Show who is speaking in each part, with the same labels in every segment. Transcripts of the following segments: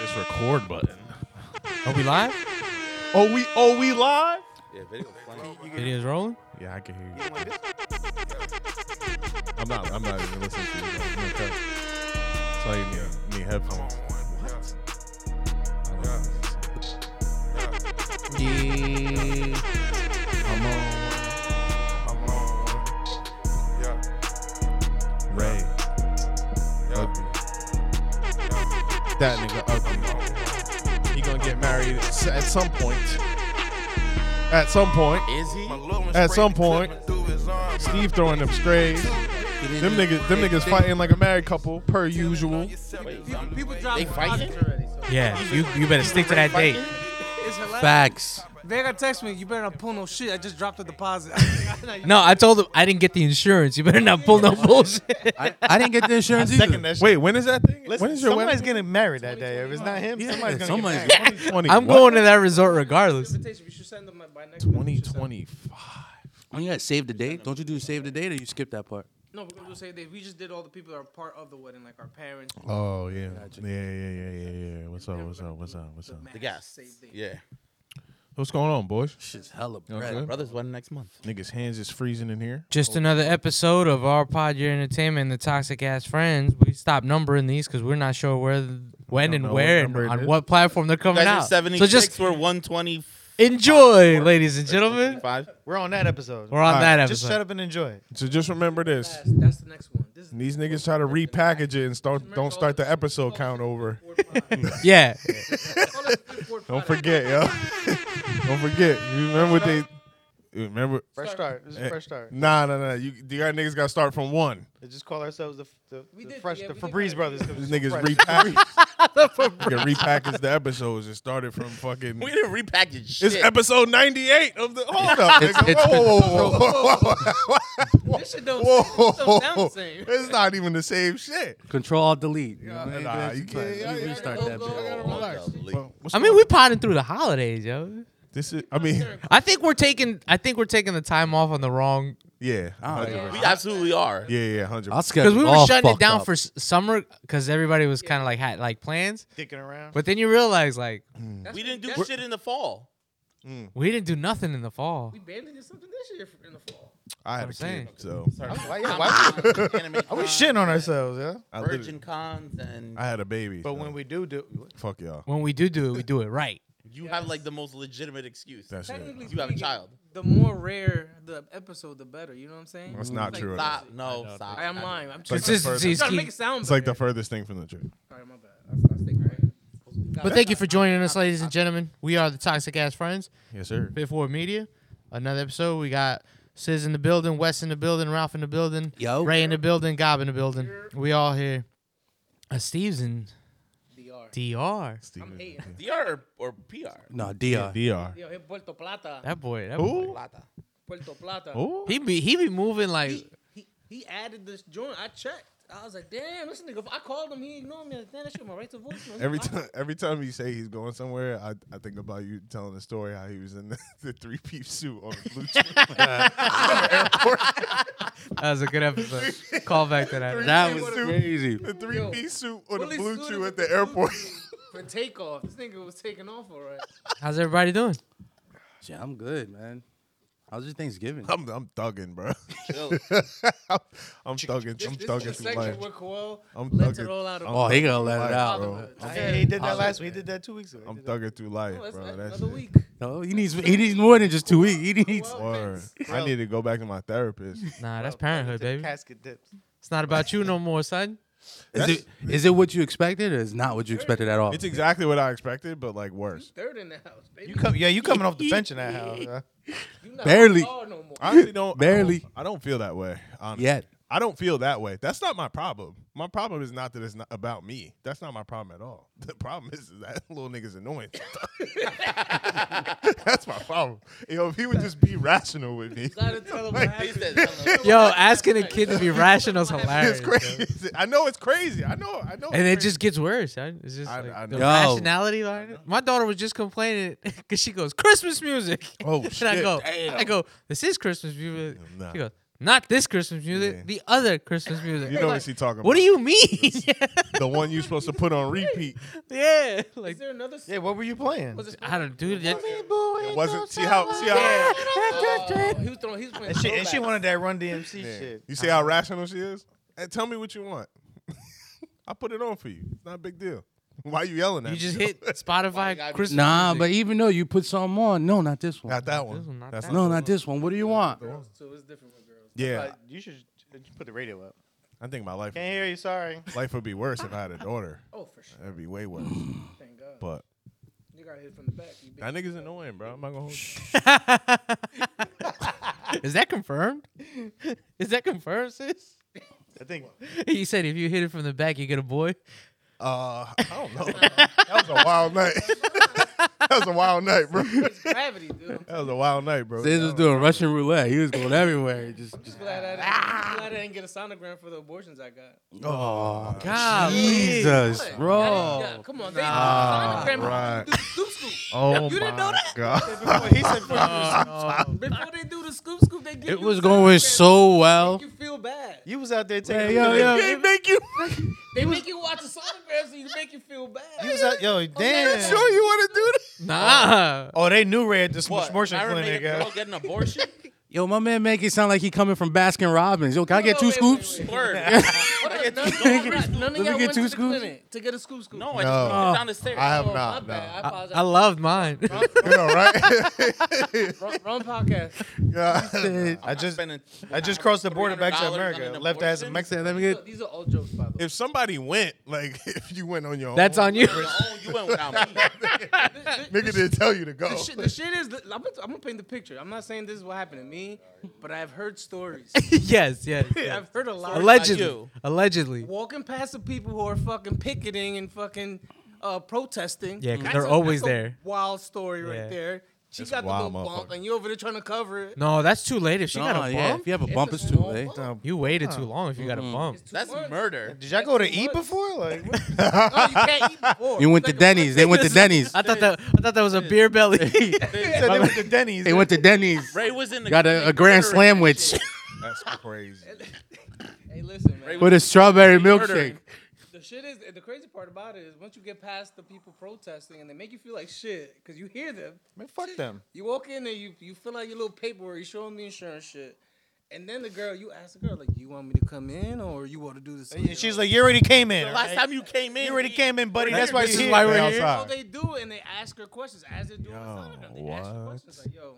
Speaker 1: this record button.
Speaker 2: Are we live?
Speaker 1: Oh, we oh we live.
Speaker 3: Yeah, video funny.
Speaker 2: Video's rolling.
Speaker 1: Yeah, I can hear you.
Speaker 3: What?
Speaker 1: I'm not. I'm not even listening to you. I'm okay. So you need, need headphones.
Speaker 2: Yeah. I'm on.
Speaker 1: Ray, ugly. That nigga ugly. He gonna get married s- at some point. At some point,
Speaker 3: Is he?
Speaker 1: At some point, Steve throwing them strays. Them niggas, them niggas fighting like a married couple per usual.
Speaker 4: People drop
Speaker 3: They fighting?
Speaker 2: Yeah, you, you better stick to that date.
Speaker 4: It's hilarious.
Speaker 2: Facts.
Speaker 4: Vega text me, you better not pull no shit. I just dropped the deposit.
Speaker 2: No, I told him I didn't get the insurance. You better not pull no bullshit.
Speaker 5: I didn't get the insurance either.
Speaker 1: Wait, when is that thing?
Speaker 6: Listen,
Speaker 1: when is your
Speaker 6: somebody's
Speaker 1: wedding?
Speaker 6: getting married that day. If it's not him, somebody's gonna
Speaker 5: Somebody's
Speaker 6: get married.
Speaker 2: I'm going to that resort regardless.
Speaker 4: Invitation, we should send them by next month.
Speaker 1: Twenty
Speaker 4: We should send them.
Speaker 1: twenty five.
Speaker 5: Oh, you got save the date? Don't you do save the date or you skip that part?
Speaker 4: No, we're gonna do say that we just did all the people that are part of the wedding, like our parents.
Speaker 1: Oh yeah, yeah, yeah, yeah, yeah, yeah. What's up? What's up? What's up? What's up?
Speaker 4: The
Speaker 3: The gas. Yeah.
Speaker 1: What's going on, boys?
Speaker 5: Shit's hella
Speaker 1: Y'all
Speaker 5: bread.
Speaker 1: good?
Speaker 3: Brothers one next month.
Speaker 1: Niggas' hands is freezing in here.
Speaker 2: Just another episode of our Pod Your Entertainment, the Toxic Ass Friends. We stopped numbering these because we're not sure where, when,
Speaker 1: Don't
Speaker 2: and
Speaker 1: know
Speaker 2: where,
Speaker 1: what
Speaker 2: and
Speaker 1: number it
Speaker 2: on
Speaker 1: is.
Speaker 2: what platform they're coming
Speaker 3: Guys are
Speaker 2: out. So
Speaker 3: 76.
Speaker 2: just
Speaker 3: we're 120.
Speaker 2: enjoy, ladies and gentlemen.
Speaker 3: 25.
Speaker 6: We're on that episode.
Speaker 2: We're on
Speaker 1: All right,
Speaker 2: that
Speaker 6: Just
Speaker 2: episode.
Speaker 6: shut up and enjoy it.
Speaker 1: So just remember this:
Speaker 4: That's, that's the next one. This is
Speaker 1: these niggas try to repackage it and start, don't start the episode count over.
Speaker 4: Ford Pride.
Speaker 2: Yeah.
Speaker 4: Call that the Ford
Speaker 1: Don't
Speaker 4: Pride.
Speaker 1: forget, yo. don't forget. You remember what they? you Remember?
Speaker 6: Fresh start. This is a fresh start.
Speaker 1: Nah, nah, nah. You, you got niggas got to start from one.
Speaker 6: Let's just call ourselves the the,
Speaker 4: We
Speaker 6: the
Speaker 4: did-
Speaker 6: fresh
Speaker 4: yeah,
Speaker 6: the
Speaker 4: we did
Speaker 6: Febreze
Speaker 4: that.
Speaker 6: brothers.
Speaker 1: These
Speaker 6: These
Speaker 1: niggas repackage. you can repackage the episodes and started from fucking.
Speaker 3: We didn't repackage shit.
Speaker 1: It's episode ninety eight of the. Hold up,
Speaker 5: It's-
Speaker 1: nigga.
Speaker 5: it's-
Speaker 1: whoa, whoa, whoa, whoa, whoa, whoa,
Speaker 4: This shit don't,
Speaker 1: Whoa.
Speaker 4: this don't sound the same.
Speaker 1: It's not even the same shit.
Speaker 5: Control delete. You know what I mean?
Speaker 1: Nah, you
Speaker 5: Just play.
Speaker 1: can't.
Speaker 5: You
Speaker 1: yeah,
Speaker 5: restart
Speaker 1: yeah,
Speaker 5: that
Speaker 1: go, go, I
Speaker 5: bitch.
Speaker 1: gotta relax. Well, what's
Speaker 2: I mean,
Speaker 1: going
Speaker 2: we're potting through the holidays, yo.
Speaker 1: on? This is. I mean,
Speaker 2: I think we're taking. I think we're taking the time off on the wrong
Speaker 1: yeah, hundred
Speaker 5: yeah.
Speaker 1: percent.
Speaker 3: we absolutely are.
Speaker 1: yeah, yeah, hundred.
Speaker 5: I'll
Speaker 1: percent.
Speaker 5: skip
Speaker 2: because we were
Speaker 5: all
Speaker 2: shutting it
Speaker 5: fucked
Speaker 2: down
Speaker 5: up.
Speaker 2: for s- summer because everybody was kind of like had like plans,
Speaker 6: dicking around.
Speaker 2: but then you realize like
Speaker 4: That's-
Speaker 3: We didn't do
Speaker 4: that's-
Speaker 3: shit in the fall.
Speaker 2: we didn't do nothing in the fall.
Speaker 4: We barely did something this year in the fall.
Speaker 1: I had a
Speaker 2: I'm
Speaker 1: kid,
Speaker 2: saying.
Speaker 1: so
Speaker 6: Why, yeah, why
Speaker 3: Anime
Speaker 6: are we
Speaker 3: cons,
Speaker 6: shitting on ourselves? Yeah.
Speaker 1: I,
Speaker 3: Virgin
Speaker 1: literally-
Speaker 3: cons and
Speaker 1: I had a baby.
Speaker 6: But
Speaker 1: so
Speaker 6: when we do do,
Speaker 1: fuck y'all,
Speaker 2: When we do do it, we do it right.
Speaker 3: you have like the most legitimate excuse.
Speaker 1: that's it.
Speaker 4: Technically
Speaker 3: You have a
Speaker 4: speaking,
Speaker 3: child.
Speaker 4: The more rare the episode, the better. You know what I'm saying?
Speaker 1: That's not
Speaker 4: Like,
Speaker 1: true. at all.
Speaker 3: Stop. No, stop.
Speaker 4: I am lying. I'm
Speaker 1: like
Speaker 4: trying
Speaker 1: the
Speaker 2: Consistency
Speaker 1: first-
Speaker 2: is
Speaker 4: to
Speaker 2: key.
Speaker 4: make it sound
Speaker 1: It's like the
Speaker 4: better.
Speaker 1: furthest thing from the truth.
Speaker 4: Sorry, my bad. I, I think right.
Speaker 2: But thank you for joining us, ladies and gentlemen. We are the Toxic Ass Friends,
Speaker 1: Yes, sir.
Speaker 2: Fifth Ward Media. Another episode. We got Sis in the building, Wes in the building, Ralph in the building,
Speaker 5: Yo.
Speaker 2: Ray in the building, Gob in the building. We all here. Uh, Steve's in
Speaker 4: DR.
Speaker 2: DR.
Speaker 4: I'm
Speaker 1: Steven.
Speaker 4: hating.
Speaker 3: DR or PR.
Speaker 5: No, DR.
Speaker 1: Dr.
Speaker 4: Yo, in Puerto Plata.
Speaker 2: That boy. That boy.
Speaker 1: Ooh,
Speaker 3: Plata.
Speaker 4: Puerto Plata.
Speaker 1: ooh.
Speaker 2: He be he be moving like
Speaker 4: He, he, he added this joint. I checked. I was like, damn, listen, nigga. I called him. He ignored me. I was Like, damn, that shit my right to voicemail.
Speaker 1: Every
Speaker 4: I-
Speaker 1: time, every time you say he's going somewhere, I, I think about you telling the story how he was in the, the three piece suit on the blue check.
Speaker 2: that was a good episode. Call back to that.
Speaker 5: That was crazy.
Speaker 1: the three piece suit on the
Speaker 4: fully
Speaker 1: blue
Speaker 4: suited
Speaker 1: chew
Speaker 4: with
Speaker 1: at
Speaker 4: the
Speaker 1: the
Speaker 4: blue
Speaker 1: airport.
Speaker 4: For takeoff. This nigga was taking off all right.
Speaker 2: How's everybody doing?
Speaker 5: Shit, I'm good, man. How's your Thanksgiving?
Speaker 1: I'm I'm thugging, bro. I'm, I'm thugging. I'm
Speaker 4: This
Speaker 1: thugging
Speaker 4: is the
Speaker 1: through life.
Speaker 4: section where Coel
Speaker 1: I'm
Speaker 4: lets
Speaker 1: thugging.
Speaker 4: it all out.
Speaker 1: I'm
Speaker 5: Oh, he gonna let it
Speaker 1: Right,
Speaker 5: out.
Speaker 1: bro.
Speaker 6: I,
Speaker 4: Yeah.
Speaker 6: he did that last week. He did that two weeks ago. He
Speaker 1: I'm
Speaker 6: did that.
Speaker 1: thugging through life,
Speaker 4: Oh, that's
Speaker 1: bro.
Speaker 4: not-
Speaker 1: That's
Speaker 4: another
Speaker 1: it.
Speaker 4: week.
Speaker 5: No, he needs he needs more than just two weeks. He needs.
Speaker 4: Well,
Speaker 1: Word.
Speaker 4: offense.
Speaker 1: I need to go back to my therapist.
Speaker 2: Nah, that's
Speaker 6: Bro, I
Speaker 2: parenthood,
Speaker 6: took
Speaker 2: baby.
Speaker 6: Casket dips.
Speaker 2: It's not about you no more, son.
Speaker 5: Is it is it what you expected or is not what you expected at all?
Speaker 1: It's exactly what I expected, but like worse.
Speaker 4: Third in the house, baby.
Speaker 6: You come, yeah, you coming off the bench in that house. Yeah.
Speaker 4: You not
Speaker 5: barely.
Speaker 4: on par No more.
Speaker 1: I honestly don't I don't-
Speaker 5: Barely.
Speaker 1: I don't feel that way. Honestly.
Speaker 5: Yet.
Speaker 1: I don't feel that way. That's not my problem. My problem is not that it's not about me. That's not my problem at all. The problem is that little nigga's annoying. That's my problem. Yo, if he would just be rational with me,
Speaker 4: Gotta tell him what
Speaker 3: He said,
Speaker 4: happened.
Speaker 2: Yo, asking a kid to be rational is hilarious.
Speaker 1: it's
Speaker 2: yo.
Speaker 1: crazy. I know it's crazy. I know. I know.
Speaker 2: And it
Speaker 1: it's
Speaker 2: just gets worse. huh? It's just
Speaker 1: I-
Speaker 2: like,
Speaker 1: I
Speaker 2: the
Speaker 1: know.
Speaker 5: Yo.
Speaker 2: rationality behind it. My daughter was just complaining because she goes Christmas music.
Speaker 1: Oh,
Speaker 2: and I
Speaker 1: shit.
Speaker 2: go, I go, this is Christmas music.
Speaker 1: Nah.
Speaker 2: She goes, Not this Christmas music,
Speaker 1: Yeah.
Speaker 2: the other Christmas music.
Speaker 1: You know
Speaker 2: Like,
Speaker 1: what she talking about?
Speaker 2: what do you mean?
Speaker 1: The one you supposed to put on repeat.
Speaker 2: yeah, like
Speaker 4: Is there another? s-
Speaker 6: Yeah, what were you playing?
Speaker 4: Was it?
Speaker 2: I don't do that.
Speaker 1: It wasn't. See how? See how?
Speaker 4: Oh, he was throwing. He was playing.
Speaker 6: and, she, and she
Speaker 4: throwbacks.
Speaker 6: wanted that Run DMC
Speaker 1: Yeah.
Speaker 6: shit.
Speaker 1: You see how rational she is? Hey, tell me what you want. I put it on for you. It's not a big deal. Why you yelling at
Speaker 2: You
Speaker 1: me?
Speaker 2: just hit
Speaker 3: Why you
Speaker 2: Spotify
Speaker 3: gotta be-
Speaker 2: Christmas.
Speaker 5: Nah,
Speaker 2: music.
Speaker 5: but even though you put something on, no, not this one.
Speaker 1: not that
Speaker 2: This
Speaker 1: one.
Speaker 2: one, not
Speaker 1: That's
Speaker 2: that
Speaker 1: not-
Speaker 5: no, not this one. What do you want?
Speaker 4: So it's different with girls.
Speaker 1: Yeah,
Speaker 6: Like, you should you should put the radio up.
Speaker 1: I think my life
Speaker 6: Can't hear you. Sorry.
Speaker 1: life would be worse if I had a daughter.
Speaker 4: Oh, for sure.
Speaker 1: That'd be way worse.
Speaker 4: Thank God.
Speaker 1: But
Speaker 4: You got hit from the back. You
Speaker 1: that
Speaker 4: bitch.
Speaker 1: nigga's annoying, bro. I'm not gonna hold you.
Speaker 2: Is that confirmed? Is that confirmed, sis?
Speaker 6: I think
Speaker 2: He said if you hit it from the back, you get a boy.
Speaker 1: Uh, I don't know. that was a wild night. that was a wild night, bro. That
Speaker 4: Gravity, dude.
Speaker 1: was a wild night, bro.
Speaker 5: They was doing Russian roulette. He was going everywhere. Just, just
Speaker 4: Glad I,
Speaker 5: Ah.
Speaker 4: didn't, glad I didn't get a sonogram for the abortions I got.
Speaker 5: oh,
Speaker 2: God,
Speaker 5: Jesus,
Speaker 4: What?
Speaker 5: bro.
Speaker 4: Yeah, come on. They
Speaker 1: Ah,
Speaker 4: sonogram
Speaker 1: right.
Speaker 4: do the scoop scoop.
Speaker 1: Oh
Speaker 4: You didn't know that?
Speaker 1: god.
Speaker 6: he said for
Speaker 4: Before they do the scoop scoop, they give
Speaker 5: It
Speaker 4: you
Speaker 5: was
Speaker 4: a
Speaker 5: going
Speaker 4: sonogram.
Speaker 5: so well.
Speaker 4: Make you feel bad.
Speaker 6: you was out there taking.
Speaker 5: Hey, yo, yo,
Speaker 6: You
Speaker 4: They make you watch a sonogram so you make you feel bad.
Speaker 6: was out,
Speaker 4: Oh,
Speaker 6: yo, damn.
Speaker 1: sure you want to do that?
Speaker 2: nah.
Speaker 6: Oh, they knew Red this
Speaker 3: What?
Speaker 6: Morsham
Speaker 3: Iron
Speaker 6: clinic.
Speaker 3: Maiden girl
Speaker 6: yo.
Speaker 3: get an abortion?
Speaker 5: Yo, my man make it sound like he coming from Baskin Robbins. Yo, can I get two
Speaker 4: Wait, wait, wait,
Speaker 5: scoops?
Speaker 4: wait.
Speaker 3: Word.
Speaker 4: Hold on, none, of
Speaker 5: Let
Speaker 4: y'all
Speaker 5: me
Speaker 4: went- none
Speaker 5: get
Speaker 4: of y'all
Speaker 5: two
Speaker 4: went to the
Speaker 5: scoops.
Speaker 4: clinic to get a scoop scoop.
Speaker 3: No,
Speaker 4: Oh,
Speaker 3: I
Speaker 1: No.
Speaker 3: just went down the stairs.
Speaker 1: I have
Speaker 4: my
Speaker 1: not.
Speaker 4: bad. I
Speaker 1: No.
Speaker 4: apologize.
Speaker 2: I loved mine.
Speaker 1: You know, right?
Speaker 4: wrong, wrong podcast.
Speaker 1: Yeah.
Speaker 5: Said-
Speaker 6: I just,
Speaker 3: spending
Speaker 6: I just crossed the border back to
Speaker 3: $300 on
Speaker 6: America.
Speaker 3: an
Speaker 6: Left ass in
Speaker 3: abortion?
Speaker 6: Mexico.
Speaker 5: said, let me
Speaker 4: Look,
Speaker 5: get.
Speaker 4: These are all jokes, by the way.
Speaker 1: If somebody went, like, if you went on your
Speaker 5: That's
Speaker 1: own,
Speaker 5: on you.
Speaker 3: your own. oh, You went without me.
Speaker 1: Nigga didn't tell you to go.
Speaker 4: The shit, the shit is, I'm gonna, I'm gonna paint the picture. I'm not saying this is what happened to me, but I've heard stories.
Speaker 2: yes, yes. yes.
Speaker 4: I've heard a lot.
Speaker 2: Allegedly.
Speaker 3: you.
Speaker 2: Allegedly.
Speaker 4: walking past the people who are fucking picketing and fucking uh, protesting.
Speaker 2: Yeah, 'cause
Speaker 4: That's
Speaker 2: they're
Speaker 4: a-
Speaker 2: always
Speaker 4: that's a
Speaker 2: there.
Speaker 4: wild story right
Speaker 2: Yeah.
Speaker 4: there. She
Speaker 1: That's
Speaker 4: got the
Speaker 1: wild,
Speaker 4: little bump,
Speaker 1: motherfucker.
Speaker 4: and you over there trying to cover it.
Speaker 2: No, that's too late if she
Speaker 5: Nah,
Speaker 2: got a
Speaker 5: yeah,
Speaker 2: bump.
Speaker 5: if you have a bump, it's too
Speaker 4: small
Speaker 5: late.
Speaker 4: bump.
Speaker 2: You waited too long if you got a bump.
Speaker 3: That's
Speaker 4: What?
Speaker 3: murder.
Speaker 6: Um, Did y'all go to eat
Speaker 4: What?
Speaker 6: before? Like, what?
Speaker 4: No, Oh, you can't eat before.
Speaker 5: You went to
Speaker 4: Like a-
Speaker 5: Denny's. They went to Denny's.
Speaker 2: I thought that I thought that was a beer belly.
Speaker 6: He said they went to Denny's.
Speaker 5: They went to Denny's.
Speaker 3: Ray was in the
Speaker 5: Got a, a grand slam witch
Speaker 1: That's crazy.
Speaker 4: Hey, listen, man.
Speaker 5: with a strawberry milkshake.
Speaker 3: Murdering.
Speaker 4: The shit is the crazy part about it is once you get past the people protesting and they make you feel like shit because you hear them.
Speaker 6: Man, fuck them.
Speaker 4: You walk in there, you you fill out your little paperwork, you show them the insurance shit, and then the girl, you ask the girl like, "You want me to come in or you want to do this?"
Speaker 6: And she's like, you already came in.
Speaker 3: The last
Speaker 6: alright?
Speaker 3: time you came in,
Speaker 6: you already
Speaker 3: we-
Speaker 6: came in, buddy. That's why
Speaker 5: This
Speaker 6: you're
Speaker 5: is
Speaker 6: here.
Speaker 5: why we're
Speaker 6: They
Speaker 5: here.
Speaker 4: That's all
Speaker 6: outside.
Speaker 4: they do, and they ask her questions as they're doing the sonogram. They ask her
Speaker 1: what?
Speaker 4: questions like, "Yo,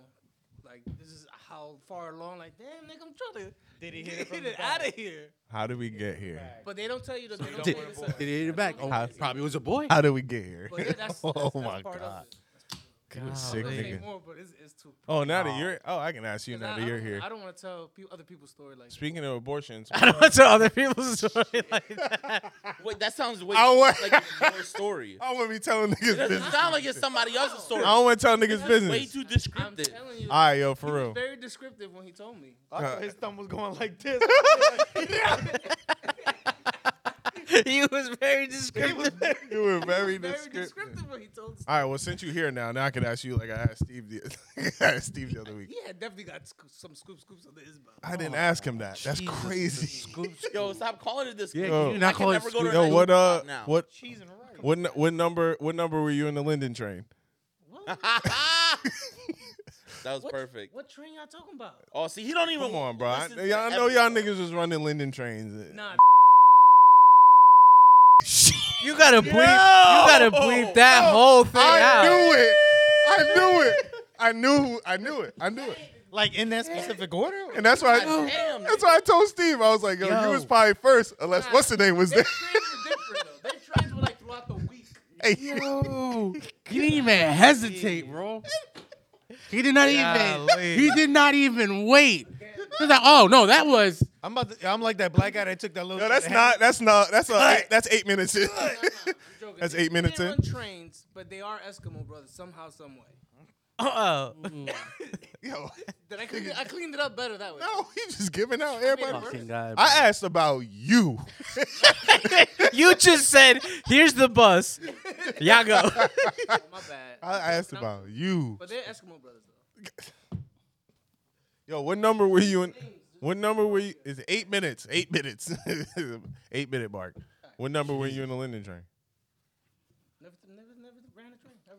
Speaker 4: like this is how far along? Like, damn, nigga, I'm trying to
Speaker 6: Did he hit it
Speaker 4: get
Speaker 6: from
Speaker 4: it,
Speaker 6: the back?
Speaker 4: out of here."
Speaker 1: How did we get here?
Speaker 4: But they don't tell you that. they don't
Speaker 5: Did,
Speaker 4: tell you
Speaker 5: did
Speaker 4: this-
Speaker 5: he hit it back? Oh, probably was a boy.
Speaker 1: How did we get here?
Speaker 4: But yeah, that's, that's,
Speaker 1: Oh
Speaker 4: that's
Speaker 1: my
Speaker 4: part
Speaker 1: God.
Speaker 4: Of it.
Speaker 1: Sick
Speaker 4: I'll say
Speaker 1: nigga.
Speaker 4: more, but it's, it's too.
Speaker 1: Oh, now that you're oh, I can ask you
Speaker 4: 'cause
Speaker 1: now
Speaker 4: I,
Speaker 1: that
Speaker 4: I
Speaker 1: you're
Speaker 4: don't-
Speaker 1: here.
Speaker 4: I don't want to tell people, other people's story like.
Speaker 1: Speaking of abortions,
Speaker 2: I don't tell other people's story like that.
Speaker 3: Wait, that sounds way
Speaker 1: Oh, what?
Speaker 3: like your story.
Speaker 1: I don't want to be telling niggas
Speaker 3: It doesn't
Speaker 1: business.
Speaker 3: sound like it's somebody else's
Speaker 1: I
Speaker 3: story.
Speaker 1: don't want to tell niggas
Speaker 3: Way
Speaker 1: business.
Speaker 3: too
Speaker 4: I'm
Speaker 3: descriptive.
Speaker 4: telling you,
Speaker 1: All right, yo,
Speaker 4: he
Speaker 1: for
Speaker 4: was
Speaker 1: real.
Speaker 4: very descriptive when he told me.
Speaker 6: I thought his thumb was going like this.
Speaker 2: he was very
Speaker 6: He
Speaker 2: descriptive.
Speaker 6: was there.
Speaker 1: You were very
Speaker 4: Very
Speaker 1: descriptive.
Speaker 4: descriptive when he told. us.
Speaker 1: All right, well, since you're here now, now I can ask you like I asked Steve the, I asked Steve the other week.
Speaker 4: He had definitely got sco- some scoop scoops under his belt.
Speaker 1: I didn't ask him that. That's
Speaker 5: Jesus,
Speaker 1: crazy.
Speaker 3: Yo, stop calling it this.
Speaker 5: Yeah,
Speaker 3: girl.
Speaker 5: can you not
Speaker 3: I can
Speaker 5: call it
Speaker 3: never go to
Speaker 5: screw-
Speaker 3: a
Speaker 1: Yo,
Speaker 3: night
Speaker 1: what uh,
Speaker 3: club now.
Speaker 1: what
Speaker 6: Cheese and rice.
Speaker 1: what n- what number what number were you in the Linden train?
Speaker 4: What?
Speaker 3: That was
Speaker 4: What-
Speaker 3: perfect.
Speaker 4: What train y'all talking about?
Speaker 3: Oh, see, he don't even.
Speaker 1: Come on, bro. I,
Speaker 3: listen to
Speaker 1: y'all
Speaker 3: the
Speaker 1: know y'all
Speaker 3: episode.
Speaker 1: niggas was running Linden trains.
Speaker 4: Nah,
Speaker 2: You gotta bleep. You gotta bleep that whole thing out.
Speaker 1: I knew it. I knew it. I knew. I knew it. I knew it.
Speaker 6: Like in that specific order?
Speaker 1: And that's why.
Speaker 3: God
Speaker 1: I,
Speaker 3: damn,
Speaker 1: that's why I told Steve. I was like, Yo, you
Speaker 5: Yo.
Speaker 1: was probably first, unless what's the name was
Speaker 4: their
Speaker 1: there.
Speaker 4: trains were different though. Their trains were like throughout the week.
Speaker 1: Hey,
Speaker 5: Yo, he didn't even hesitate, bro. He did not even. He did not even wait. He was like, "Oh no, that was."
Speaker 6: I'm about to, I'm like that black guy that took that little.
Speaker 1: no, that's not. That's not. That's a. Eight, that's eight minutes. in.
Speaker 4: I'm joking.
Speaker 1: That's
Speaker 4: They-
Speaker 1: eight minutes
Speaker 4: they
Speaker 1: in.
Speaker 4: run trains, but they are Eskimo brothers somehow, some way.
Speaker 2: Uh-oh.
Speaker 1: Yo,
Speaker 4: Did I clean it, I cleaned it up better that way.
Speaker 1: no, he just giving out everybody.
Speaker 5: Fucking guy, bro.
Speaker 1: I asked about you.
Speaker 2: you just said, "Here's the bus." Y'all go.
Speaker 4: Oh, my bad.
Speaker 1: I asked about you.
Speaker 4: But they're Eskimo brothers though.
Speaker 1: Yo, what number were you in?
Speaker 4: Names,
Speaker 1: What number were you? It's eight minutes. Eight minutes. eight minute mark. What number were you in the Linden train?
Speaker 4: Never, never, never ran a train. Never.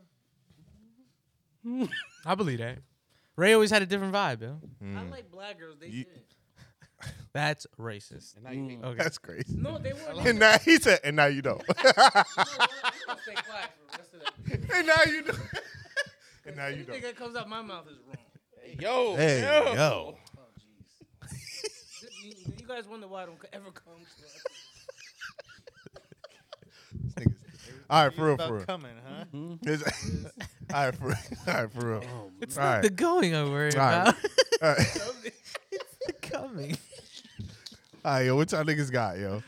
Speaker 2: I believe that. Ray always had a different vibe, yo.
Speaker 4: I like black girls. They
Speaker 1: You-
Speaker 4: didn't.
Speaker 2: That's racist. Mm, Okay.
Speaker 1: That's crazy.
Speaker 4: No, they were.
Speaker 1: And now he said, and now you don't.
Speaker 4: Stay quiet for the rest of that.
Speaker 1: and now you don't. and now you
Speaker 4: Anything
Speaker 1: don't.
Speaker 4: that comes out my mouth is wrong.
Speaker 3: Yo,
Speaker 1: Hey,
Speaker 3: yo.
Speaker 1: yo.
Speaker 4: Oh jeez. you, you guys wonder why I don't ever come to us.
Speaker 1: This nigga's- All right, for real, for real.
Speaker 6: coming, huh?
Speaker 1: Mm-hmm. It's- All right, for real. All right, for
Speaker 5: Oh,
Speaker 1: real.
Speaker 2: It's
Speaker 1: All
Speaker 2: not
Speaker 1: right.
Speaker 2: the going I worry
Speaker 1: All right.
Speaker 2: about.
Speaker 1: All right.
Speaker 2: it's the coming.
Speaker 1: All right, yo, what y'all niggas got, yo?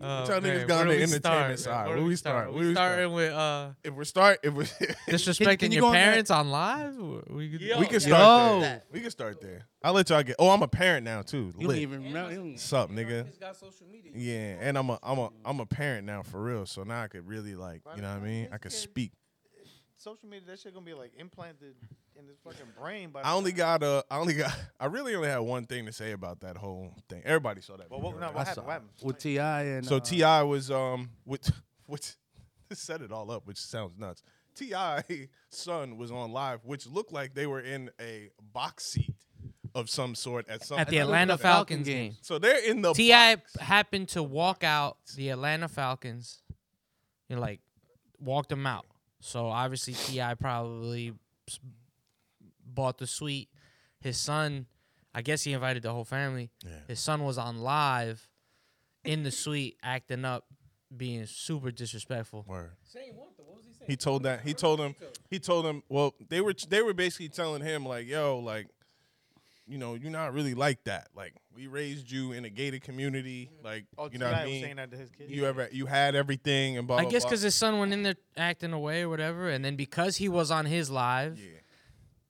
Speaker 2: Oh,
Speaker 1: y'all niggas
Speaker 2: man,
Speaker 1: got
Speaker 2: where do
Speaker 1: on the
Speaker 2: we
Speaker 1: entertainment
Speaker 2: start,
Speaker 1: side?
Speaker 2: man? Where
Speaker 1: Where
Speaker 2: do
Speaker 1: we
Speaker 2: we
Speaker 1: start?
Speaker 2: start?
Speaker 1: Where we
Speaker 2: We starting with uh,
Speaker 1: If we're start, if we
Speaker 2: disrespecting
Speaker 6: you
Speaker 2: your
Speaker 6: go on that-
Speaker 2: parents on live. Or We could-
Speaker 3: Yo.
Speaker 1: we can
Speaker 3: yeah.
Speaker 1: start
Speaker 5: Yo.
Speaker 1: there, we can start there. I'll let y'all get. Oh, I'm a parent now too.
Speaker 5: You don't
Speaker 1: Lit.
Speaker 5: even know. you don't-
Speaker 1: Sup, nigga?
Speaker 4: It's got social media.
Speaker 1: Yeah, and I'm a I'm a I'm a parent now for real. So now I could really like, you know what I mean? I could speak.
Speaker 6: Social media, that shit gonna be like implanted in this fucking brain. By
Speaker 1: I only got uh I only got I really only had one thing to say about that whole thing. Everybody saw that.
Speaker 6: Well,
Speaker 1: video,
Speaker 6: what, no,
Speaker 1: right?
Speaker 6: what happened? What happened?
Speaker 5: With T.I. and.
Speaker 1: So
Speaker 5: uh,
Speaker 1: Ti was um with which this set it all up, which sounds nuts. Ti son was on live, which looked like they were in a box seat of some sort at some
Speaker 2: At the
Speaker 5: I think
Speaker 2: Atlanta
Speaker 5: the Falcon
Speaker 2: Falcons
Speaker 5: game.
Speaker 2: game.
Speaker 1: So they're in the
Speaker 2: Ti
Speaker 1: box.
Speaker 2: happened to walk out the Atlanta Falcons, and like walked them out. So obviously Ti probably s- bought the suite. His son, I guess he invited the whole family.
Speaker 1: Yeah.
Speaker 2: His son was on live in the suite acting up, being super disrespectful.
Speaker 1: Word.
Speaker 4: Saying what? though? What was he saying?
Speaker 1: He told that he told him he told him well they were they were basically telling him like yo like you know you're not really like that like we raised you in a gated community like
Speaker 6: Oh,
Speaker 1: you know what
Speaker 6: T.I.
Speaker 1: I
Speaker 6: was
Speaker 1: mean
Speaker 6: saying that to his kid.
Speaker 1: you ever you had everything and blah
Speaker 2: I
Speaker 1: blah,
Speaker 2: guess
Speaker 1: blah.
Speaker 2: because his son went in there acting away or whatever, and then because he was on his live,
Speaker 1: yeah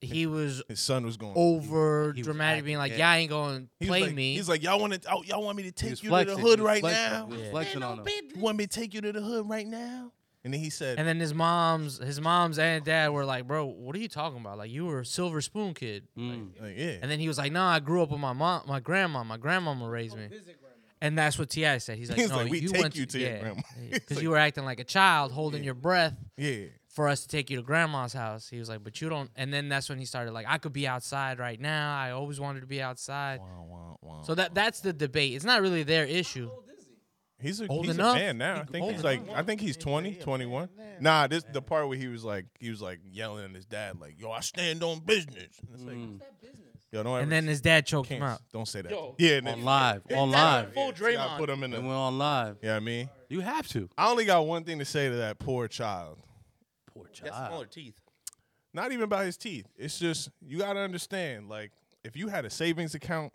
Speaker 2: he was
Speaker 1: his son was going
Speaker 2: over
Speaker 5: he was
Speaker 2: dramatic,
Speaker 5: acting,
Speaker 2: being like,
Speaker 5: yeah.
Speaker 2: "Yeah, I ain't going to
Speaker 1: He's
Speaker 2: play
Speaker 1: like,
Speaker 2: me."
Speaker 1: He's like, y'all want to, oh, y'all want me to
Speaker 5: he
Speaker 1: take
Speaker 5: was
Speaker 1: you
Speaker 5: flexing,
Speaker 1: to the hood
Speaker 5: he was
Speaker 1: right
Speaker 5: flexing,
Speaker 1: now.
Speaker 5: he was
Speaker 2: Yeah.
Speaker 5: flexing on him.
Speaker 1: You want me to take you to the hood right now? And then he said,
Speaker 2: And then his mom's, his mom's and dad were like, "Bro, what are you talking about? Like, you were a silver spoon kid."
Speaker 5: Mm.
Speaker 1: like, yeah,
Speaker 2: And then he was like, "No, I grew up with my mom, my grandma. My grandmama raised me."
Speaker 4: Visit grandma.
Speaker 2: And that's what Ti said. He's like,
Speaker 1: He's
Speaker 2: "No,
Speaker 1: like, we
Speaker 2: you
Speaker 1: take
Speaker 2: went
Speaker 1: you to your grandma." He's
Speaker 2: because
Speaker 1: like-
Speaker 2: you were acting like a child, holding your breath
Speaker 1: yeah,
Speaker 2: for us to take you to grandma's house." He was like, "But you don't." And then that's when he started like, "I could be outside right now. I always wanted to be outside." So that that's the debate. It's not really their issue.
Speaker 4: How old is he?
Speaker 1: he's a,
Speaker 2: Old
Speaker 1: he's a
Speaker 2: enough.
Speaker 1: man now. I think he's like, I think he's 20, 21. Nah, this the part where he was like, he was like yelling at his dad, like, yo, I stand on business. And it's like,
Speaker 4: What's that business?
Speaker 1: yo, don't ever,
Speaker 2: Mm. And then his dad choked him
Speaker 1: can't,
Speaker 2: out.
Speaker 1: don't say that.
Speaker 3: Yo.
Speaker 1: yeah, and
Speaker 5: On
Speaker 1: then,
Speaker 5: live. On live.
Speaker 3: Full
Speaker 1: See, I
Speaker 3: Draymond.
Speaker 1: put him in the.
Speaker 5: And we're on live.
Speaker 1: Yeah, I mean,
Speaker 5: You have to.
Speaker 1: I only got one thing to say to that poor child.
Speaker 5: Poor child.
Speaker 3: That's smaller teeth.
Speaker 1: Not even about his teeth. It's just you gotta understand, like, if you had a savings account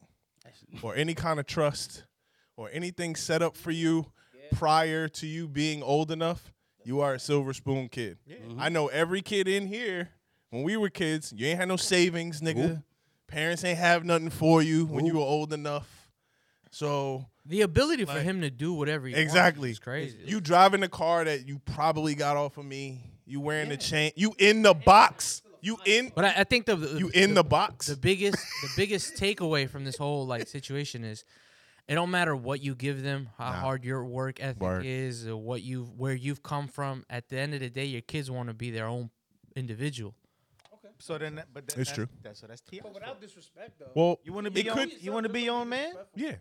Speaker 1: or any kind of trust or anything set up for you prior to you being old enough, you are a silver spoon kid. Mm-hmm. I know every kid in here, when we were kids, you ain't had no savings, nigga. Parents ain't have nothing for you when you were old enough. So
Speaker 2: The ability for
Speaker 1: Like-
Speaker 2: him to do whatever he
Speaker 1: Exactly.
Speaker 2: wants is crazy.
Speaker 1: you driving the car that you probably got off of me. You wearing the chain. You in the box. You in
Speaker 2: But I, I think the, the
Speaker 1: you in the box.
Speaker 2: the biggest the biggest takeaway from this whole like situation is it don't matter what you give them, how hard your work ethic
Speaker 1: Word.
Speaker 2: is, or what you where you've come from. At the end of the day, your kids want to be their own individual.
Speaker 6: So then, that, but then
Speaker 1: It's
Speaker 6: that's,
Speaker 1: true.
Speaker 6: That's so that's T.I.
Speaker 4: But without disrespect though.
Speaker 1: Well,
Speaker 6: You want to
Speaker 1: It
Speaker 6: be your own,
Speaker 1: could-
Speaker 6: you want to be your own man?
Speaker 1: yeah,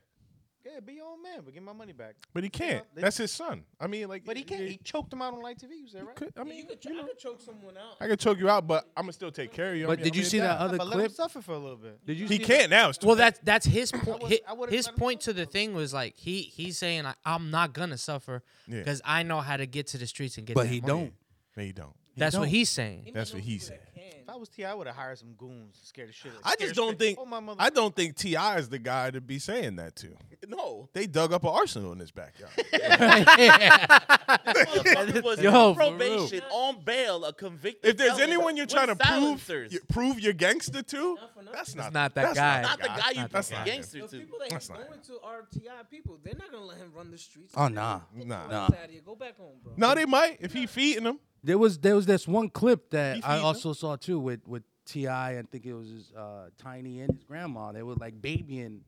Speaker 6: Yeah, be your own man, but get my money back.
Speaker 1: but he can't. That's his son. I mean, like,
Speaker 6: But he can't.
Speaker 1: yeah,
Speaker 6: He choked him out on live TV. You said
Speaker 1: he
Speaker 6: right?
Speaker 1: could- I
Speaker 4: I mean,
Speaker 1: mean,
Speaker 4: you could, ch- I could choke someone out.
Speaker 1: I could choke you out, but I'm gonna still take care of you. I
Speaker 5: But
Speaker 1: mean,
Speaker 5: did
Speaker 1: I'm
Speaker 5: you
Speaker 1: your
Speaker 5: see
Speaker 1: dad.
Speaker 5: that other
Speaker 6: but let him
Speaker 5: clip?
Speaker 6: suffer for a little bit.
Speaker 5: Did you
Speaker 1: He
Speaker 5: see
Speaker 1: can't now. It's too
Speaker 2: Well, that's that's his point.
Speaker 6: would've-
Speaker 2: His,
Speaker 6: I would've
Speaker 2: his
Speaker 6: let him
Speaker 2: point to the thing was like he he's saying I, I'm not gonna suffer
Speaker 1: Yeah.
Speaker 2: because I know how to get to the streets and get.
Speaker 5: But
Speaker 2: that
Speaker 5: he
Speaker 2: money."
Speaker 5: don't.
Speaker 1: no, you don't.
Speaker 2: That's what
Speaker 5: don't.
Speaker 2: he's saying.
Speaker 1: That's what he
Speaker 4: People that
Speaker 6: If I
Speaker 4: can.
Speaker 6: was T, I would have hired some goons to scare the shit. out-
Speaker 1: I
Speaker 6: scare
Speaker 1: just
Speaker 6: the
Speaker 1: don't
Speaker 6: shit-
Speaker 1: think.
Speaker 6: Oh my mother!
Speaker 1: I don't think Ti is the guy to be saying that to.
Speaker 3: No.
Speaker 1: They dug up an arsenal in his backyard.
Speaker 3: Motherfucker was
Speaker 5: Yo,
Speaker 3: on
Speaker 5: for real.
Speaker 3: probation on bail, a convicted.
Speaker 1: If there's
Speaker 3: felon
Speaker 1: anyone you're
Speaker 3: with
Speaker 1: trying to prove
Speaker 3: silencers.
Speaker 1: you- prove your gangster to,
Speaker 4: Not for nothing.
Speaker 1: that's not
Speaker 2: not that
Speaker 1: that's
Speaker 2: guy.
Speaker 3: not the guy you
Speaker 1: That's
Speaker 3: put
Speaker 1: not him.
Speaker 3: gangster
Speaker 4: The
Speaker 3: to.
Speaker 4: people that
Speaker 1: That's
Speaker 4: he's
Speaker 1: not
Speaker 4: going to are Ti people. They're not gonna let him run the streets.
Speaker 5: Oh, nah.
Speaker 1: Nah.
Speaker 5: Nah.
Speaker 4: Out here. Go back home, bro.
Speaker 1: No, they might if he feeding them.
Speaker 5: There was there was this one clip that
Speaker 1: Beef
Speaker 5: I
Speaker 1: Eater.
Speaker 5: also saw too with with Ti. I think it was his, uh, Tiny and his grandma. They were like babying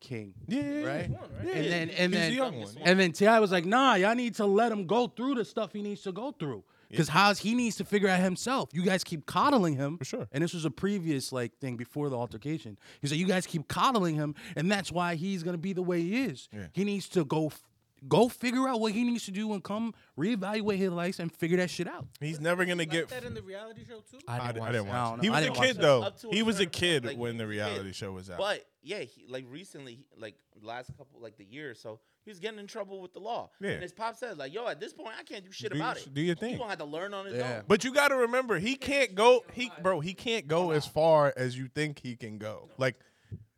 Speaker 5: king.
Speaker 1: Yeah, yeah, yeah.
Speaker 5: Right?
Speaker 1: Yeah,
Speaker 5: And
Speaker 1: yeah.
Speaker 5: then- and
Speaker 1: He's
Speaker 5: then-
Speaker 1: the young one.
Speaker 5: And then Ti was like, "Nah, y'all need to let him go through the stuff he needs to go through, because how's he needs to figure out himself. You guys keep coddling him,
Speaker 1: For sure.
Speaker 5: And this was a previous like thing before the altercation. He said, "You guys keep coddling him, and that's why he's gonna be the way he is.
Speaker 1: Yeah.
Speaker 5: He needs to go." f- Go figure out what he needs to do and come reevaluate his life and figure that shit out.
Speaker 1: He's never gonna get.
Speaker 4: Like that in the reality show too.
Speaker 1: I,
Speaker 2: watch
Speaker 1: I didn't
Speaker 2: that.
Speaker 5: I
Speaker 1: watch.
Speaker 5: don't
Speaker 1: it. He
Speaker 5: know.
Speaker 1: was
Speaker 5: I
Speaker 1: a
Speaker 5: didn't watch
Speaker 1: kid
Speaker 5: it.
Speaker 1: though.
Speaker 3: Up to a
Speaker 1: He was a
Speaker 3: certain
Speaker 1: kid
Speaker 3: point, like,
Speaker 1: when the
Speaker 3: he was a kid.
Speaker 1: reality show was out.
Speaker 3: But yeah, he, like recently, he, like last couple, like the year or so, he was getting in trouble with the law.
Speaker 1: Yeah.
Speaker 3: And his pop said, like, yo, at this point, I can't do shit
Speaker 1: Do
Speaker 3: about
Speaker 1: your-
Speaker 3: it.
Speaker 1: do your
Speaker 3: He
Speaker 1: thing.
Speaker 3: gonna have to learn on his
Speaker 5: Yeah.
Speaker 3: own.
Speaker 1: But you got to remember, he can't go. He bro, he can't go as far as you think he can go. Like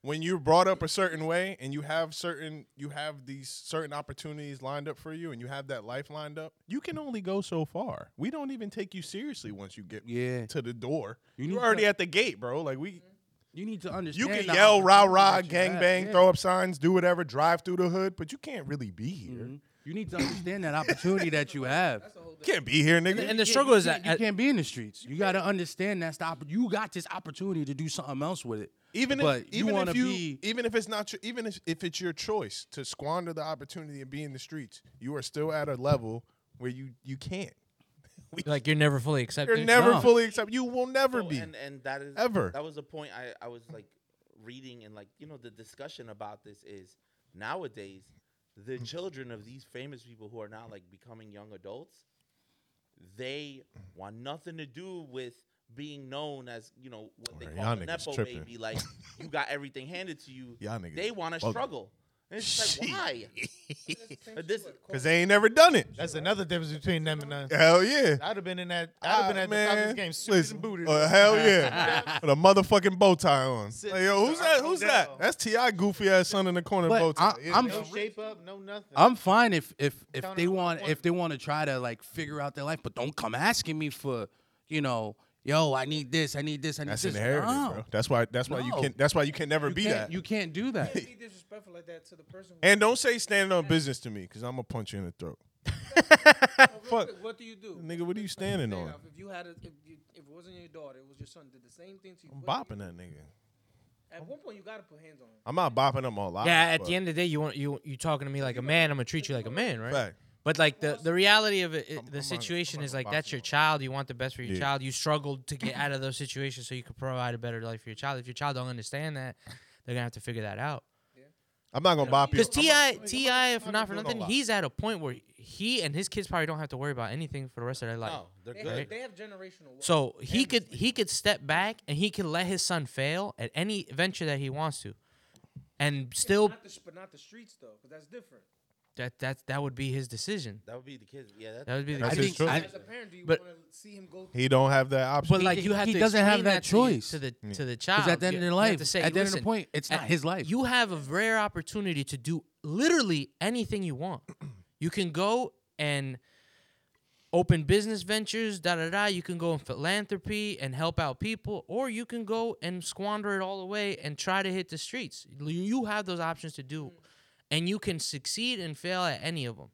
Speaker 1: when you're brought up a certain way and you have certain you have these certain opportunities lined up for you and you have that life lined up, you can only go so far. We don't even take you seriously once you get
Speaker 5: Yeah.
Speaker 1: to the door.
Speaker 5: You
Speaker 1: You
Speaker 5: need
Speaker 1: are already
Speaker 5: to-
Speaker 1: at the gate, bro. Like we
Speaker 5: You need to
Speaker 1: you
Speaker 5: understand.
Speaker 1: can
Speaker 5: the
Speaker 1: yell rah rah,
Speaker 5: opportunity that you
Speaker 1: gang
Speaker 5: have.
Speaker 1: bang,
Speaker 5: Yeah.
Speaker 1: throw up signs, do whatever, drive through the hood, but you can't really be here.
Speaker 6: Mm-hmm.
Speaker 5: You need to understand that opportunity that you have.
Speaker 1: You can't be here, nigga.
Speaker 2: And the struggle is that
Speaker 5: you can't be in the streets. You got to understand that's the opp- you got this opportunity to do something else with it.
Speaker 1: even
Speaker 5: but
Speaker 1: if
Speaker 5: you
Speaker 1: even
Speaker 5: wanna
Speaker 1: if you
Speaker 5: be
Speaker 1: even if it's not your, even if, if it's your choice to squander the opportunity and be in the streets, you are still at a level where you you can't.
Speaker 2: like you're never fully accepted.
Speaker 1: You're never
Speaker 5: No.
Speaker 1: fully accepted. You will never
Speaker 6: Oh,
Speaker 3: So,
Speaker 1: be.
Speaker 3: And, and that is
Speaker 1: Ever.
Speaker 3: That was the point I, I was like reading and like you know the discussion about this is nowadays the
Speaker 1: Mm.
Speaker 3: children of these famous people who are now like becoming young adults, they want nothing to do with being known as you know what they
Speaker 1: Alright,
Speaker 3: call
Speaker 1: y'all
Speaker 3: the
Speaker 1: niggas
Speaker 3: nepo
Speaker 1: tripping.
Speaker 3: baby. Like you got everything handed to you.
Speaker 1: Y'all niggas
Speaker 3: They want to
Speaker 1: bugging.
Speaker 3: struggle. And it's just like why? But this
Speaker 1: Cause they ain't never done it.
Speaker 6: That's another difference between them and us.
Speaker 1: Hell yeah.
Speaker 6: I'd have been in that. I'd have been
Speaker 1: Ah,
Speaker 6: at the top of this game, suited
Speaker 1: Listen,
Speaker 6: and booted.
Speaker 1: uh, hell yeah, with a motherfucking bow tie on.
Speaker 6: Sit-
Speaker 1: Like, yo, who's
Speaker 6: sit
Speaker 1: that?
Speaker 6: down.
Speaker 1: Who's that? That's Ti goofy ass son in the corner
Speaker 5: But
Speaker 1: bow tie.
Speaker 5: I-
Speaker 1: Yeah.
Speaker 5: I'm-
Speaker 6: no shape up, no nothing.
Speaker 1: Ah.
Speaker 5: I'm fine if if if
Speaker 6: Counter
Speaker 5: they
Speaker 6: to the
Speaker 5: want
Speaker 6: point.
Speaker 5: if they want to try to like figure out their life, but don't come asking me for you know, yo, I need this, I need this, I need
Speaker 1: that's
Speaker 5: this.
Speaker 1: inherited,
Speaker 5: No.
Speaker 1: bro. That's why. That's why you
Speaker 5: No.
Speaker 1: can. That's why you can never
Speaker 5: You
Speaker 1: be
Speaker 5: can't-
Speaker 1: that.
Speaker 5: You can't do that.
Speaker 4: Be disrespectful like that to the person. who-
Speaker 1: and don't say standing on business to me, cause I'm gonna punch you in the throat.
Speaker 4: Real
Speaker 1: fuck.
Speaker 4: quick, What do you do?
Speaker 1: Nigga, what are you standing
Speaker 4: Fair
Speaker 1: on?
Speaker 4: enough. If you had, a, if, you, if it wasn't your daughter, it was your son. Did the same thing to you.
Speaker 1: I'm
Speaker 4: what do you
Speaker 1: bopping
Speaker 4: do?
Speaker 1: that nigga.
Speaker 4: At one point, you gotta put hands on him.
Speaker 1: I'm not bopping him all out.
Speaker 2: yeah, at the end of the day, you want you you talking to me like a man. I'm gonna treat you like a man, right?
Speaker 1: Fact.
Speaker 2: But like the, the reality of it, it- the
Speaker 1: I'm not- I'm
Speaker 2: situation
Speaker 1: not
Speaker 2: is
Speaker 1: gonna
Speaker 2: like
Speaker 1: box
Speaker 2: that's
Speaker 1: you
Speaker 2: your
Speaker 1: up.
Speaker 2: child. You want the best for your
Speaker 1: Yeah.
Speaker 2: child. You struggled to get out of those situations so you could provide a better life for your child. If your child don't understand that, they're gonna have to figure that out.
Speaker 1: I'm not gonna bop you.
Speaker 2: Because Ti Ti, if
Speaker 1: I'm
Speaker 2: not for
Speaker 1: doing a
Speaker 2: nothing,
Speaker 1: lot.
Speaker 2: he's at a point where he and his kids probably don't have to worry about anything for the rest of their life.
Speaker 3: no, they're
Speaker 4: They
Speaker 3: good.
Speaker 4: have, they have generational. wealth.
Speaker 2: So he could he could step back and he could let his son fail at any venture that he wants to, and still
Speaker 4: not the, sh- but not the streets though, because that's different.
Speaker 2: that that that would be his decision.
Speaker 3: That would be the kids. Yeah, that,
Speaker 2: That would be the
Speaker 1: That's
Speaker 5: I
Speaker 1: his
Speaker 5: think
Speaker 1: choice.
Speaker 5: I,
Speaker 4: As a parent, do you
Speaker 2: But-
Speaker 4: want to see him go?
Speaker 1: He don't have that option.
Speaker 2: But like you have
Speaker 5: he
Speaker 2: to
Speaker 5: doesn't have
Speaker 2: explain
Speaker 5: that
Speaker 2: to you-
Speaker 5: choice.
Speaker 2: to, the to the child.
Speaker 5: at the end
Speaker 2: You
Speaker 5: of
Speaker 2: have
Speaker 5: their
Speaker 2: to
Speaker 5: life-
Speaker 2: say,
Speaker 5: at the end of the
Speaker 2: "Listen,
Speaker 5: point, it's not
Speaker 2: at-
Speaker 5: his life."
Speaker 2: You have a rare opportunity to do literally anything you want. You can go and open business ventures, da da da. You can go in philanthropy and help out people, or you can go and squander it all away and try to hit the streets. You- You have those options to do, and you can succeed and fail at any of them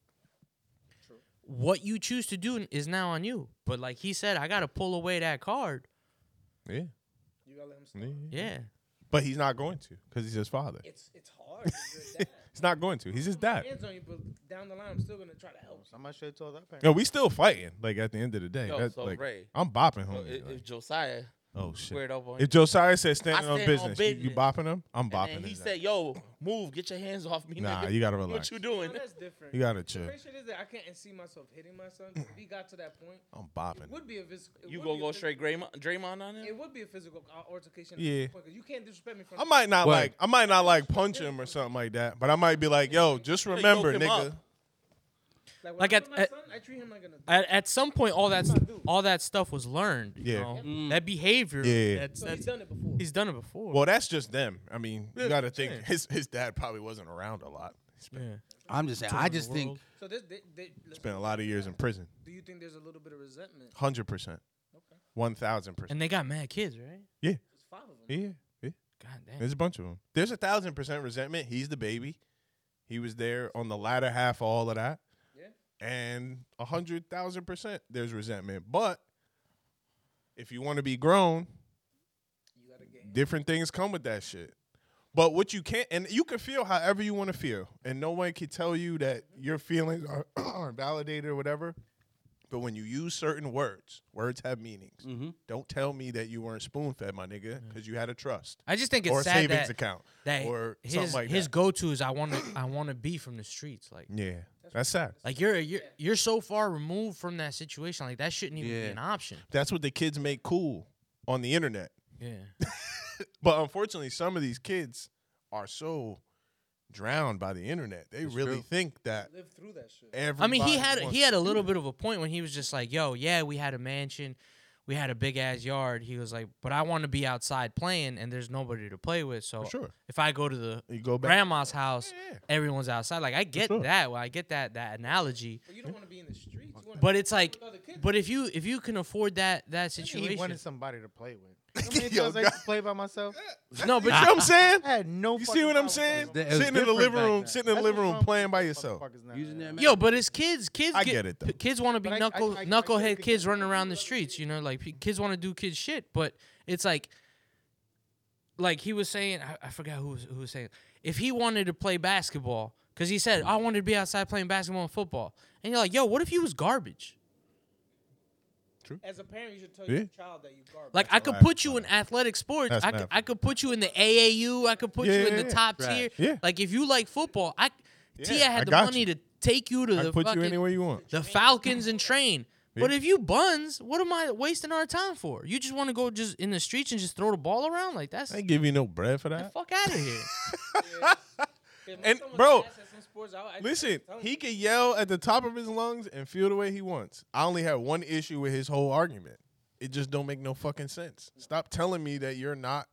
Speaker 2: what you choose to do is now on you. But like he said, I gotta pull away that card.
Speaker 1: yeah.
Speaker 4: You gotta let him. Stop.
Speaker 1: yeah.
Speaker 2: Yeah.
Speaker 1: But he's not going to because he's his father.
Speaker 4: It's it's hard. You're a dad.
Speaker 1: He's not going to. He's his dad.
Speaker 4: Hands on you, but down the line, I'm still gonna try to help.
Speaker 6: Somebody should have told that parent.
Speaker 1: No, we still fighting. Like at the end of the day,
Speaker 3: Yo,
Speaker 1: That's,
Speaker 3: so
Speaker 1: like,
Speaker 3: Ray.
Speaker 1: I'm bopping
Speaker 3: So
Speaker 1: him.
Speaker 3: if, if Josiah
Speaker 1: oh
Speaker 3: squared
Speaker 1: shit.
Speaker 3: up on
Speaker 1: If Josiah said standing
Speaker 3: I
Speaker 1: on
Speaker 3: stand on
Speaker 1: business, you- You,
Speaker 3: business.
Speaker 1: bopping him? I'm bopping
Speaker 3: And then he
Speaker 1: his ass.
Speaker 3: said, "Yo, move! Get your hands off me!"
Speaker 1: Nah,
Speaker 3: nigga.
Speaker 1: you gotta
Speaker 3: What
Speaker 1: relax.
Speaker 3: you
Speaker 4: No,
Speaker 3: doing?
Speaker 4: that's different.
Speaker 1: You gotta chill.
Speaker 4: The great shit is that I can't see myself hitting my son. 'cause If he got to that point,
Speaker 1: I'm
Speaker 4: it
Speaker 1: bopping. him.
Speaker 4: would be a physical.
Speaker 3: You gonna go straight Draymond, Draymond on him?
Speaker 4: It would be a physical uh, altercation.
Speaker 1: Yeah.
Speaker 4: At that point, 'cause you can't disrespect me. From
Speaker 1: I might not
Speaker 5: What?
Speaker 1: like. I might not like punch him or something like that. But I might be like, yo, just remember,
Speaker 3: yoke him
Speaker 1: nigga.
Speaker 3: up.
Speaker 4: Like, when
Speaker 2: Like
Speaker 4: I
Speaker 2: at-
Speaker 4: at, my
Speaker 2: at-
Speaker 4: son, I treat him like an adult.
Speaker 2: At, at some point, all that st- all that stuff was learned. You
Speaker 1: Yeah.
Speaker 2: Know? That behavior.
Speaker 1: Yeah.
Speaker 2: That's,
Speaker 4: So he's
Speaker 2: that's
Speaker 4: done it before.
Speaker 2: he's done it before.
Speaker 1: Well, that's just them. I mean, you
Speaker 2: Yeah,
Speaker 1: gotta think
Speaker 2: sure.
Speaker 1: his his dad probably wasn't around a lot. He
Speaker 2: yeah.
Speaker 5: I'm just saying. I just think
Speaker 4: So this, they, they, let's
Speaker 1: spent a lot of years in prison.
Speaker 4: Do you think there's a little bit of resentment?
Speaker 1: Hundred percent. One thousand percent.
Speaker 2: And they got mad kids, right?
Speaker 1: Yeah.
Speaker 4: It's five of them.
Speaker 1: Yeah. Yeah.
Speaker 2: God damn.
Speaker 1: There's a bunch of them. There's a thousand percent resentment. He's the baby. He was there on the latter half of all of that.
Speaker 4: Yeah.
Speaker 1: And a hundred thousand percent there's resentment. But if you want to be grown,
Speaker 4: You gotta get.
Speaker 1: different things come with that shit. But what you can't, and you can feel however you want to feel, and no one can tell you that your feelings are, are validated or whatever. But when you use certain words, words have meanings.
Speaker 2: Mm-hmm.
Speaker 1: Don't tell me that you weren't spoon fed, my nigga, because you had a trust
Speaker 2: I just think it's
Speaker 1: or a
Speaker 2: sad
Speaker 1: savings
Speaker 2: that,
Speaker 1: account
Speaker 2: that
Speaker 1: or something
Speaker 2: his
Speaker 1: like
Speaker 2: his
Speaker 1: that. Mm.
Speaker 2: go to is I want to I want to be from the streets like
Speaker 1: yeah, that's sad.
Speaker 2: like you're you're you're so far removed from that situation like that shouldn't even be
Speaker 5: Yeah.
Speaker 2: an option.
Speaker 1: That's what the kids make cool on the internet.
Speaker 2: Yeah,
Speaker 1: But unfortunately, some of these kids are so drowned by the internet. They really
Speaker 5: true.
Speaker 1: think that
Speaker 4: Live through that shit.
Speaker 2: I
Speaker 1: everybody.
Speaker 2: mean he had
Speaker 1: wants
Speaker 2: he had
Speaker 1: to
Speaker 2: a
Speaker 1: do
Speaker 2: little
Speaker 1: that.
Speaker 2: bit of a point when he was just like, "Yo, yeah, we had a mansion, we had a big ass yard." He was like, "But I want to be outside playing, and there's nobody to play with. So
Speaker 1: For sure.
Speaker 2: if I go to the
Speaker 1: You go back.
Speaker 2: grandma's house,
Speaker 1: Yeah.
Speaker 2: everyone's outside. Like I get
Speaker 1: sure.
Speaker 2: that. Well, I get that that analogy.
Speaker 4: But you don't want to be in the streets. You wanna
Speaker 2: But
Speaker 4: be
Speaker 2: it's like,
Speaker 4: with other kids.
Speaker 2: but if you if you can afford that that
Speaker 6: He
Speaker 2: situation,
Speaker 6: wanted somebody to play with. You know how many
Speaker 1: Yo,
Speaker 6: times I used to play by myself?
Speaker 2: no,
Speaker 1: You
Speaker 2: but
Speaker 1: see what I'm saying?
Speaker 6: I had no.
Speaker 1: You see
Speaker 6: fucking
Speaker 1: what I'm
Speaker 6: problem
Speaker 1: saying?
Speaker 6: playing by
Speaker 5: It was
Speaker 1: Sitting in the
Speaker 5: different
Speaker 1: living
Speaker 5: back
Speaker 1: room,
Speaker 5: then.
Speaker 1: sitting in the living
Speaker 6: That's what's
Speaker 1: room
Speaker 6: wrong
Speaker 1: playing
Speaker 6: with
Speaker 1: by
Speaker 6: these
Speaker 1: yourself.
Speaker 6: motherfuckers now.
Speaker 5: Using that
Speaker 2: Yo, but it's kids. Kids.
Speaker 1: I get it, though.
Speaker 2: p- Kids want to be
Speaker 6: But I-
Speaker 2: knuckle
Speaker 6: I- I- I
Speaker 2: knucklehead
Speaker 6: think
Speaker 2: kids
Speaker 6: it's-
Speaker 2: running around the streets. You know, like p- kids want to do kids shit. But it's like, like he was saying. I, I forgot who was, who was saying. If he wanted to play basketball, because he said I wanted to be outside playing basketball and football, and you're like, yo, what if he was garbage?
Speaker 4: as a parent, you should tell
Speaker 1: Yeah.
Speaker 4: your child that you garbage.
Speaker 2: Like I
Speaker 1: That's
Speaker 2: could
Speaker 1: laughable.
Speaker 2: put you in athletic sports.
Speaker 1: That's
Speaker 2: I could, I
Speaker 1: laughable.
Speaker 2: could put you in the AAU. I could put
Speaker 1: Yeah,
Speaker 2: you in
Speaker 1: yeah,
Speaker 2: the
Speaker 1: yeah.
Speaker 2: top
Speaker 5: Right.
Speaker 2: tier.
Speaker 1: Yeah.
Speaker 2: Like if you like football, I Tia
Speaker 1: I
Speaker 2: had the
Speaker 1: got
Speaker 2: money
Speaker 1: you.
Speaker 2: to take you to
Speaker 1: I
Speaker 2: the
Speaker 1: put
Speaker 2: fucking
Speaker 1: you anywhere you want.
Speaker 2: the Falcons and train. But
Speaker 1: Yeah.
Speaker 2: if you buns, what am I wasting our time for? You just want to go just in the streets and just throw the ball around like that's
Speaker 1: I ain't give you no bread for
Speaker 2: the
Speaker 1: that.
Speaker 2: fuck out of here.
Speaker 4: If my
Speaker 1: and,
Speaker 4: son was
Speaker 1: bro,
Speaker 4: ass at some sports, I would- I-
Speaker 1: Listen,
Speaker 4: I'd tell him.
Speaker 1: he can yell at the top of his lungs and feel the way he wants. I only have one issue with his whole argument. It just don't make no fucking sense. Stop telling me that you're not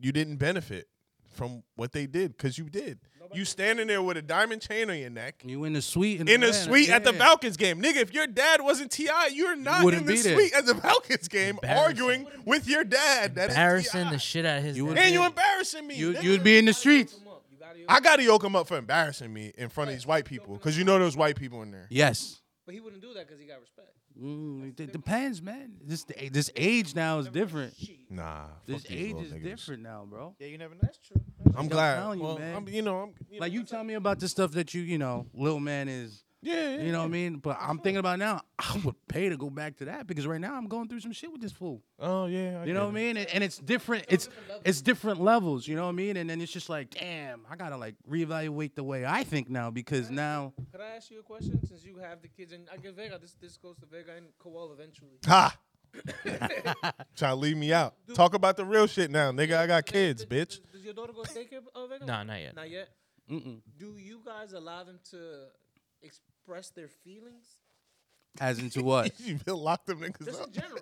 Speaker 1: you didn't benefit from what they did cuz you did. You standing there with a diamond chain on your neck
Speaker 5: You in the suite
Speaker 1: in the suite at the
Speaker 5: yeah.
Speaker 1: Falcons game. Nigga, if your dad wasn't TI, you're not
Speaker 5: wouldn't
Speaker 1: in the
Speaker 5: be there.
Speaker 1: suite at the Falcons game
Speaker 2: Embarrassing.
Speaker 1: arguing with your dad. That is
Speaker 2: Embarrassing the
Speaker 1: T.I..
Speaker 2: shit out of his.
Speaker 5: You
Speaker 2: dad.
Speaker 5: would-
Speaker 1: And you embarrassing me.
Speaker 5: You
Speaker 1: nigga.
Speaker 5: you'd be in the streets.
Speaker 4: Come up. You gotta-
Speaker 1: I got to yoke him up for embarrassing me in front of these white people cuz you know there's white people in there.
Speaker 5: Yes.
Speaker 4: but he wouldn't do that because he got respect.
Speaker 5: Mm, it depends, man. This this age now is different.
Speaker 1: Nah,
Speaker 5: This
Speaker 1: fuck these
Speaker 5: age
Speaker 1: little
Speaker 5: is
Speaker 1: niggas.
Speaker 5: different now, bro.
Speaker 6: Yeah, you never know.
Speaker 4: That's true.
Speaker 1: I'm
Speaker 5: I'm
Speaker 1: glad.
Speaker 5: telling you,
Speaker 1: well,
Speaker 5: man.
Speaker 1: I'm, you know, I'm you know,
Speaker 5: Like you tell me about the stuff that you, you know, little man is,
Speaker 1: yeah, yeah,
Speaker 5: you know what I mean? But I'm thinking about now, I would pay to go back to that because right now I'm going through some shit with this fool.
Speaker 1: Oh yeah, I
Speaker 5: You know what
Speaker 1: get
Speaker 5: I
Speaker 1: it.
Speaker 5: mean? And, and it's different. It's it's different levels. You know what I mean? And then it's just like, damn, I gotta like reevaluate the way I think now because now
Speaker 4: Could I ask you a question? Since you have the kids, and I get Vega, this this goes to Vega and Kowal eventually.
Speaker 1: Ha. Try to leave me out. Talk about the real shit now, nigga. I got kids,
Speaker 4: Does-
Speaker 1: bitch.
Speaker 4: Does, does your daughter go to daycare, uh, Vega?
Speaker 2: Nah, not yet.
Speaker 4: Not yet.
Speaker 5: mm-mm,
Speaker 4: Do you guys allow them to express their feelings?
Speaker 5: as into what
Speaker 1: You been lock them niggas
Speaker 4: Just
Speaker 1: up.
Speaker 4: in general.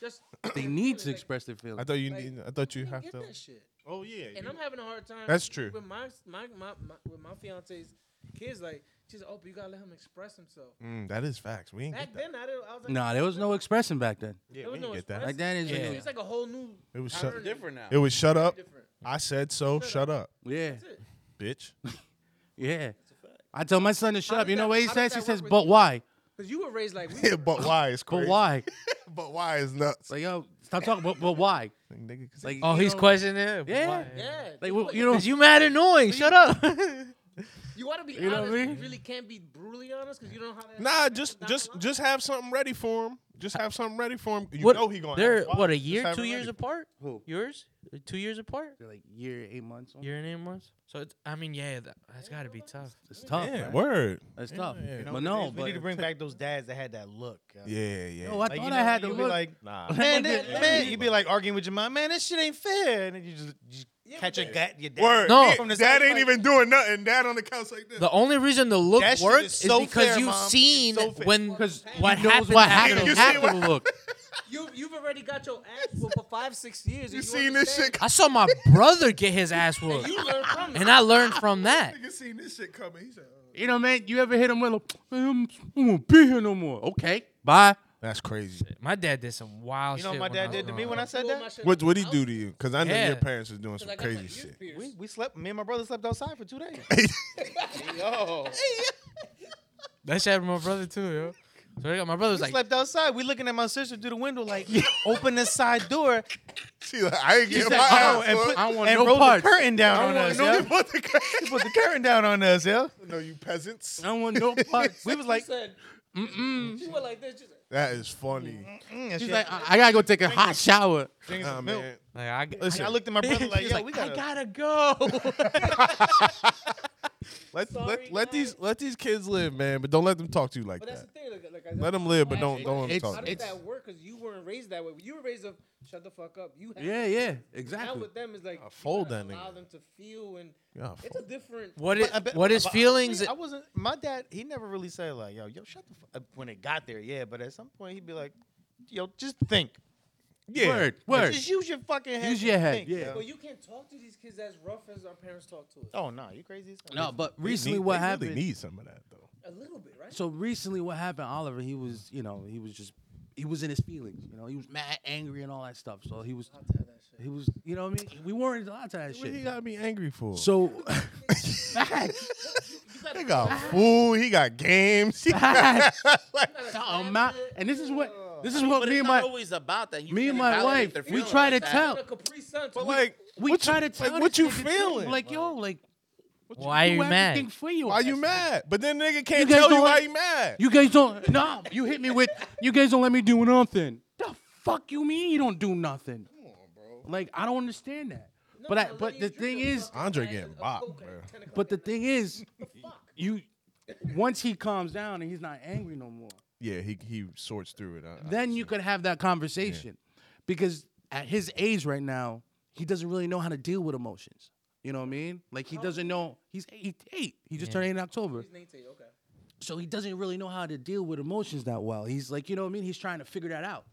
Speaker 4: Just
Speaker 5: they need to express their feelings.
Speaker 1: I thought you
Speaker 4: Like,
Speaker 1: need. I thought you
Speaker 4: you
Speaker 1: have
Speaker 4: get
Speaker 1: to.
Speaker 4: that shit.
Speaker 1: Oh yeah.
Speaker 4: And I'm having a hard time.
Speaker 1: That's true.
Speaker 4: With my my, my, my with my fiance's kids, like she's like, oh, but you gotta let him express himself.
Speaker 1: Mm, that is facts. We ain't get
Speaker 4: Back
Speaker 1: that.
Speaker 4: then, I, didn't, I was like,
Speaker 5: Nah, there was no expressing back then.
Speaker 1: Yeah, we
Speaker 4: there was no
Speaker 1: ain't get that.
Speaker 5: Like
Speaker 4: express-
Speaker 5: that is
Speaker 2: Yeah.
Speaker 5: yeah.
Speaker 4: It's like a whole new.
Speaker 1: It was
Speaker 4: Tyler
Speaker 1: shut.
Speaker 4: Dick-
Speaker 3: Different now.
Speaker 1: It was shut up.
Speaker 4: Different.
Speaker 1: I said so. Shut up,
Speaker 5: yeah,
Speaker 4: That's it.
Speaker 1: bitch.
Speaker 5: yeah. I tell my son to shut
Speaker 4: How
Speaker 5: up.
Speaker 4: does
Speaker 5: You know
Speaker 4: that-
Speaker 5: what he
Speaker 4: how does
Speaker 5: says?
Speaker 4: that
Speaker 5: He
Speaker 4: work
Speaker 5: says,
Speaker 4: with
Speaker 5: but
Speaker 4: you?
Speaker 5: why?
Speaker 4: Cause you were raised like we.
Speaker 1: Yeah,
Speaker 4: were.
Speaker 1: but why is crazy.
Speaker 5: But why?
Speaker 1: But why is nuts.
Speaker 5: Like yo, stop talking. But, but why?
Speaker 1: Like, nigga, 'cause
Speaker 5: Like
Speaker 2: oh,
Speaker 5: you
Speaker 2: he's
Speaker 5: know,
Speaker 2: questioning it.
Speaker 5: Yeah.
Speaker 2: Why?
Speaker 4: Yeah.
Speaker 5: Like
Speaker 4: Like
Speaker 5: well, you know,
Speaker 2: Is you mad annoying? Shut up.
Speaker 4: you want to be
Speaker 5: you know what I
Speaker 4: honest.
Speaker 5: mean?
Speaker 4: You really can't be brutally honest because you don't know how to.
Speaker 1: Nah, just
Speaker 4: Down
Speaker 1: just
Speaker 4: the line.
Speaker 1: just have something ready for him. Just have something ready for him. You
Speaker 2: what,
Speaker 1: know he gonna.
Speaker 2: They're
Speaker 1: ask why.
Speaker 2: what a
Speaker 1: Just
Speaker 2: year,
Speaker 1: have
Speaker 2: two
Speaker 1: it
Speaker 2: years
Speaker 1: ready.
Speaker 2: apart.
Speaker 5: Who?
Speaker 2: Yours? Two years apart.
Speaker 5: They're like year eight months. on-
Speaker 2: Year and eight months. So it's, I mean, yeah, that, that's got to be tough.
Speaker 5: It's tough.
Speaker 1: Yeah,
Speaker 5: man.
Speaker 1: word.
Speaker 5: It's tough.
Speaker 1: yeah. You know,
Speaker 5: But no,
Speaker 6: we need to
Speaker 5: but
Speaker 6: bring back those dads that had that look. yo.
Speaker 1: Yeah, yeah.
Speaker 5: yo, I
Speaker 6: Like,
Speaker 5: thought
Speaker 6: you know,
Speaker 5: I had to
Speaker 6: you'll
Speaker 5: look.
Speaker 6: be like,
Speaker 1: nah.
Speaker 6: man,
Speaker 5: Man, that-
Speaker 6: man, you'd be like arguing with your mom, man, that shit ain't fair. And then you just, you catch a gut, your dad.
Speaker 1: Word.
Speaker 2: No.
Speaker 1: From the dad
Speaker 6: side,
Speaker 1: ain't
Speaker 6: like-
Speaker 1: even doing nothing. Dad on the couch like this.
Speaker 2: The only reason the look
Speaker 6: That shit
Speaker 2: works
Speaker 6: is
Speaker 2: is,
Speaker 6: so
Speaker 2: because
Speaker 6: fair,
Speaker 2: you've
Speaker 6: Mom. It's
Speaker 2: seen
Speaker 6: so fair.
Speaker 2: when
Speaker 5: Because
Speaker 2: what
Speaker 5: he knows
Speaker 2: happened
Speaker 5: what
Speaker 2: happened.
Speaker 5: happened
Speaker 1: You see
Speaker 5: after
Speaker 1: what-
Speaker 5: the look.
Speaker 4: You you've already got your ass whooped for five six years.
Speaker 1: you
Speaker 4: and
Speaker 1: seen this
Speaker 4: understand.
Speaker 1: shit?
Speaker 2: I saw my brother get his ass
Speaker 4: And
Speaker 2: whooped,
Speaker 4: you learn from
Speaker 2: and I learned from that.
Speaker 1: Nigga seen this shit coming. He said, oh.
Speaker 5: You know, man, you ever hit him with a, man, I'm, I won't be here no more. Okay, bye.
Speaker 1: "That's crazy."
Speaker 2: My dad did some wild
Speaker 6: You
Speaker 2: shit.
Speaker 6: know what
Speaker 2: when I
Speaker 6: my dad
Speaker 2: was
Speaker 6: did to me
Speaker 2: growing
Speaker 6: when I
Speaker 2: up.
Speaker 6: said that?
Speaker 1: What would he do to you? Because I know
Speaker 2: Yeah.
Speaker 1: your parents was doing some
Speaker 4: Like, I got
Speaker 1: crazy
Speaker 4: my ears
Speaker 1: shit.
Speaker 4: pierced.
Speaker 6: We, we slept, me and my brother slept outside for two days.
Speaker 2: That shit happened to my brother too, yo. So there you go. my brother was
Speaker 6: We
Speaker 2: like,
Speaker 6: slept outside. We looking at my sister through the window, like open the side door
Speaker 1: She like, I ain't getting my
Speaker 6: said, "Oh,
Speaker 1: ass.
Speaker 6: and
Speaker 1: fucked."
Speaker 6: put-
Speaker 5: I don't want
Speaker 6: and
Speaker 5: no
Speaker 6: rolled
Speaker 5: parts.
Speaker 6: the curtain down
Speaker 5: I
Speaker 6: on
Speaker 5: want
Speaker 6: us.
Speaker 5: no
Speaker 6: yo.
Speaker 1: You put the
Speaker 6: She
Speaker 1: crack-
Speaker 6: put the curtain down on us, yo.
Speaker 1: no, you peasants.
Speaker 5: I don't want no parts.
Speaker 6: We was like,
Speaker 4: said,
Speaker 5: Mm-mm.
Speaker 4: she went like this. She was like,
Speaker 1: That is funny.
Speaker 6: mm, and
Speaker 5: She's
Speaker 6: she
Speaker 5: like,
Speaker 6: like,
Speaker 5: I, I gotta go take a hot shower.
Speaker 6: drinking
Speaker 1: Nah,
Speaker 6: some milk.
Speaker 1: man.
Speaker 2: like I, g-
Speaker 6: I looked at my brother like,
Speaker 2: He was
Speaker 6: yo,
Speaker 2: like,
Speaker 6: we
Speaker 2: I
Speaker 6: gotta.
Speaker 2: gotta go.
Speaker 1: Let,
Speaker 4: Sorry,
Speaker 1: let, let these let these kids live, man, but don't let them talk to you like
Speaker 4: but that's
Speaker 1: that.
Speaker 4: the thing. Like, like,
Speaker 1: Let them live, but uh, don't don't let them
Speaker 5: It's-
Speaker 1: talk.
Speaker 4: How
Speaker 1: to you.
Speaker 4: does
Speaker 5: it's-
Speaker 4: that work? Because you weren't raised that way. You were raised of shut the fuck up. You had
Speaker 5: Yeah, yeah,
Speaker 4: Now
Speaker 5: exactly.
Speaker 4: with them is like
Speaker 1: I fold
Speaker 4: you gotta
Speaker 1: that nigga.
Speaker 4: allow them to feel and
Speaker 1: Yeah,
Speaker 4: it's a different.
Speaker 2: what
Speaker 6: But I
Speaker 2: it,
Speaker 6: bet-
Speaker 2: what his
Speaker 6: but
Speaker 2: feelings?
Speaker 6: honestly, I wasn't. My dad, he never really said like, "Yo, yo, shut the." Fuck up. When it got there, yeah. But at some point, he'd be like, "Yo, just think.
Speaker 1: yeah.
Speaker 5: Word, word.
Speaker 6: Just use your fucking head.
Speaker 5: Use
Speaker 6: and
Speaker 5: your head,
Speaker 6: think,
Speaker 5: yeah.
Speaker 6: yo."
Speaker 4: But you can't talk to these kids as rough as our parents talk to us.
Speaker 6: Oh no, you crazy? as hell.
Speaker 5: No, but
Speaker 1: They
Speaker 5: recently
Speaker 1: need-
Speaker 5: what
Speaker 1: they really
Speaker 5: happened?
Speaker 1: need some of that though.
Speaker 4: A little bit, right?
Speaker 5: So recently, what happened, Oliver? He was, you know, he was just, he was in his feelings. You know, he was mad, angry, and all that stuff. So he was,
Speaker 4: I'll tell that shit.
Speaker 5: he was, you know, what I mean, we weren't allowed to that
Speaker 1: What he
Speaker 5: shit.
Speaker 1: got me angry for?
Speaker 5: So, facts,
Speaker 1: They got food. He got games. He got,
Speaker 5: facts.
Speaker 1: like,
Speaker 5: Oh, my- and this is what, this is what
Speaker 3: but
Speaker 5: me
Speaker 3: it's
Speaker 5: and
Speaker 3: not
Speaker 5: my,
Speaker 3: always about that. You
Speaker 5: me
Speaker 3: can't
Speaker 5: and my
Speaker 3: validate
Speaker 5: wife,
Speaker 3: their
Speaker 5: we
Speaker 3: feelings
Speaker 5: try to
Speaker 3: like that.
Speaker 5: tell.
Speaker 4: And a Capri Sun.
Speaker 1: but
Speaker 4: too.
Speaker 1: like,
Speaker 5: we
Speaker 1: what
Speaker 5: try
Speaker 1: you,
Speaker 5: to tell.
Speaker 1: like,
Speaker 5: this
Speaker 1: what you
Speaker 5: nigga too,
Speaker 1: feeling?
Speaker 5: Like, yo, like,
Speaker 2: Why
Speaker 5: do
Speaker 2: are you
Speaker 5: everything
Speaker 2: mad?
Speaker 5: For you.
Speaker 1: why you mad? But then nigga can't
Speaker 5: guys
Speaker 1: tell you
Speaker 5: don't-
Speaker 1: why he mad.
Speaker 5: You guys don't. No, you hit me with. You guys don't let me do nothing. The fuck you mean you don't do nothing? Come on, bro. Like I don't understand that.
Speaker 4: No,
Speaker 5: but I,
Speaker 4: I'll let
Speaker 5: but
Speaker 4: you
Speaker 5: the
Speaker 4: drink
Speaker 5: thing
Speaker 4: a
Speaker 5: is,
Speaker 4: fucking
Speaker 1: Andre
Speaker 4: glass
Speaker 1: getting
Speaker 4: of
Speaker 1: bopped,
Speaker 4: Coke at
Speaker 1: bro.
Speaker 4: 10 o'clock
Speaker 5: but the
Speaker 4: at night.
Speaker 5: thing is,
Speaker 4: Fuck.
Speaker 5: you once he calms down and he's not angry no more,
Speaker 1: yeah, he he sorts through it. I- I
Speaker 5: then you
Speaker 1: see.
Speaker 5: could have that conversation, because at his age right now, he doesn't really know how to deal with emotions. You know what I mean? Like he doesn't know. He's eight. eight. He just turned eight in October.
Speaker 4: His name tag, okay.
Speaker 5: so he doesn't really know how to deal with emotions that well. He's like, you know what I mean? He's trying to figure that out.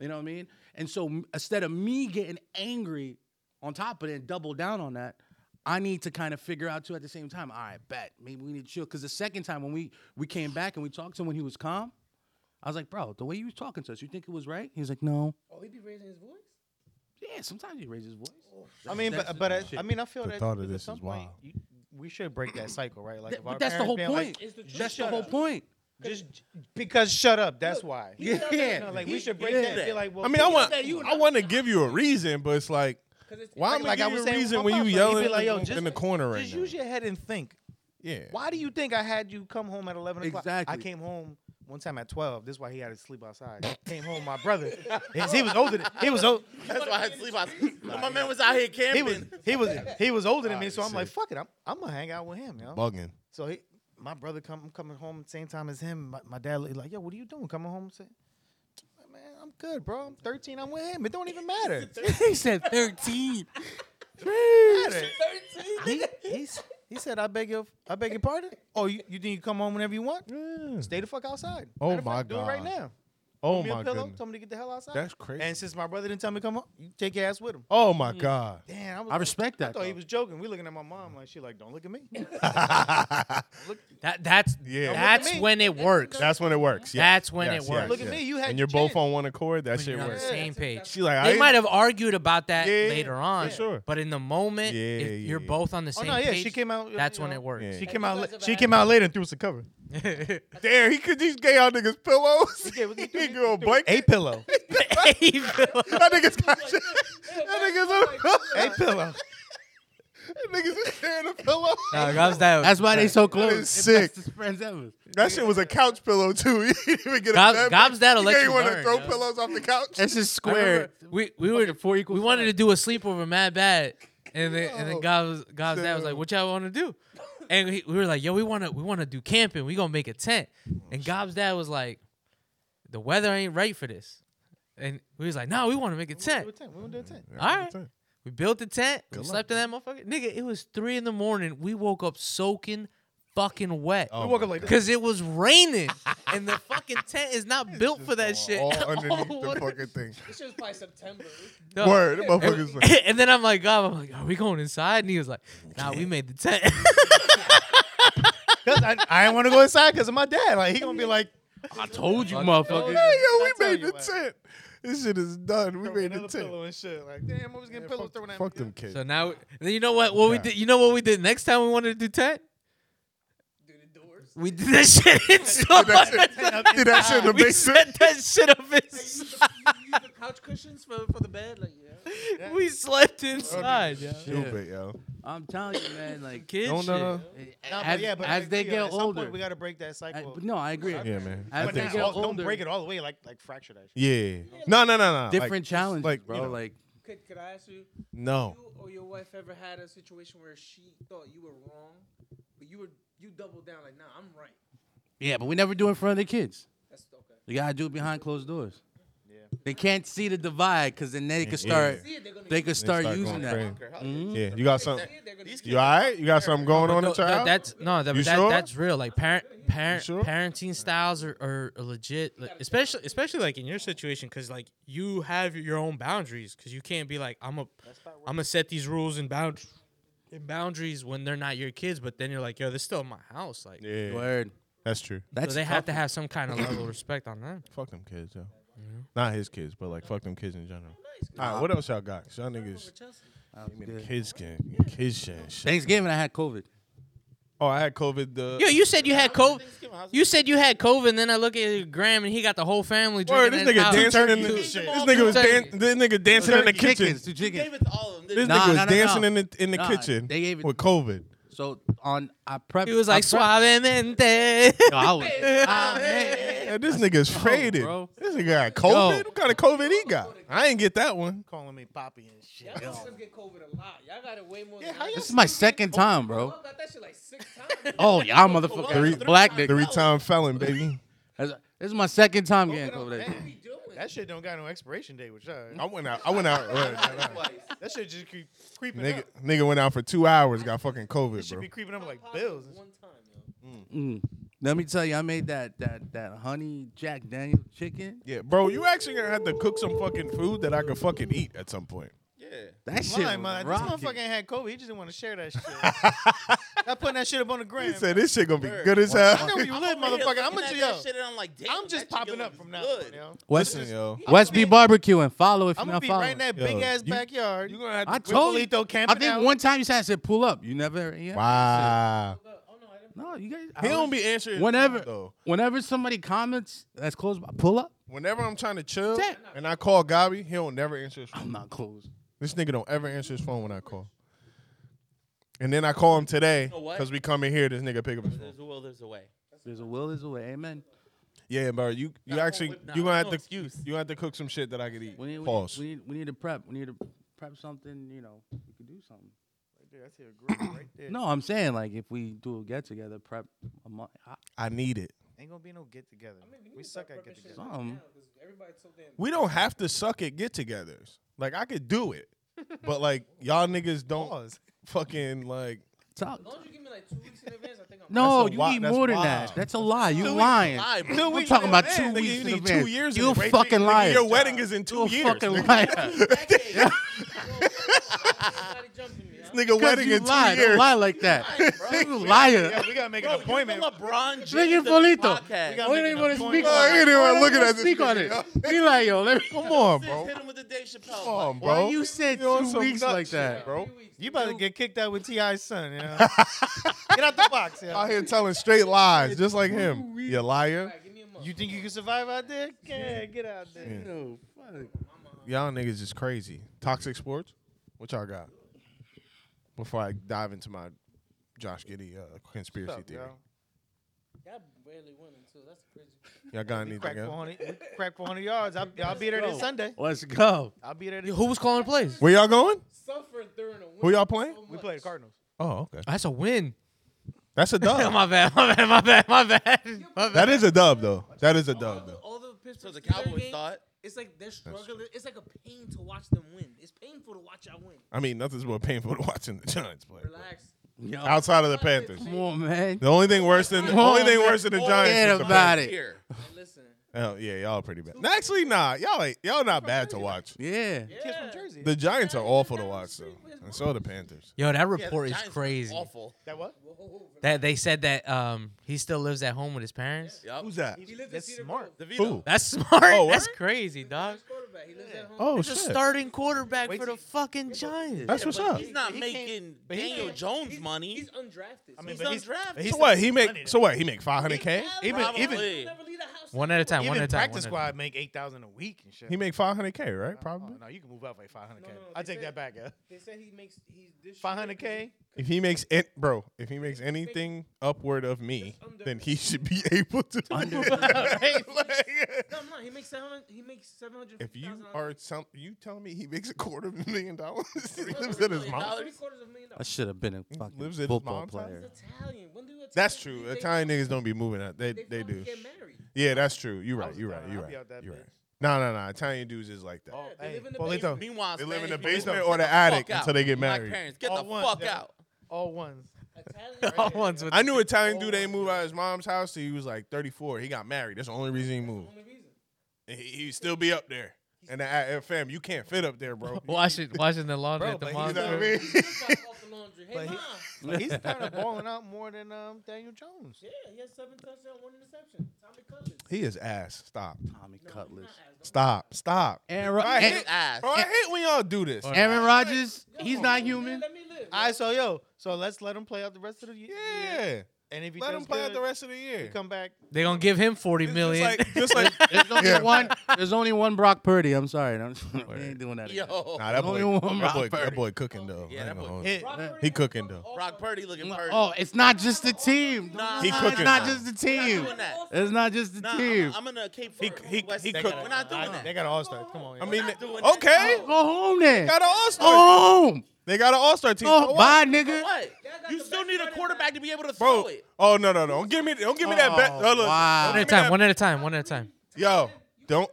Speaker 5: You know what I mean? And so m- instead of me getting angry on top of it and double down on that, I need to kind of figure out too at the same time. All right, bet maybe we need to chill. Because the second time when we we came back and we talked to him when he was calm, I was like, bro, the way you was talking to us, you think it was right? He was like, no.
Speaker 4: Oh, he be raising his voice.
Speaker 5: Yeah, sometimes he raises his voice.
Speaker 6: I mean,
Speaker 5: That's
Speaker 6: but but I,
Speaker 5: shit.
Speaker 6: I mean, I feel
Speaker 1: The
Speaker 6: that
Speaker 1: thought of
Speaker 6: at
Speaker 1: this
Speaker 6: some
Speaker 1: is
Speaker 6: point,
Speaker 1: wild.
Speaker 6: you- we should break that cycle, right? Like,
Speaker 5: That-
Speaker 6: if our
Speaker 5: but that's the
Speaker 6: parents
Speaker 5: whole
Speaker 6: being
Speaker 5: point.
Speaker 6: Like,
Speaker 4: It's the truth.
Speaker 5: that's the
Speaker 4: Shut
Speaker 5: whole
Speaker 4: up.
Speaker 5: point.
Speaker 6: just because shut up. That's why.
Speaker 4: He tell that-
Speaker 5: Yeah.
Speaker 6: No, like we should break
Speaker 5: Yeah.
Speaker 6: that. And be like, well,
Speaker 1: I mean, I
Speaker 6: we-
Speaker 1: want
Speaker 4: said you
Speaker 1: I want to give you a reason, but it's like,
Speaker 4: 'cause it's-
Speaker 1: why am I
Speaker 6: like I
Speaker 1: giving
Speaker 6: was
Speaker 1: you a
Speaker 6: saying with
Speaker 1: reason
Speaker 6: my
Speaker 1: when you
Speaker 6: pops, like, he'd be
Speaker 1: yelling
Speaker 6: like, yo,
Speaker 1: in
Speaker 6: just-
Speaker 1: the corner right
Speaker 6: Just
Speaker 1: now?
Speaker 6: use your head and think.
Speaker 1: yeah.
Speaker 6: Why do you think I had you come home at 11 o'clock? I
Speaker 5: Exactly.
Speaker 6: came home one time at 12. This is why he had to sleep outside. came home, my brother. Yes, he was older than he was old.
Speaker 3: That's why I sleep outside. When my man was out here camping.
Speaker 6: He was he was he was older than me, so I'm
Speaker 1: Alright,
Speaker 6: like,
Speaker 1: shit.
Speaker 6: fuck it, I'm, I'm gonna hang out with him, yo.
Speaker 1: Bugging.
Speaker 6: So he, my brother come I'm coming home at the same time as him. My, my dad like, yo, what are you doing? Coming home? Say, man, I'm good, bro. I'm 13. I'm with him. It don't even matter.
Speaker 5: he said thirteen.
Speaker 6: matter. He, he's, he said, I beg your I beg your pardon. Oh, you, you think you come home whenever you want?
Speaker 1: Yeah.
Speaker 6: Stay the fuck outside.
Speaker 1: Oh
Speaker 6: Matter of
Speaker 1: my
Speaker 6: fact, Do it right
Speaker 1: God.
Speaker 6: now.
Speaker 1: Oh
Speaker 6: me a
Speaker 1: my
Speaker 6: pillow,
Speaker 1: goodness.
Speaker 6: Tell me to get the hell outside.
Speaker 1: That's crazy.
Speaker 6: And since my brother didn't tell me to come home, you take your ass with him.
Speaker 1: Oh
Speaker 2: Mm.
Speaker 1: my god.
Speaker 6: Damn, I, was
Speaker 5: I
Speaker 6: like-
Speaker 5: respect
Speaker 6: I
Speaker 5: that.
Speaker 6: thought he
Speaker 5: though.
Speaker 6: was joking. We looking at my mom like she like, don't look at me. Oh,
Speaker 2: That that's
Speaker 1: Yeah.
Speaker 2: that's
Speaker 6: me.
Speaker 2: when it works.
Speaker 1: That's when it works. Yeah.
Speaker 2: That's when
Speaker 1: Yes,
Speaker 2: it works.
Speaker 1: yes,
Speaker 6: Look at
Speaker 1: yes.
Speaker 6: me, you had
Speaker 1: and
Speaker 6: your
Speaker 1: you're both
Speaker 6: chance.
Speaker 1: on one accord. That
Speaker 2: When
Speaker 1: shit
Speaker 2: you're on the
Speaker 1: works.
Speaker 2: same page.
Speaker 1: She like I
Speaker 2: They
Speaker 1: ain't-
Speaker 2: might have argued about that
Speaker 1: Yeah, yeah,
Speaker 2: later on,
Speaker 1: sure.
Speaker 2: but in the moment,
Speaker 1: Yeah,
Speaker 2: if
Speaker 1: yeah,
Speaker 2: you're
Speaker 1: yeah.
Speaker 2: both on the
Speaker 6: Oh
Speaker 2: same
Speaker 6: no, yeah,
Speaker 2: page,
Speaker 6: she came out.
Speaker 2: that's
Speaker 6: you
Speaker 2: when
Speaker 6: know,
Speaker 2: it works.
Speaker 1: Yeah.
Speaker 6: She came out.
Speaker 4: you
Speaker 6: la-
Speaker 4: guys ever
Speaker 6: She
Speaker 4: had-
Speaker 6: came out later and threw us a cover.
Speaker 1: Damn, he could just gay out niggas pillows.
Speaker 6: Yeah, what
Speaker 1: he
Speaker 6: you
Speaker 1: could
Speaker 6: do?
Speaker 1: go a blanket.
Speaker 6: A pillow.
Speaker 1: That nigga's got shit. That nigga's on a pillow.
Speaker 6: Oh A pillow.
Speaker 1: That nigga's just sharing a pillow.
Speaker 5: That's why they so close.
Speaker 1: is sick.
Speaker 5: Best friends ever.
Speaker 1: That shit was a couch pillow too. He didn't even get a
Speaker 2: Gob-
Speaker 1: bed.
Speaker 2: Gob's dad'll
Speaker 1: He
Speaker 2: let
Speaker 1: didn't
Speaker 2: you
Speaker 1: wanna
Speaker 2: learn,
Speaker 1: throw
Speaker 2: yo.
Speaker 1: pillows off the couch.
Speaker 5: That's just
Speaker 2: I remember
Speaker 5: square.
Speaker 2: We we were
Speaker 5: four equal.
Speaker 2: we wanted to do a sleepover mad bad, and then and
Speaker 1: Yo.
Speaker 2: then God was God's dad was
Speaker 1: Yo.
Speaker 2: like, "What y'all want to do?" And he, we were like, "Yo, we want to we want to do camping. We gonna make a tent."
Speaker 1: Oh,
Speaker 2: And God's dad was like, "The weather ain't right for this," and we was like, "No, we want to make a
Speaker 6: We were
Speaker 2: tent."
Speaker 6: ten. We were doing ten.
Speaker 2: All right. We built the tent. We slept in that motherfucker. Nigga, it was three in the morning. We woke up soaking fucking wet.
Speaker 1: Oh
Speaker 6: We woke up like this.
Speaker 2: Cause it was raining, and the fucking tent is not built for that shit. Oh,
Speaker 1: All underneath
Speaker 2: All
Speaker 1: the
Speaker 2: water-
Speaker 1: fucking thing.
Speaker 4: This shit was probably September.
Speaker 2: No.
Speaker 1: Word, that motherfucker's like,
Speaker 2: And, and then I'm like, God, I'm like, are we going inside? And he was like, Nah, we made the tent.
Speaker 6: 'Cause I, I didn't want to go inside because of my dad. Like he gonna be like,
Speaker 5: I told you,
Speaker 2: Fuck.
Speaker 5: motherfucker.
Speaker 1: hey yo,
Speaker 6: I
Speaker 1: we
Speaker 6: tell
Speaker 1: made
Speaker 6: you
Speaker 1: the
Speaker 6: what.
Speaker 1: tent. This shit is done. We
Speaker 6: throw
Speaker 1: made the
Speaker 6: another
Speaker 1: tent.
Speaker 6: pillow and shit. Like damn, I was getting
Speaker 1: Man,
Speaker 6: pillows
Speaker 1: fuck-
Speaker 6: thrown at
Speaker 1: Fuck
Speaker 6: me.
Speaker 1: them kids.
Speaker 2: so now, then you know what? What we
Speaker 1: Okay.
Speaker 2: did? You know what we did next time we wanted to do tent?
Speaker 4: Do the doors.
Speaker 2: We did that shit in so much.
Speaker 1: Did that shit in the
Speaker 2: We
Speaker 1: basement?
Speaker 2: set that shit up
Speaker 4: You
Speaker 2: inside.
Speaker 4: use the couch cushions for, for the bed, like yeah.
Speaker 2: We slept inside, yo.
Speaker 1: Stupid, yo.
Speaker 5: I'm telling you, man. Like,
Speaker 2: Kid
Speaker 1: Don't,
Speaker 2: shit.
Speaker 1: uh,
Speaker 6: No,
Speaker 5: as,
Speaker 6: but yeah, but
Speaker 5: as
Speaker 6: I
Speaker 5: they
Speaker 6: agree,
Speaker 5: get
Speaker 6: at some point,
Speaker 5: older,
Speaker 6: we gotta break that
Speaker 5: I-
Speaker 6: cycle.
Speaker 5: but no, I agree.
Speaker 1: Yeah, man.
Speaker 5: As
Speaker 1: I
Speaker 5: they
Speaker 1: think
Speaker 5: get
Speaker 1: so.
Speaker 6: Well, don't
Speaker 5: older,
Speaker 6: break it all the way, like like fracture that. Shit.
Speaker 1: Yeah. No, no, no, no. Like,
Speaker 5: Different challenges,
Speaker 1: like,
Speaker 5: bro.
Speaker 1: you know.
Speaker 5: Like,
Speaker 4: Could could I ask you,
Speaker 1: No.
Speaker 4: you or your wife ever had a situation where she thought you were wrong, but you were you doubled down like, nah, I'm right.
Speaker 5: yeah, but we never do it in front of the kids.
Speaker 4: That's okay.
Speaker 5: You gotta do it behind closed doors. They can't see the divide because then they could start.
Speaker 4: See it, they're gonna
Speaker 5: They
Speaker 4: use
Speaker 5: could start,
Speaker 1: start
Speaker 5: using
Speaker 1: going
Speaker 5: that.
Speaker 1: crazy.
Speaker 3: Fucker, hell
Speaker 5: Mm-hmm.
Speaker 1: Yeah, you got something.
Speaker 4: it. See it, they're gonna use it.
Speaker 1: You all right? You got something going on, in
Speaker 2: No, no,
Speaker 1: child?
Speaker 2: that's no, that,
Speaker 1: You
Speaker 2: that-
Speaker 1: sure?
Speaker 2: that's real. Like parent, parent,
Speaker 1: sure?
Speaker 2: parenting styles are, are legit. Like, especially, especially like in your situation, because like you have your own boundaries. Because you can't be like, I'm a, I'm gonna set these rules and bound, and boundaries when they're not your kids. But then you're like, yo, they're still in my house. Like,
Speaker 1: yeah,
Speaker 5: Word.
Speaker 1: that's true.
Speaker 5: That's
Speaker 2: so they have to
Speaker 5: tough.
Speaker 2: have some kind of level of respect on them.
Speaker 1: Fuck them kids, yo. Not his kids, but like fuck them kids in general. All right, what else y'all got? 'Cause Y'all niggas, kids can, kids shit. and shit.
Speaker 5: Thanksgiving, I had COVID.
Speaker 1: Oh, I had COVID. The
Speaker 2: Yo, you said you had COVID.
Speaker 3: Thanksgiving, how's it-
Speaker 2: You said you had COVID, and then I look at Graham, and he got the whole family.
Speaker 1: Word, this
Speaker 2: drinking
Speaker 1: nigga
Speaker 2: at his house.
Speaker 1: dancing in the
Speaker 6: Turkey.
Speaker 1: this
Speaker 6: Shit.
Speaker 1: nigga was dan-
Speaker 2: Turkey.
Speaker 1: this nigga dancing in the
Speaker 5: Turkey,
Speaker 1: kitchen.
Speaker 5: chickens, two
Speaker 3: You
Speaker 5: chickens.
Speaker 3: gave it to all of them.
Speaker 1: This
Speaker 3: didn't you?
Speaker 5: Nah,
Speaker 1: nigga was
Speaker 5: nah, nah,
Speaker 1: dancing
Speaker 5: nah.
Speaker 1: in the in the
Speaker 5: Nah,
Speaker 1: kitchen
Speaker 5: they gave it-
Speaker 1: with COVID.
Speaker 5: So on, I prepped.
Speaker 2: He was like
Speaker 5: I prepped-
Speaker 2: suavemente.
Speaker 5: Yo, I was. ah, man.
Speaker 1: Yeah, this nigga's faded.
Speaker 5: bro.
Speaker 1: This nigga got COVID.
Speaker 5: Yo.
Speaker 1: What kind of COVID he got? I ain't get that one.
Speaker 6: Calling me poppy and shit.
Speaker 4: Y'all motherfuckers get COVID a lot. Y'all got it way more. than
Speaker 6: how
Speaker 4: I
Speaker 6: you-
Speaker 4: do.
Speaker 5: This is my second time, bro.
Speaker 4: Y'all got that shit like six times.
Speaker 5: Oh, y'all motherfucker.
Speaker 1: Three-
Speaker 5: black nigga.
Speaker 1: Three time felon, baby.
Speaker 5: This is my second time getting
Speaker 6: Open up,
Speaker 5: COVID.
Speaker 6: man.
Speaker 4: We doing.
Speaker 6: That shit don't got no expiration date with y'all.
Speaker 1: I went out. I went out. uh,
Speaker 6: That shit just keep creeping
Speaker 1: nigga,
Speaker 6: up.
Speaker 1: nigga went out for two hours. Got fucking
Speaker 6: It
Speaker 1: COVID,
Speaker 6: should
Speaker 1: bro.
Speaker 6: be creeping up like
Speaker 4: Positive
Speaker 6: bills.
Speaker 4: One time, yo.
Speaker 5: Mm. Let me tell you, I made that that that honey Jack Daniel chicken.
Speaker 1: Yeah, bro, you actually gonna have to cook some fucking food that I could fucking eat at some point.
Speaker 3: Yeah.
Speaker 5: That shit
Speaker 6: Why,
Speaker 5: was
Speaker 6: man? This
Speaker 5: rocking.
Speaker 6: motherfucker ain't had COVID. He just didn't want to share that shit. Not putting that shit up on the gram.
Speaker 1: He said this shit gonna be
Speaker 3: Word.
Speaker 1: good as
Speaker 6: I
Speaker 1: hell.
Speaker 6: know where you live,
Speaker 3: over here
Speaker 6: motherfucker. I'm
Speaker 3: looking
Speaker 6: gonna
Speaker 3: at
Speaker 6: yo.
Speaker 3: that shit and I'm like, damn,
Speaker 6: I'm just
Speaker 3: that chicken
Speaker 6: popping up
Speaker 3: looks
Speaker 6: from now on,
Speaker 3: good.
Speaker 6: yo.
Speaker 5: West, uh,
Speaker 1: Listen, yo,
Speaker 5: West B Barbecue and follow if
Speaker 6: I'm
Speaker 5: you're
Speaker 6: gonna
Speaker 5: not
Speaker 6: be
Speaker 5: following.
Speaker 6: right in that
Speaker 1: Yo,
Speaker 6: big ass
Speaker 1: you-
Speaker 6: backyard.
Speaker 1: you gonna have to
Speaker 5: I
Speaker 1: cook-
Speaker 5: told you.
Speaker 6: Polito
Speaker 5: I
Speaker 6: camping
Speaker 5: think
Speaker 6: out.
Speaker 5: one time you said, I said pull up. You never. Yeah.
Speaker 1: Wow,
Speaker 5: No, you guys.
Speaker 1: he
Speaker 5: I
Speaker 1: don't
Speaker 5: was-
Speaker 1: be answering
Speaker 5: Whenever,
Speaker 1: though.
Speaker 5: whenever somebody comments that's close, by, pull up.
Speaker 1: Whenever I'm trying to chill
Speaker 5: Damn.
Speaker 1: and I call Gabi, he don't never answer his phone.
Speaker 5: I'm not close.
Speaker 1: This nigga don't ever answer his phone when I call. And then I call him today
Speaker 3: know Oh, what?
Speaker 1: because we come in here. This nigga pick up his phone.
Speaker 3: There's a will, there's a way.
Speaker 5: There's a will, there's a way. Amen.
Speaker 1: Yeah, bro, you you
Speaker 3: Nah, I
Speaker 1: actually
Speaker 3: won't- nah,
Speaker 1: you gonna have
Speaker 3: no
Speaker 1: to
Speaker 3: excuse.
Speaker 1: you gonna have to cook some shit that I could eat.
Speaker 5: We need, we,
Speaker 1: Pause.
Speaker 5: Need, we need we need to prep. We need to prep something. You know, we could do something.
Speaker 6: That's your group right there.
Speaker 5: No, I'm saying like if we do a get together, prep a month.
Speaker 1: I need it.
Speaker 6: Ain't gonna be no get together.
Speaker 4: I mean, need
Speaker 6: We
Speaker 4: to
Speaker 6: suck
Speaker 4: start
Speaker 6: at
Speaker 4: prepping
Speaker 6: get
Speaker 4: shit
Speaker 6: together.
Speaker 5: together.
Speaker 4: right
Speaker 5: Some.
Speaker 4: now, 'cause everybody's so damn-
Speaker 1: We don't have to suck at get-togethers. Like I could do it, but like y'all niggas don't
Speaker 6: Pause.
Speaker 1: fucking like.
Speaker 5: Talk.
Speaker 4: As long as you give me like two weeks in advance, I think I'm.
Speaker 5: No,
Speaker 1: That's a
Speaker 5: you
Speaker 1: wi-
Speaker 5: need
Speaker 1: that's
Speaker 5: more than
Speaker 1: wild.
Speaker 5: that. That's a lie. You
Speaker 3: Two
Speaker 5: lying.
Speaker 3: weeks is a lie,
Speaker 5: We're
Speaker 3: bro.
Speaker 5: talking about two
Speaker 1: Man, nigga,
Speaker 5: weeks.
Speaker 1: you
Speaker 5: in
Speaker 1: need
Speaker 5: advance.
Speaker 1: two years.
Speaker 5: You
Speaker 1: in advance.
Speaker 5: fucking
Speaker 1: Nigga,
Speaker 5: liar.
Speaker 1: Your wedding is in 2
Speaker 5: You a
Speaker 1: years.
Speaker 5: fucking
Speaker 1: nigga.
Speaker 5: liar.
Speaker 4: Everybody jumping me. Huh?
Speaker 1: Nigga,
Speaker 5: Because
Speaker 1: wedding
Speaker 5: you
Speaker 1: in two
Speaker 5: lie. Don't
Speaker 1: years.
Speaker 5: lie like that. You liar.
Speaker 6: Yeah, we gotta make
Speaker 3: Bro,
Speaker 6: an appointment.
Speaker 3: you the LeBron
Speaker 5: Look
Speaker 3: James
Speaker 5: at
Speaker 3: of the
Speaker 5: Polito.
Speaker 3: podcast.
Speaker 6: We gotta
Speaker 5: We don't
Speaker 6: make
Speaker 5: even
Speaker 6: an
Speaker 5: want to
Speaker 6: appointment.
Speaker 5: speak on
Speaker 1: Oh,
Speaker 5: it.
Speaker 1: anyway,
Speaker 5: Why don't
Speaker 1: look
Speaker 5: you
Speaker 1: at that
Speaker 5: Speak on it.
Speaker 1: nigga,
Speaker 5: Be like, yo, let me.
Speaker 1: Come on,
Speaker 3: Sis,
Speaker 1: bro.
Speaker 3: Hit him with the Dave Chappelle.
Speaker 1: Come on,
Speaker 3: mic.
Speaker 1: bro.
Speaker 5: Why you said
Speaker 1: You on
Speaker 5: two
Speaker 1: some
Speaker 5: weeks
Speaker 1: nut
Speaker 5: like
Speaker 1: shit,
Speaker 5: that?
Speaker 1: bro.
Speaker 4: Three weeks.
Speaker 6: You about to get kicked out with Ti's son. You know? get out the box. You,
Speaker 1: Out here telling straight lies, just like him. You liar.
Speaker 4: Alright, give me a month.
Speaker 6: you think you can survive out there? Yeah, get out there.
Speaker 5: No, fuck.
Speaker 1: Y'all niggas is crazy. Toxic sports. What y'all got? Before I dive into my Josh Giddy uh, conspiracy
Speaker 6: What's up,
Speaker 1: theory,
Speaker 6: yo?
Speaker 4: Y'all barely winning too. That's crazy.
Speaker 1: y'all got
Speaker 6: We crack
Speaker 1: anything else?
Speaker 6: 400, we crack 400 yards. I'll, I'll be there this Sunday.
Speaker 5: Let's go.
Speaker 6: I'll be there this
Speaker 2: Who was calling the plays?
Speaker 1: Where y'all going?
Speaker 4: Suffering during a win.
Speaker 1: Who y'all playing?
Speaker 4: So
Speaker 6: We
Speaker 4: much.
Speaker 6: play the Cardinals.
Speaker 1: Oh, okay.
Speaker 2: That's a win.
Speaker 1: That's a dub.
Speaker 2: my bad. My bad. My bad. My bad. My bad.
Speaker 1: that is a dub though. That is a
Speaker 4: All
Speaker 1: dub
Speaker 4: the,
Speaker 1: though.
Speaker 4: all the Pittsburgh
Speaker 3: So the
Speaker 4: Steelers
Speaker 3: Cowboys
Speaker 4: games,
Speaker 3: thought.
Speaker 4: It's like they're struggling. It's like a pain to watch them win. It's painful to watch y'all win.
Speaker 1: I mean, nothing's more painful than watching the Giants play.
Speaker 4: Relax.
Speaker 5: Yo,
Speaker 1: Outside of the Panthers,
Speaker 5: come on, man.
Speaker 1: the only thing worse than the only thing worse than the Giants.
Speaker 5: Forget
Speaker 1: is the
Speaker 5: about it.
Speaker 3: Here.
Speaker 4: And listen.
Speaker 1: Pan- Oh yeah, y'all pretty bad. Actually, nah, y'all ain't, y'all not bad to watch.
Speaker 5: Yeah.
Speaker 4: Yeah.
Speaker 6: Kids from Jersey.
Speaker 1: The Giants are awful to watch though, and so are the Panthers.
Speaker 2: Yo, that
Speaker 3: Yeah, the
Speaker 2: report
Speaker 3: Giants
Speaker 2: is
Speaker 3: look
Speaker 2: crazy.
Speaker 3: Awful.
Speaker 6: that what?
Speaker 4: Whoa,
Speaker 2: That they said that um he still lives at home with his parents.
Speaker 3: Yup.
Speaker 1: Who's that?
Speaker 4: he lived in
Speaker 6: That's
Speaker 4: Cedar
Speaker 6: smart.
Speaker 4: Grove.
Speaker 3: DeVito.
Speaker 1: Who?
Speaker 2: That's smart.
Speaker 1: Oh,
Speaker 2: That's
Speaker 1: word?
Speaker 2: crazy, dog.
Speaker 4: His quarterback. at. He lives at home.
Speaker 1: Oh
Speaker 2: He's a
Speaker 1: shit.
Speaker 2: starting quarterback
Speaker 3: Wait
Speaker 2: for the
Speaker 3: till-
Speaker 2: fucking Giants.
Speaker 1: That's what's up.
Speaker 3: He's not
Speaker 6: He can't-
Speaker 3: making
Speaker 6: but he
Speaker 3: Daniel
Speaker 6: can't-
Speaker 3: Jones
Speaker 4: He's-
Speaker 3: money.
Speaker 4: He's undrafted.
Speaker 6: I mean,
Speaker 3: he's
Speaker 6: but he's,
Speaker 3: undrafted.
Speaker 6: but he's
Speaker 1: So what?
Speaker 6: still
Speaker 1: He
Speaker 6: money,
Speaker 1: make
Speaker 6: though.
Speaker 1: so what? He make five hundred k.
Speaker 6: Even- even-
Speaker 4: He'll never leave the house.
Speaker 2: One at a time. one
Speaker 6: Even
Speaker 2: at a time.
Speaker 6: practice
Speaker 2: one at a
Speaker 6: squad
Speaker 2: time.
Speaker 6: make eight thousand a week and shit.
Speaker 1: He make five hundred k, right? Probably.
Speaker 6: Oh, no, you can move out like five hundred k.
Speaker 4: No, no, no,
Speaker 6: I
Speaker 4: they
Speaker 6: take that
Speaker 4: said-
Speaker 6: back. uh, Yeah,
Speaker 4: They said he makes he's this year-
Speaker 6: five hundred k.
Speaker 1: If he makes it, bro. If he makes anything upward of me, then he should be able to. Under.
Speaker 4: No, I'm not. He makes seven. He makes seven hundred.
Speaker 1: if you are some, you tell me he makes a quarter of a million dollars. he lives at his mom.
Speaker 4: Three quarters of a million
Speaker 5: I
Speaker 4: dollars.
Speaker 5: should have been a fucking
Speaker 1: lives at his
Speaker 5: football
Speaker 1: mom's house?
Speaker 5: player.
Speaker 4: He's Italian. When do Italians
Speaker 1: That's true.
Speaker 4: leave they-
Speaker 1: Italian niggas don't be moving out. They
Speaker 4: They,
Speaker 1: they
Speaker 4: finally
Speaker 1: do.
Speaker 4: Get married.
Speaker 1: Yeah, that's true. You're
Speaker 6: I
Speaker 1: right.
Speaker 6: was
Speaker 1: You're
Speaker 6: down,
Speaker 1: right.
Speaker 6: I'll
Speaker 1: You're
Speaker 6: be
Speaker 1: right.
Speaker 6: out that
Speaker 1: You're
Speaker 6: bitch.
Speaker 1: right. No, no, no. Italian dudes is like that.
Speaker 6: Oh,
Speaker 4: they
Speaker 6: hey,
Speaker 4: live in the
Speaker 6: Polito,
Speaker 3: Meanwhile,
Speaker 1: They live in the
Speaker 3: Spanish people,
Speaker 1: basement
Speaker 3: get
Speaker 1: or the
Speaker 3: fuck
Speaker 1: attic
Speaker 3: out.
Speaker 1: until they get
Speaker 3: My
Speaker 1: married.
Speaker 3: parents, get
Speaker 6: All
Speaker 3: the
Speaker 6: one,
Speaker 3: fuck
Speaker 6: yeah.
Speaker 3: out.
Speaker 6: all ones.
Speaker 4: Italian.
Speaker 2: All ones with
Speaker 1: I knew Italian dude ain't move out of his mom's house till he was like 34. He got married. That's the only reason he moved.
Speaker 4: Only reason.
Speaker 1: He, he still be up there. And the I- fam, you can't fit up there, bro.
Speaker 2: washing washing the laundry
Speaker 6: Bro,
Speaker 2: at the
Speaker 6: but he's
Speaker 1: You know what I
Speaker 2: monitor.
Speaker 1: mean?
Speaker 4: He got off the laundry. Hey,
Speaker 6: But he-
Speaker 4: mom.
Speaker 6: Like, he's kind of balling out more than um, Daniel Jones.
Speaker 4: Yeah, he has seven touchdowns, one interception. Tommy Cousins.
Speaker 1: He is ass. Stop.
Speaker 5: Tommy
Speaker 4: No, he's not
Speaker 5: Cutlass.
Speaker 4: as good.
Speaker 1: Stop. Stop.
Speaker 5: Aaron, Ro-
Speaker 1: I
Speaker 5: Aaron,
Speaker 1: hate,
Speaker 3: Ass.
Speaker 1: bro, I hate when y'all do this.
Speaker 2: Or-
Speaker 5: Aaron Rodgers,
Speaker 4: Yo,
Speaker 5: he's not
Speaker 4: let me
Speaker 5: human.
Speaker 4: live, Let me live.
Speaker 6: All right, so yo, so let's let him play out the rest of the year.
Speaker 1: Yeah.
Speaker 6: and if he
Speaker 1: Let
Speaker 6: does
Speaker 1: him play
Speaker 6: good,
Speaker 1: out the rest of the year.
Speaker 6: Come back.
Speaker 2: They gonna give him forty
Speaker 1: It's
Speaker 2: million.
Speaker 1: Just like, just like
Speaker 5: There's only
Speaker 1: Yeah.
Speaker 5: one. There's only one Brock Purdy. I'm sorry. I'm just, we ain't doing that. Again.
Speaker 3: Yo,
Speaker 1: nah, that boy,
Speaker 5: Only one
Speaker 1: that boy,
Speaker 5: Brock Purdy.
Speaker 1: that boy cooking though.
Speaker 3: Yeah,
Speaker 1: I
Speaker 3: that
Speaker 1: ain't
Speaker 3: boy-
Speaker 1: gonna hold you.
Speaker 5: It-
Speaker 4: Brock Purdy
Speaker 1: He
Speaker 4: is
Speaker 1: cooking,
Speaker 4: from
Speaker 1: though.
Speaker 4: All-
Speaker 3: Brock Purdy looking perfect.
Speaker 5: Oh, it's not just the team.
Speaker 3: Nah,
Speaker 1: He
Speaker 5: Nah,
Speaker 1: cooking.
Speaker 5: It's not just the team.
Speaker 3: doing that.
Speaker 5: It's not just the
Speaker 3: Nah,
Speaker 5: team.
Speaker 3: I'm, I'm gonna Cape Ford.
Speaker 1: he-
Speaker 3: West
Speaker 1: he
Speaker 3: Side.
Speaker 1: cooked.
Speaker 3: We're not doing that.
Speaker 6: They got
Speaker 1: Oh,
Speaker 6: all stars. Come on. Oh.
Speaker 1: I mean,
Speaker 3: not doing that.
Speaker 1: okay.
Speaker 5: Go home then.
Speaker 1: Got an all
Speaker 5: Go
Speaker 1: star.
Speaker 5: home.
Speaker 1: They got an all star team.
Speaker 5: Go
Speaker 1: So what?
Speaker 5: bye, nigga.
Speaker 3: What?
Speaker 4: got
Speaker 3: You
Speaker 4: the
Speaker 3: still
Speaker 4: best
Speaker 3: need a
Speaker 4: running
Speaker 3: quarterback
Speaker 4: back.
Speaker 3: to be able to throw
Speaker 1: bro.
Speaker 3: it.
Speaker 1: Oh no no no! Don't give me don't give me that bet.
Speaker 5: Oh,
Speaker 1: No, look. Don't
Speaker 5: wow.
Speaker 2: One at a
Speaker 1: give me
Speaker 2: time.
Speaker 1: that-
Speaker 2: One at a time. One at a time.
Speaker 1: Yo, don't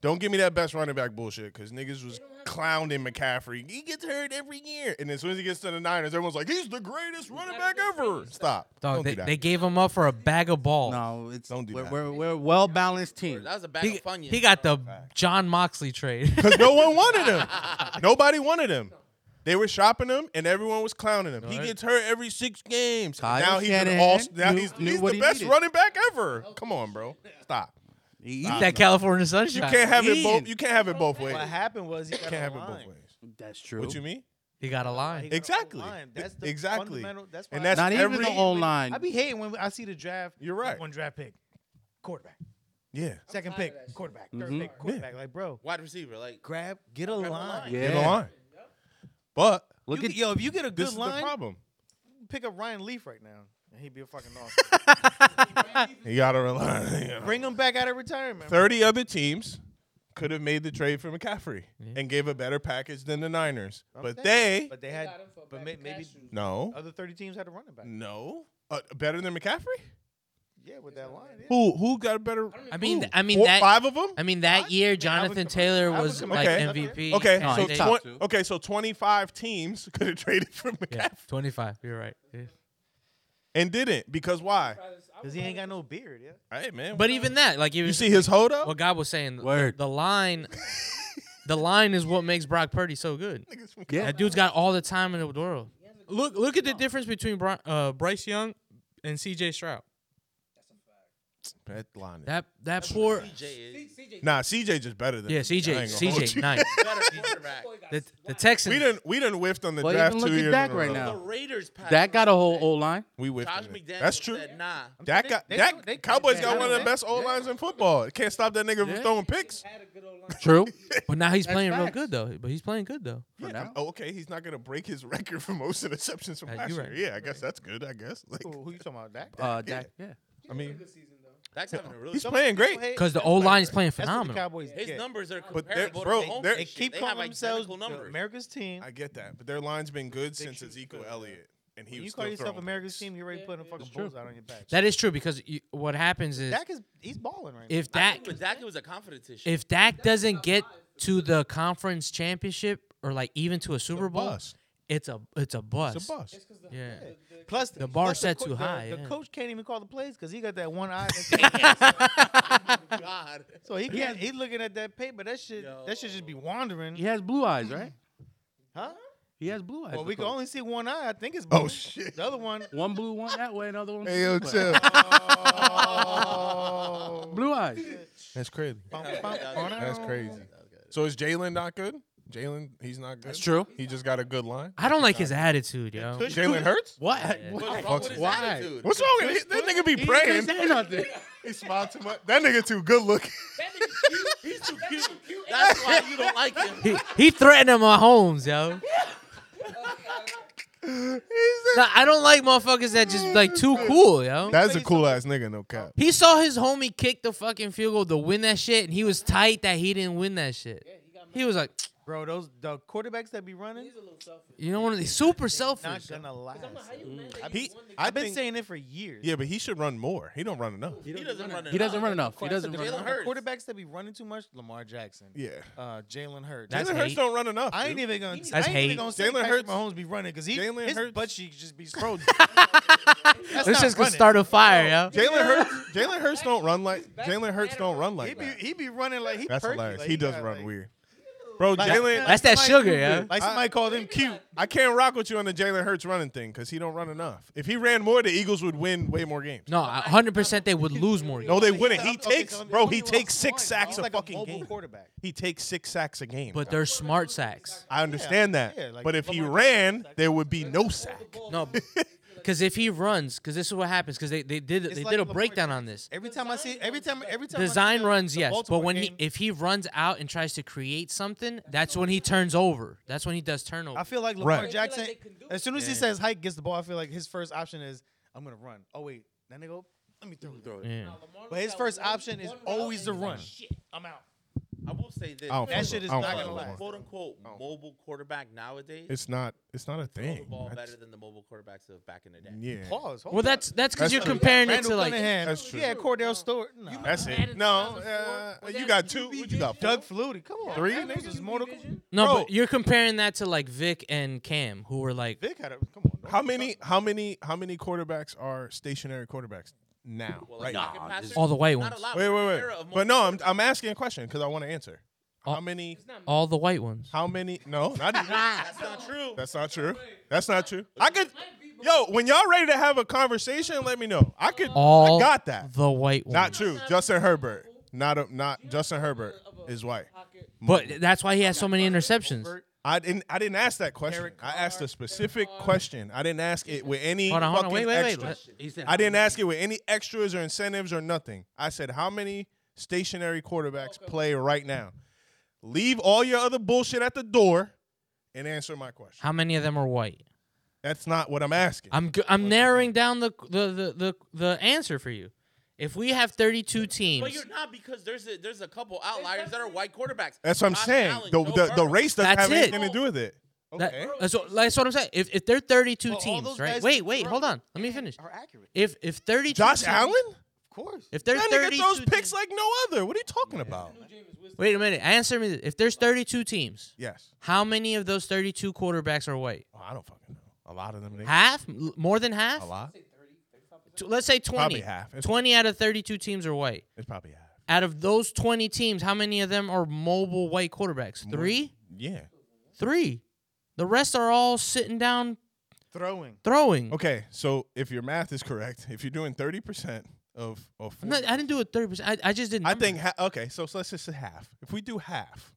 Speaker 1: don't give me that best running back bullshit because niggas was clowning McCaffrey. He gets hurt every year, and as soon as he gets to the Niners, everyone's like, he's the greatest running back ever. Stop.
Speaker 2: Dog,
Speaker 1: don't
Speaker 2: they,
Speaker 1: do that.
Speaker 2: they gave him up for a bag of balls.
Speaker 5: No, it's
Speaker 1: Don't do
Speaker 5: we're,
Speaker 1: that.
Speaker 5: We're, we're a well balanced team.
Speaker 3: That was a bag
Speaker 2: He,
Speaker 3: of funyuns.
Speaker 2: he got the John Moxley trade.
Speaker 1: Because no one wanted him. Nobody wanted him. They were shopping him, and everyone was clowning him. He
Speaker 2: Alright.
Speaker 1: gets hurt every six games.
Speaker 5: Kyle
Speaker 1: now he's an
Speaker 5: Shanahan
Speaker 1: all. Now
Speaker 5: knew-
Speaker 1: he's,
Speaker 5: knew
Speaker 1: he's
Speaker 5: what
Speaker 1: the
Speaker 5: he
Speaker 1: best
Speaker 5: needed.
Speaker 1: running back ever. Come on, bro. Stop.
Speaker 5: He-
Speaker 2: Eat that California
Speaker 1: You
Speaker 2: sunshine.
Speaker 1: can't have it both.
Speaker 5: Ian.
Speaker 1: You can't have it both ways.
Speaker 6: what happened was he got
Speaker 1: Can't have
Speaker 6: a
Speaker 1: it both
Speaker 6: line.
Speaker 1: ways.
Speaker 5: That's true.
Speaker 1: What you mean?
Speaker 2: He got a
Speaker 6: He
Speaker 2: line.
Speaker 6: got a
Speaker 1: Exactly.
Speaker 6: line.
Speaker 1: Th-
Speaker 6: That's the
Speaker 1: exactly.
Speaker 6: fundamental- That's
Speaker 1: And
Speaker 6: why
Speaker 1: that's
Speaker 5: Not even
Speaker 1: every-
Speaker 5: the O line.
Speaker 6: I be hating when I see the draft.
Speaker 1: You're
Speaker 6: like,
Speaker 1: right.
Speaker 6: One draft pick, quarterback.
Speaker 1: Yeah.
Speaker 4: tired
Speaker 6: Second
Speaker 4: of
Speaker 6: pick,
Speaker 4: that shit.
Speaker 6: quarterback.
Speaker 5: Mhm.
Speaker 6: Third pick, quarterback. Like, bro,
Speaker 3: wide receiver. Like
Speaker 6: grab, get a
Speaker 3: a
Speaker 6: line.
Speaker 3: line.
Speaker 5: yeah.
Speaker 1: Get the line. But
Speaker 5: Look
Speaker 6: You
Speaker 5: at
Speaker 6: get- yo, if you get a
Speaker 1: this
Speaker 6: good
Speaker 1: is the
Speaker 6: line,
Speaker 1: problem.
Speaker 6: pick up Ryan Leaf right now, and he'd be a fucking awesome.
Speaker 1: You gotta rely.
Speaker 6: Bring him back out of retirement. bro.
Speaker 1: Thirty other teams could have made the trade for McCaffrey and gave a better package than the Niners,
Speaker 6: I'm
Speaker 1: but
Speaker 6: saying.
Speaker 1: they
Speaker 6: but they
Speaker 4: They
Speaker 6: had,
Speaker 4: got him for a
Speaker 6: but
Speaker 4: bag
Speaker 6: may,
Speaker 4: of
Speaker 6: maybe
Speaker 4: cashews.
Speaker 1: no,
Speaker 6: other thirty teams had a running back.
Speaker 1: no, uh, better than McCaffrey.
Speaker 6: Yeah, with that line. yeah.
Speaker 1: Who who got a better?
Speaker 2: I mean,
Speaker 1: who?
Speaker 2: I mean
Speaker 1: Four-
Speaker 2: that.
Speaker 1: five of them.
Speaker 2: I mean that year, Jonathan Taylor
Speaker 6: I would
Speaker 2: was
Speaker 6: come-
Speaker 2: like
Speaker 1: Okay.
Speaker 2: MVP.
Speaker 1: okay,
Speaker 5: No,
Speaker 1: so
Speaker 5: he's
Speaker 2: twen-
Speaker 5: top
Speaker 1: twen-
Speaker 5: two.
Speaker 1: okay, so twenty five teams could have traded for McCaffrey
Speaker 2: yeah, twenty-five. You're right. Yeah.
Speaker 1: and didn't because why?
Speaker 6: Cause he ain't got no beard. Yeah.
Speaker 1: Hey man,
Speaker 2: But even that, like
Speaker 1: you
Speaker 2: was,
Speaker 1: see his hold up.
Speaker 2: what God was saying. the-
Speaker 5: Word.
Speaker 2: The, line, the line is what makes Brock Purdy so good.
Speaker 5: yeah.
Speaker 2: That dude's got all the time in the world. Look, look at the difference between Bri- uh, Bryce Young and C.J. Stroud.
Speaker 1: That line is-
Speaker 2: That that poor.
Speaker 3: CJ is
Speaker 1: Nah, CJ just better than
Speaker 2: Yeah,
Speaker 1: him. I
Speaker 2: CJ,
Speaker 1: ain't gonna hold
Speaker 2: CJ,
Speaker 1: you.
Speaker 2: nice.
Speaker 3: better quarterback.
Speaker 2: The, the Texans.
Speaker 1: We didn't we didn't whiffed on the
Speaker 5: Well,
Speaker 1: draft
Speaker 5: even
Speaker 1: two
Speaker 5: look at
Speaker 1: years
Speaker 5: Dak
Speaker 1: in a
Speaker 5: right
Speaker 1: row.
Speaker 5: now.
Speaker 3: The Raiders passed.
Speaker 5: That got a whole O line.
Speaker 1: We whiffed.
Speaker 3: Josh
Speaker 1: on it.
Speaker 3: McDaniels
Speaker 1: That's true.
Speaker 3: Said, nah.
Speaker 1: Dak
Speaker 6: They-
Speaker 1: got
Speaker 6: they-
Speaker 1: Dak.
Speaker 6: they-
Speaker 1: Cowboys
Speaker 6: they-
Speaker 1: got one of the
Speaker 6: they-
Speaker 1: best O lines in football. Can't stop that nigga
Speaker 5: Yeah.
Speaker 1: from throwing picks.
Speaker 4: Had a good old line.
Speaker 5: True.
Speaker 2: But now he's
Speaker 5: That's
Speaker 2: playing real
Speaker 5: facts.
Speaker 2: good though. But he's playing good though.
Speaker 5: For
Speaker 1: Yeah,
Speaker 5: now.
Speaker 1: oh, okay. He's not gonna break his record for most interceptions from
Speaker 2: Uh,
Speaker 1: last
Speaker 2: you're
Speaker 1: year.
Speaker 2: right.
Speaker 1: Yeah, I guess that's good. I guess. Like,
Speaker 6: Who, who you talking about? Dak.
Speaker 5: Uh, Dak. Yeah.
Speaker 1: I mean,
Speaker 4: Good season though.
Speaker 3: Dak's having a really.
Speaker 1: he's playing great.
Speaker 6: Hey,
Speaker 2: Because the
Speaker 6: that's
Speaker 2: O
Speaker 6: what-
Speaker 2: line is playing
Speaker 6: that's what the
Speaker 2: phenomenal.
Speaker 6: Cowboys
Speaker 3: His
Speaker 6: get.
Speaker 3: numbers are
Speaker 1: But they're-
Speaker 3: comparable
Speaker 1: bro,
Speaker 3: to Mahomes
Speaker 1: they're-
Speaker 6: They
Speaker 3: and shit.
Speaker 6: keep
Speaker 3: They have
Speaker 6: calling themselves
Speaker 3: identical
Speaker 6: the
Speaker 3: numbers.
Speaker 6: America's team.
Speaker 1: I get that, but their line's been good
Speaker 6: They
Speaker 1: since
Speaker 6: shoot
Speaker 1: Ezekiel
Speaker 6: good, yeah.
Speaker 1: Elliott, and he
Speaker 6: When you
Speaker 1: was
Speaker 6: call
Speaker 1: still
Speaker 6: yourself
Speaker 1: throwing
Speaker 6: America's
Speaker 1: picks.
Speaker 6: team, you're already putting a fucking bullseye on your back.
Speaker 2: That is true because you, what happens is
Speaker 6: Dak is he's balling right now.
Speaker 2: if
Speaker 3: I
Speaker 2: Dak
Speaker 3: think with Dak, it was a confidence issue.
Speaker 2: if Dak doesn't get to the conference championship or like even to a Super Bowl,
Speaker 1: bust.
Speaker 2: it's a it's a bust.
Speaker 1: It's a bust.
Speaker 2: Yeah.
Speaker 6: Plus,
Speaker 2: The bar
Speaker 6: plus
Speaker 2: set
Speaker 6: co-
Speaker 2: too
Speaker 6: the-
Speaker 2: high,
Speaker 6: The
Speaker 2: yeah.
Speaker 6: coach can't even call the plays because he got that one eye.
Speaker 1: Oh
Speaker 3: God.
Speaker 6: so he can't. He's looking at that paper. That shit. That should just be wandering.
Speaker 5: He has blue eyes, right?
Speaker 6: Huh?
Speaker 5: He has blue eyes.
Speaker 6: Well,
Speaker 5: the
Speaker 6: we can
Speaker 5: coach.
Speaker 6: only see one eye. I think it's.
Speaker 1: Oh
Speaker 6: blue.
Speaker 1: shit.
Speaker 6: The other one.
Speaker 5: one blue, one that way, another one.
Speaker 1: Hey yo,
Speaker 5: this
Speaker 1: chill.
Speaker 5: way. Blue eyes.
Speaker 1: That's crazy.
Speaker 6: Bum, bum,
Speaker 3: Yeah.
Speaker 6: Oh. bum,
Speaker 1: That's
Speaker 6: bum.
Speaker 1: crazy. So is Jalen not good? Jalen, he's not good.
Speaker 2: That's true.
Speaker 1: He just got a good line.
Speaker 2: I don't like his attitude, yo.
Speaker 1: Jalen Hurts.
Speaker 5: What?
Speaker 3: What's wrong with his
Speaker 5: Why?
Speaker 3: attitude?
Speaker 1: What's wrong with him? That nigga be praying.
Speaker 5: say nothing.
Speaker 1: He smiled too much. That nigga too good looking.
Speaker 3: He's too cute. That's why you don't like him.
Speaker 2: He, he threatened him on Holmes, yo. Nah, I don't like motherfuckers that just like too cool, yo.
Speaker 1: That's a cool ass nigga, no cap.
Speaker 2: He saw his homie kick the fucking field goal to win that shit, and he was tight that he didn't win that shit. He was like,
Speaker 6: Bro, those the quarterbacks that be running,
Speaker 2: you know, one of these super
Speaker 6: not
Speaker 2: selfish.
Speaker 6: gonna last.
Speaker 1: He,
Speaker 6: I've been saying it for years.
Speaker 1: yeah, but he should run more. He don't run enough.
Speaker 3: He doesn't run.
Speaker 5: He doesn't run enough. He doesn't
Speaker 3: Jalen
Speaker 5: run enough.
Speaker 3: Hurts.
Speaker 6: The quarterbacks that be running too much, Lamar Jackson,
Speaker 1: Yeah,
Speaker 6: uh, Jalen Hurts.
Speaker 2: That's
Speaker 1: Jalen Hurts
Speaker 2: hate.
Speaker 1: don't run enough.
Speaker 6: I ain't
Speaker 1: dude.
Speaker 6: even gonna.
Speaker 2: That's
Speaker 6: I ain't
Speaker 2: hate.
Speaker 6: even gonna say
Speaker 1: Jalen
Speaker 6: Jalen
Speaker 1: Hurts-
Speaker 6: Hurts Mahomes be running because he
Speaker 1: Jalen
Speaker 6: his
Speaker 1: Hurts-
Speaker 6: butt cheeks just be scrolled. That's
Speaker 2: This
Speaker 6: not
Speaker 2: just gonna
Speaker 6: running.
Speaker 2: start a fire, yo.
Speaker 1: Jalen Hurts. Jalen Hurts don't run like. Jalen Hurts don't run
Speaker 6: He
Speaker 1: like
Speaker 6: be
Speaker 1: that.
Speaker 6: he be running like he.
Speaker 1: That's
Speaker 6: perky,
Speaker 1: hilarious.
Speaker 6: like
Speaker 1: He does
Speaker 6: got,
Speaker 1: run
Speaker 6: like-
Speaker 1: weird, bro.
Speaker 6: Like-
Speaker 1: Jalen,
Speaker 2: That's that
Speaker 6: somebody
Speaker 2: sugar,
Speaker 6: called-
Speaker 2: yo.
Speaker 6: Like somebody called him cute.
Speaker 1: I can't rock with you on the Jalen Hurts running thing because he don't run enough. If he ran more, the Eagles would win way more games.
Speaker 2: No, hundred percent they would lose more.
Speaker 1: No, they
Speaker 6: He's
Speaker 1: wouldn't.
Speaker 6: a-
Speaker 1: He
Speaker 6: okay,
Speaker 1: takes,
Speaker 6: so
Speaker 1: bro.
Speaker 6: he
Speaker 1: He
Speaker 6: only
Speaker 1: takes
Speaker 6: lost
Speaker 1: six
Speaker 6: one.
Speaker 1: sacks
Speaker 6: He's
Speaker 1: a
Speaker 6: like
Speaker 1: fucking
Speaker 6: mobile
Speaker 1: game.
Speaker 6: quarterback.
Speaker 1: He takes six sacks a game.
Speaker 2: but
Speaker 1: bro.
Speaker 2: they're smart sacks.
Speaker 1: I understand that.
Speaker 6: yeah, like
Speaker 1: but if he
Speaker 6: Lamar
Speaker 1: ran, there would be no sack.
Speaker 2: No, because if he runs, because this is what happens. Because they, they did they
Speaker 6: like
Speaker 2: did a
Speaker 6: Lamar
Speaker 2: breakdown on this.
Speaker 6: Every time I see, every time, every time. I
Speaker 2: Design
Speaker 6: see the-
Speaker 2: runs,
Speaker 6: the
Speaker 2: yes, but
Speaker 6: Baltimore
Speaker 2: when
Speaker 6: game,
Speaker 2: he if he runs out and tries to create something, that's when he turns over. That's when he does turnover.
Speaker 6: I feel like Lamar
Speaker 1: Right.
Speaker 6: Jackson.
Speaker 4: They feel like they can do
Speaker 6: as soon as he
Speaker 2: Yeah.
Speaker 6: says Hike gets the ball, I feel like his first option is I'm gonna run. Oh wait, then they go. Let me throw it.
Speaker 3: Throw it.
Speaker 2: yeah.
Speaker 6: But his first option is always the run. I'm out.
Speaker 3: I will say this.
Speaker 1: I don't
Speaker 6: That
Speaker 1: fuck
Speaker 6: shit
Speaker 1: with-
Speaker 6: is
Speaker 1: I don't
Speaker 6: not
Speaker 1: fuck
Speaker 6: gonna
Speaker 1: with
Speaker 6: last.
Speaker 1: Lamar.
Speaker 3: Quote unquote mobile quarterback nowadays.
Speaker 1: It's not. It's not a
Speaker 3: throw the
Speaker 1: thing.
Speaker 3: ball
Speaker 1: That's-
Speaker 3: better than the mobile quarterbacks of back in the day.
Speaker 1: Yeah,
Speaker 6: Pause. hold
Speaker 2: Well,
Speaker 6: up.
Speaker 2: that's that's because
Speaker 1: That's
Speaker 2: you're
Speaker 1: true.
Speaker 2: comparing it
Speaker 6: Randall
Speaker 2: to like
Speaker 6: Cunningham.
Speaker 1: That's true.
Speaker 6: Yeah, Cordell Stewart. No.
Speaker 1: that's it. No, uh, you got two. What you got?
Speaker 6: Doug
Speaker 1: four?
Speaker 6: Flutie. Come on.
Speaker 1: Three
Speaker 6: That
Speaker 1: niggas?
Speaker 6: was his monocle.
Speaker 2: no,
Speaker 1: Bro.
Speaker 2: but you're comparing that to like Vic and Cam, who were like
Speaker 6: Vic had a. Come on.
Speaker 1: How many? How many? How many quarterbacks are stationary quarterbacks now?
Speaker 3: Well,
Speaker 1: Right
Speaker 3: like,
Speaker 1: now.
Speaker 3: pocket passers,
Speaker 2: all the white
Speaker 3: not
Speaker 2: ones,
Speaker 3: allowed.
Speaker 1: Wait, wait,
Speaker 3: Era
Speaker 1: wait.
Speaker 3: of
Speaker 1: But
Speaker 3: mobile
Speaker 1: no, I'm I'm asking a question because I want to answer. How
Speaker 2: Oh.
Speaker 1: many?
Speaker 2: all the white ones.
Speaker 1: How many? No, not even.
Speaker 3: That's not true.
Speaker 1: That's not true. That's not true. I could. Yo, when y'all ready to have a conversation, let me know. I could.
Speaker 2: All
Speaker 1: I got that.
Speaker 2: the white ones.
Speaker 1: Not true. Justin Herbert. Not a, not Justin Herbert is white.
Speaker 2: But that's why he has so many interceptions.
Speaker 1: I didn't. I didn't ask that question. I asked a specific question. I didn't ask it with any
Speaker 2: Hold on, hold on, wait,
Speaker 1: fucking
Speaker 2: wait, wait.
Speaker 1: extras.
Speaker 2: Let-
Speaker 1: I didn't ask it with any extras or incentives or nothing. I said, how many stationary quarterbacks play right now? Leave all your other bullshit at the door and answer my question.
Speaker 2: How many of them are white?
Speaker 1: That's not what I'm asking.
Speaker 2: I'm g- I'm narrowing down the the, the the the answer for you. If we have 32
Speaker 3: But
Speaker 2: teams,
Speaker 3: you're not because there's a, there's a couple outliers that are white quarterbacks.
Speaker 1: That's what I'm
Speaker 3: Josh
Speaker 1: saying.
Speaker 3: Allen,
Speaker 1: The,
Speaker 3: Joe
Speaker 1: the, the
Speaker 3: Burrow.
Speaker 1: race doesn't
Speaker 2: That's
Speaker 1: have
Speaker 2: it.
Speaker 1: anything to do with it.
Speaker 2: that-
Speaker 1: Okay.
Speaker 2: that's, what, that's what I'm saying. If if there are 32
Speaker 6: Well, all
Speaker 2: teams,
Speaker 6: those
Speaker 2: right?
Speaker 6: guys
Speaker 2: Wait,
Speaker 6: can
Speaker 2: wait,
Speaker 6: throw
Speaker 2: hold on. Let me finish.
Speaker 6: Are accurate.
Speaker 2: If if 32
Speaker 1: Josh
Speaker 2: teams-
Speaker 1: Allen?
Speaker 6: Of course.
Speaker 2: If there's
Speaker 1: That nigga
Speaker 2: 32
Speaker 1: throws picks
Speaker 2: teams-
Speaker 1: like no other. What are you talking about?
Speaker 2: Wait a minute. Answer me. This. If there's 32 teams,
Speaker 1: Yes.
Speaker 2: how many of those 32 quarterbacks are white?
Speaker 1: Oh, I don't fucking know. A lot of them. They,
Speaker 2: Half? L- More than half?
Speaker 1: a lot.
Speaker 2: T- Let's say 20.
Speaker 1: Probably half. It's-
Speaker 2: 20 out of 32 teams are white.
Speaker 1: It's probably half.
Speaker 2: Out of those 20 teams, how many of them are mobile white quarterbacks? Three?
Speaker 1: Yeah.
Speaker 2: Three. The rest are all sitting down
Speaker 6: Throwing.
Speaker 2: throwing.
Speaker 1: Okay. So if your math is correct, if you're doing 30% of, of
Speaker 2: I'm not- I didn't do it 30%. I, I just didn't.
Speaker 1: I think ha- okay, so, so let's just say half. If we do half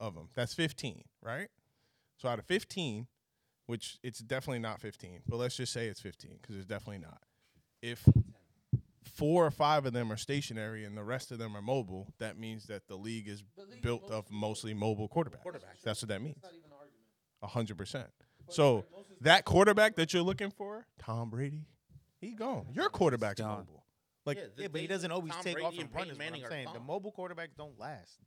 Speaker 1: of them, that's fifteen, right? So out of fifteen, which it's definitely not fifteen, but let's just say it's fifteen because it's definitely not. If four or five of them are stationary and the rest of them are mobile, that means that the league is built of mostly mobile quarterbacks. That's what that means. A hundred percent. So that quarterback that you're looking for, Tom Brady, he gone. Your quarterback's
Speaker 5: gone.
Speaker 1: mobile. Like
Speaker 3: the
Speaker 6: Yeah, but he
Speaker 3: days
Speaker 6: doesn't
Speaker 3: of
Speaker 6: always
Speaker 3: Tom
Speaker 6: take
Speaker 3: Brady
Speaker 6: off and
Speaker 3: and
Speaker 6: run.
Speaker 3: Peyton
Speaker 6: Is what I'm
Speaker 3: Manning are
Speaker 6: saying. The
Speaker 3: gone.
Speaker 6: mobile quarterbacks don't last.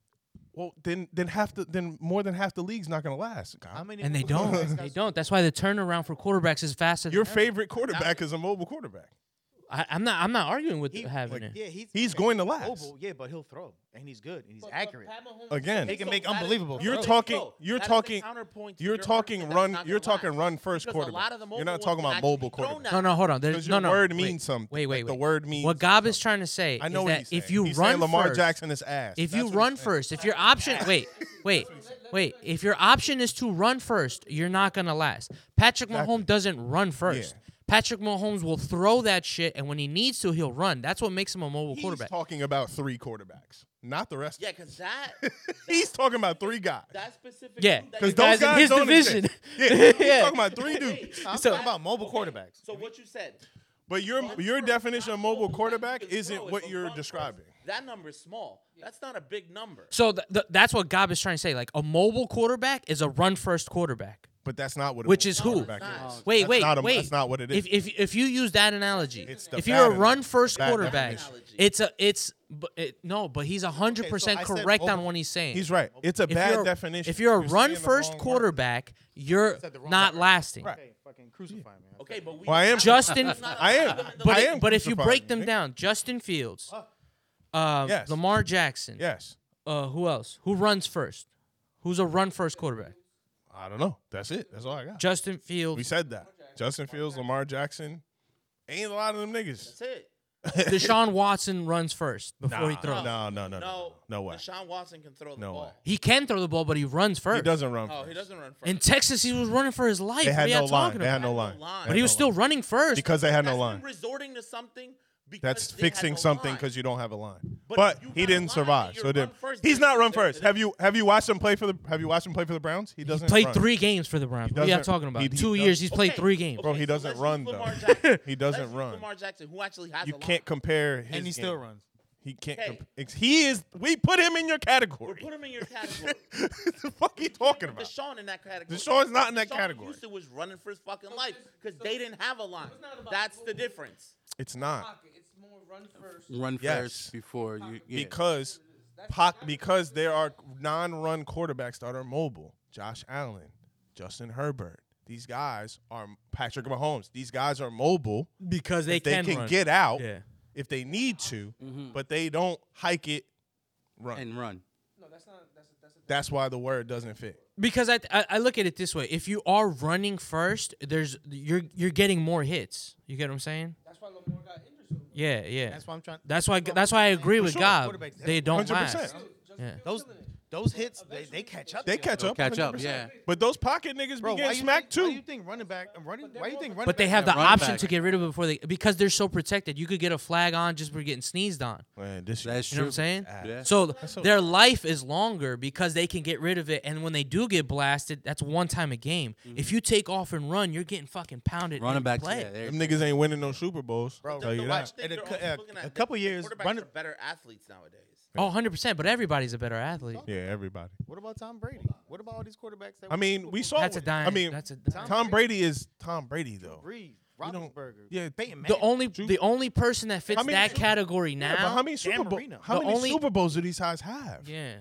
Speaker 1: Well, then then half the then more than half the league's not gonna last. Kyle.
Speaker 6: How many?
Speaker 2: And they
Speaker 6: mobile
Speaker 2: don't.
Speaker 6: quarterbacks
Speaker 2: they
Speaker 6: got-
Speaker 2: don't. That's why the turnaround for quarterbacks is faster than
Speaker 1: Your
Speaker 2: ever.
Speaker 1: favorite quarterback is a mobile quarterback.
Speaker 2: I, I'm not. I'm not arguing with
Speaker 6: He-
Speaker 2: having it.
Speaker 1: like,
Speaker 6: Yeah, he's
Speaker 1: He's
Speaker 6: okay,
Speaker 1: going to
Speaker 6: he's
Speaker 1: last.
Speaker 6: Mobile, yeah, but he'll throw and he's good and he's accurate. He
Speaker 1: Again,
Speaker 6: can make unbelievable.
Speaker 1: You're
Speaker 6: throws.
Speaker 1: talking- you're
Speaker 3: that is the
Speaker 1: talking-
Speaker 3: counterpoint to
Speaker 1: you're
Speaker 3: your
Speaker 1: talking
Speaker 3: argument.
Speaker 1: run.
Speaker 3: That's not
Speaker 1: You're
Speaker 3: gonna
Speaker 1: talking
Speaker 3: last.
Speaker 1: run first
Speaker 3: Because a lot
Speaker 1: quarterback.
Speaker 3: of the
Speaker 1: You're not
Speaker 3: mobile
Speaker 1: talking
Speaker 3: ones
Speaker 1: about
Speaker 3: can actually
Speaker 1: mobile
Speaker 3: be thrown
Speaker 1: quarterback.
Speaker 3: now.
Speaker 2: No, no, hold on. There's
Speaker 1: Because
Speaker 2: no,
Speaker 1: your
Speaker 2: no.
Speaker 1: word
Speaker 2: wait,
Speaker 1: means something.
Speaker 2: Wait, wait,
Speaker 1: Like, the
Speaker 2: wait.
Speaker 1: word means
Speaker 2: What Gob is trying to say
Speaker 1: I know
Speaker 2: is
Speaker 1: what
Speaker 2: that
Speaker 1: he's
Speaker 2: if
Speaker 1: saying.
Speaker 2: you
Speaker 1: He's saying
Speaker 2: run
Speaker 1: Lamar
Speaker 2: first,
Speaker 1: Jackson is ass.
Speaker 2: if
Speaker 1: That's
Speaker 2: you
Speaker 1: what he's
Speaker 2: run
Speaker 1: saying.
Speaker 2: first, if your option, wait, wait, wait. If your option is to run first, you're not gonna last. Patrick Mahomes doesn't run first. Patrick Mahomes will throw that shit, and when he needs to, he'll run. That's what makes him a mobile
Speaker 1: he's
Speaker 2: quarterback.
Speaker 1: talking about three quarterbacks. not the rest.
Speaker 3: Yeah,
Speaker 1: Yeah,
Speaker 3: because that,
Speaker 1: he's talking about three guys.
Speaker 3: that specific.
Speaker 2: Yeah,
Speaker 3: group that
Speaker 1: Because
Speaker 3: you-
Speaker 1: those
Speaker 2: Guys in
Speaker 1: guys
Speaker 2: his
Speaker 1: don't
Speaker 2: division.
Speaker 1: exist. Yeah, he's
Speaker 2: Yeah.
Speaker 1: talking about three dudes.
Speaker 6: I'm
Speaker 2: So-
Speaker 6: talking about mobile
Speaker 3: Okay,
Speaker 6: quarterbacks.
Speaker 3: So what you said,
Speaker 1: But your
Speaker 3: Well,
Speaker 1: your
Speaker 3: sure,
Speaker 1: definition
Speaker 3: not
Speaker 1: of mobile
Speaker 3: mobile,
Speaker 1: quarterback
Speaker 3: because
Speaker 1: isn't
Speaker 3: throw is
Speaker 1: what
Speaker 3: a
Speaker 1: you're
Speaker 3: run first.
Speaker 1: describing.
Speaker 3: That number is small. That's not a big number.
Speaker 2: So th- th- that's what Gob is trying to say. Like a mobile quarterback is a run first quarterback.
Speaker 1: But that's not what. a
Speaker 2: Which
Speaker 1: mobile
Speaker 2: is who?
Speaker 1: quarterback
Speaker 3: That's
Speaker 1: is.
Speaker 2: Wait,
Speaker 1: That's
Speaker 2: wait,
Speaker 1: not a-
Speaker 2: wait.
Speaker 1: That's not what it is.
Speaker 2: If, if if you use that analogy,
Speaker 1: It's the
Speaker 2: if you're a
Speaker 1: pattern,
Speaker 2: run first
Speaker 1: bad
Speaker 2: quarterback,
Speaker 1: definition.
Speaker 2: it's a it's b- it, no, but he's hundred percent
Speaker 6: I said
Speaker 2: correct on
Speaker 6: mobile.
Speaker 2: what he's saying.
Speaker 1: he's right. It's a
Speaker 2: If
Speaker 1: bad
Speaker 2: you're-
Speaker 1: definition.
Speaker 2: If you're a run
Speaker 1: saying the
Speaker 2: first
Speaker 1: wrong word.
Speaker 2: quarterback, you're
Speaker 6: said the wrong
Speaker 2: not
Speaker 6: word.
Speaker 2: lasting.
Speaker 1: Right.
Speaker 6: Hey, fucking crucify me.
Speaker 3: Okay, but we
Speaker 1: Well, I am-
Speaker 2: Justin-
Speaker 3: That's not a-
Speaker 1: I am.
Speaker 3: that's not a-
Speaker 2: But
Speaker 1: I
Speaker 2: it-
Speaker 1: am
Speaker 2: but if you
Speaker 1: crucifying
Speaker 2: break
Speaker 1: you,
Speaker 2: them
Speaker 1: nigga.
Speaker 2: down, Justin Fields, uh,
Speaker 1: Yes.
Speaker 2: Lamar Jackson,
Speaker 1: Yes.
Speaker 2: uh, who else? Who runs first? Who's a run first quarterback?
Speaker 1: I don't know. That's it. That's all I got.
Speaker 2: Justin
Speaker 1: We
Speaker 2: Fields,
Speaker 1: said that. Justin Fields, Lamar Jackson, ain't a lot of them niggas.
Speaker 3: That's it.
Speaker 2: Deshaun Watson runs first before
Speaker 1: Nah,
Speaker 2: he throws.
Speaker 1: No, no, no, no, no,
Speaker 3: No,
Speaker 1: no way.
Speaker 3: Deshaun Watson can throw the
Speaker 1: No
Speaker 3: ball.
Speaker 1: way.
Speaker 2: He can throw the ball, but he runs first.
Speaker 1: He doesn't run.
Speaker 3: Oh,
Speaker 1: first.
Speaker 3: he doesn't run first.
Speaker 2: In Texas, he was running for his life.
Speaker 1: They
Speaker 2: what
Speaker 1: had
Speaker 2: are y'all
Speaker 1: no line.
Speaker 2: talking
Speaker 1: They had
Speaker 2: about?
Speaker 1: no
Speaker 3: They had
Speaker 1: line.
Speaker 3: no line.
Speaker 2: but
Speaker 1: They had
Speaker 2: he
Speaker 1: no
Speaker 2: was still
Speaker 1: line.
Speaker 2: running first.
Speaker 1: because they had no
Speaker 3: That's
Speaker 1: line.
Speaker 3: been resorting to something. Because
Speaker 1: That's
Speaker 3: they had
Speaker 1: fixing
Speaker 3: no
Speaker 1: something
Speaker 3: line.
Speaker 1: because you don't have a line.
Speaker 3: But
Speaker 1: But,
Speaker 3: if
Speaker 1: he
Speaker 3: you had a line,
Speaker 1: didn't survive,
Speaker 3: you're
Speaker 1: so it didn't.
Speaker 3: run first,
Speaker 1: He's
Speaker 3: then
Speaker 1: not
Speaker 3: you
Speaker 1: run
Speaker 3: deserve
Speaker 1: first.
Speaker 3: it.
Speaker 1: Have you have you watched him play for the Have you watched him play for the Browns? He doesn't
Speaker 2: played
Speaker 1: run.
Speaker 2: three games for the Browns. What are
Speaker 1: doesn't-
Speaker 2: y'all talking about?
Speaker 1: he- he
Speaker 2: Two
Speaker 1: doesn't-
Speaker 2: years, he's played
Speaker 3: Okay,
Speaker 2: three games.
Speaker 1: Bro, he
Speaker 3: okay,
Speaker 1: doesn't
Speaker 3: let's use
Speaker 1: run,
Speaker 3: Lamar
Speaker 1: though.
Speaker 3: Jackson.
Speaker 1: He doesn't
Speaker 3: Let's use
Speaker 1: run.
Speaker 3: Lamar Jackson, who actually has
Speaker 1: You
Speaker 3: a
Speaker 1: can't
Speaker 3: line.
Speaker 1: compare. His
Speaker 6: And he still
Speaker 1: game.
Speaker 6: runs.
Speaker 1: He can't.
Speaker 3: Hey.
Speaker 1: comp- ex- he is. We put him in your
Speaker 3: Or
Speaker 1: category.
Speaker 3: put him in your category.
Speaker 1: the fuck he talking about?
Speaker 3: Deshaun in that category.
Speaker 1: Deshaun's not in that
Speaker 3: Deshaun
Speaker 1: category.
Speaker 3: Houston was running for his fucking life because they didn't have a line. That's the difference.
Speaker 1: It's not
Speaker 4: It's more run first.
Speaker 5: Run
Speaker 1: Yes.
Speaker 5: first before you. Yeah.
Speaker 1: because poc because there are non-run quarterbacks that are mobile. Josh Allen, Justin Herbert. These guys are Patrick Mahomes. These guys are mobile.
Speaker 2: Because
Speaker 1: If they can, get out
Speaker 2: Yeah.
Speaker 1: if they need to, but they don't hike it. Run.
Speaker 5: and run.
Speaker 4: No, that's not. That's a, that's a
Speaker 1: That's why the word doesn't fit.
Speaker 2: Because I, I I look at it this way: if you are running first, there's you're you're getting more hits. You get what I'm saying?
Speaker 4: That's why Lamar got injured. So much.
Speaker 2: Yeah, yeah.
Speaker 6: That's why I'm trying.
Speaker 2: That's why. That's why I agree with
Speaker 6: sure,
Speaker 2: God.
Speaker 6: quarterbacks, they
Speaker 2: They don't
Speaker 1: 100%.
Speaker 2: last.
Speaker 4: Justin
Speaker 2: Yeah.
Speaker 4: Fields
Speaker 6: Those
Speaker 4: killing it.
Speaker 6: those hits, they, they catch up.
Speaker 1: They
Speaker 6: to you.
Speaker 1: catch up.
Speaker 5: Catch up,
Speaker 1: 100%.
Speaker 5: yeah.
Speaker 1: But those pocket niggas
Speaker 6: Bro,
Speaker 1: be
Speaker 6: why
Speaker 1: getting
Speaker 6: you
Speaker 1: smacked
Speaker 6: think, Why
Speaker 1: too.
Speaker 6: you think running back? Running, why you think running?
Speaker 2: But they
Speaker 6: back-
Speaker 2: have
Speaker 5: Yeah,
Speaker 2: the
Speaker 5: running
Speaker 2: option
Speaker 5: back.
Speaker 2: to get rid of it before they because they're so protected. You could get a flag on just for getting sneezed on.
Speaker 1: Man, this
Speaker 5: That's
Speaker 2: You know what I'm
Speaker 5: true.
Speaker 2: saying?
Speaker 5: Yeah.
Speaker 2: So
Speaker 1: so-
Speaker 2: their life is longer because they can get rid of it, and when they do get blasted, that's one time a game. If you take off and run, you're getting fucking pounded.
Speaker 5: Running
Speaker 2: in
Speaker 5: back to
Speaker 2: play.
Speaker 5: that. There you
Speaker 1: them niggas ain't winning no Super Bowls.
Speaker 6: Bro,
Speaker 1: tell
Speaker 6: the
Speaker 1: you
Speaker 6: watch
Speaker 1: that.
Speaker 6: In
Speaker 3: They're
Speaker 6: a cou-
Speaker 3: always
Speaker 6: uh,
Speaker 3: looking
Speaker 6: a
Speaker 3: at
Speaker 6: couple
Speaker 3: the
Speaker 6: years,
Speaker 3: quarterbacks
Speaker 6: running-
Speaker 3: are better athletes nowadays.
Speaker 2: Oh, 100%, but everybody's a better athlete.
Speaker 1: Yeah, everybody.
Speaker 6: What about Tom Brady? What about all these quarterbacks? That
Speaker 1: I mean, we saw.
Speaker 2: That's a
Speaker 1: what-
Speaker 2: dime.
Speaker 1: I mean,
Speaker 2: that's a
Speaker 1: Tom Brady is Tom Brady though.
Speaker 6: Breeze,
Speaker 1: We don't-
Speaker 6: Roethlisberger,
Speaker 1: yeah,
Speaker 6: Peyton
Speaker 2: The
Speaker 6: Manning.
Speaker 2: only the only person that fits
Speaker 1: many
Speaker 2: that
Speaker 1: Super-
Speaker 2: category now.
Speaker 1: Yeah, but how many Super
Speaker 6: Dan
Speaker 1: Bowl?
Speaker 6: Marino.
Speaker 1: How
Speaker 2: The
Speaker 1: many
Speaker 2: only-
Speaker 1: Super Bowls do these guys have?
Speaker 2: Yeah.